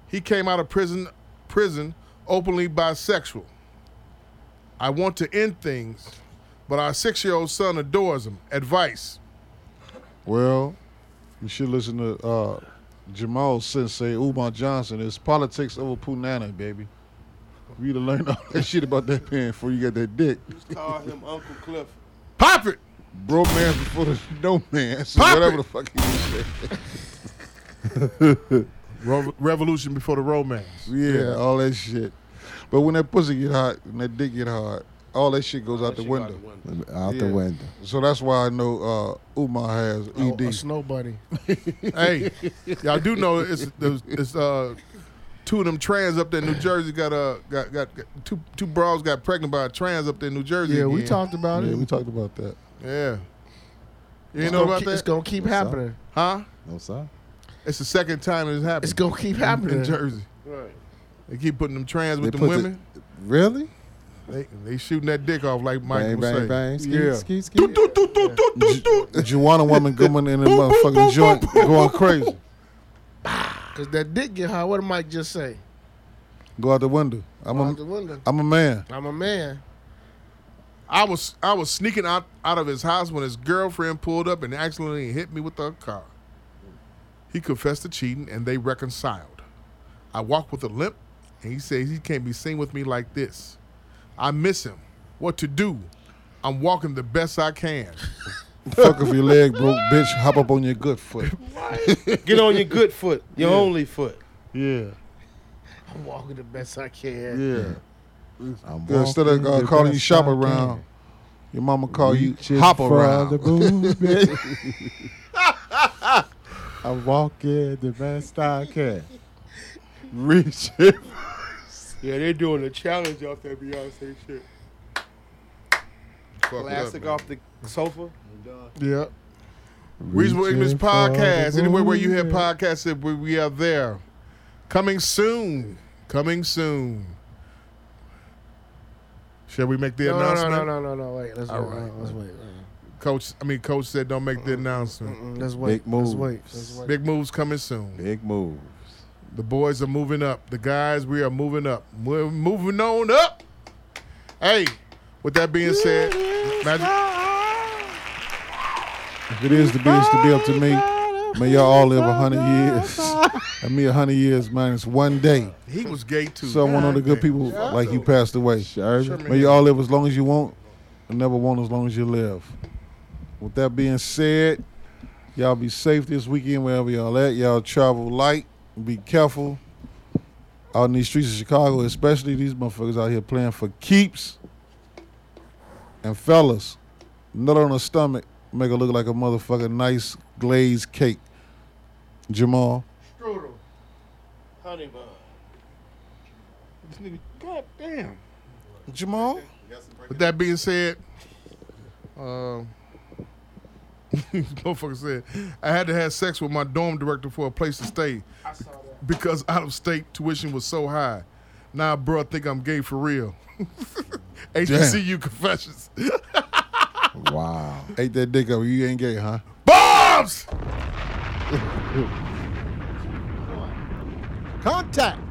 A: He came out of prison prison openly bisexual. I want to end things, but our 6-year-old son adores him. Advice.
E: Well, you should listen to uh, Jamal Sensei Umar Johnson. It's politics over punana, baby. You to learn all that shit about that man before you got that dick.
H: Call him Uncle Cliff.
A: Pop it.
E: Bro man before the *laughs* no man. So
A: Pop
E: whatever
A: it.
E: the fuck he say.
A: Ro- revolution before the romance.
E: Yeah, all that shit. But when that pussy get hot, when that dick get hard, all that shit goes out the window.
C: Out the
E: Yeah.
C: window.
E: So that's why I know uh, Umar has
A: E Oh,
E: ED.
D: Oh,
A: uh,
D: A snow bunny.
A: hey, y'all do know it's it's uh two of them trans up there in New Jersey got uh got got, got two two bras got pregnant by a trans up there in New Jersey.
D: Yeah, we
A: again.
D: talked about
E: yeah,
D: it.
E: we talked about that.
A: Yeah, you
D: It's
A: ain't know
D: gonna
A: about
D: keep- It's
A: that,
D: gonna keep
C: What's up?
D: happening.
A: huh?
C: No sir.
A: It's the second time it's happened.
D: It's gonna keep
A: in,
D: happening.
A: in Jersey.
H: Right.
A: They keep putting them trans
C: They
A: with them
C: put the-
A: women.
C: Really?
A: they they shooting that dick off like Mike
C: Bang
A: was
C: bang
A: saying.
C: bang. Ski,
E: Yeah.
C: ski, ski.
A: Do, do, do, do, do, do, do.
E: The Juana woman coming in the
A: Boom, boom, boom,
E: motherfucking joint
A: boom, boom,
E: going crazy.
D: Cause that dick get high. What did Mike just say?
E: Go out the window. I'm
A: Um,
D: Out the
E: a,
D: window.
E: I'm a man.
D: I'm a man.
A: I was I was sneaking out out of his house when his girlfriend pulled up and accidentally hit me with her car. He confessed to cheating and they reconciled. I walked with a limp and he says he can't be seen with me like this. I miss him. What to do? I'm walking the best I can.
E: Fuck if your leg broke, bitch. Hop up on your good foot.
H: Get on your good foot, your only foot.
E: Yeah,
D: I'm walking the best I can.
E: yeah.
C: I'm
E: Yeah, instead of
C: walking
E: uh,
C: the
E: calling
C: best
E: you shop
C: I can.
E: around, your mama call you
C: Reaching
E: hop
C: for
E: around.
C: the movement. I'm walking the best I can. Reach it.
H: Yeah, they're doing a challenge off that Beyonce shit.
A: Fuck it up,
H: Classic
A: man.
H: off the sofa.
D: Yep.
A: Reasonable
C: Reaching
A: English
C: for
A: Podcast.
C: the
A: Anywhere where you hear
C: movement.
A: podcasts, that we, we are there. Coming soon. Coming soon. Shall we make the
D: No, no,
A: announcement?
D: no, no, no, no. Wait. Let's
A: All
D: wait.
A: right.
D: Let's wait.
A: Coach, I mean, Coach said don't make the announcement.
D: Mm, Let's wait.
C: Big
D: Let's wait.
C: moves.
D: Let's wait.
A: Big moves coming soon.
C: Big moves.
A: The boys are moving up. The guys, we are moving up. We're moving on up. Hey, with that being said, Magic,
E: If *laughs* it is to be, it's to be up to
C: *laughs*
E: me. May y'all all live a hundred years, *laughs* and me a hundred years minus one day.
A: he was gay too.
E: So I'm one of the good people, like you passed away. May you all live as long as you want, and never want as long as you live. With that being said, y'all be safe this weekend wherever y'all at. Y'all travel light, be careful. Out in these streets of Chicago, especially these motherfuckers out here playing for keeps. And fellas, nut on the stomach, make it look like a motherfucking nice glazed cake. Jamal,
D: Strudel.
H: Honey bun. This nigga, goddamn.
E: Jamal,
A: With that being said, um, *laughs* motherfucker said, I had to have sex with my dorm director for a place to stay because out of state tuition was so high. Now, bro, I think I'm gay for real. *laughs* HBCU confessions. *laughs*
C: Wow.
E: ate that dick up. You ain't gay, huh?
A: Bombs!
C: Contact.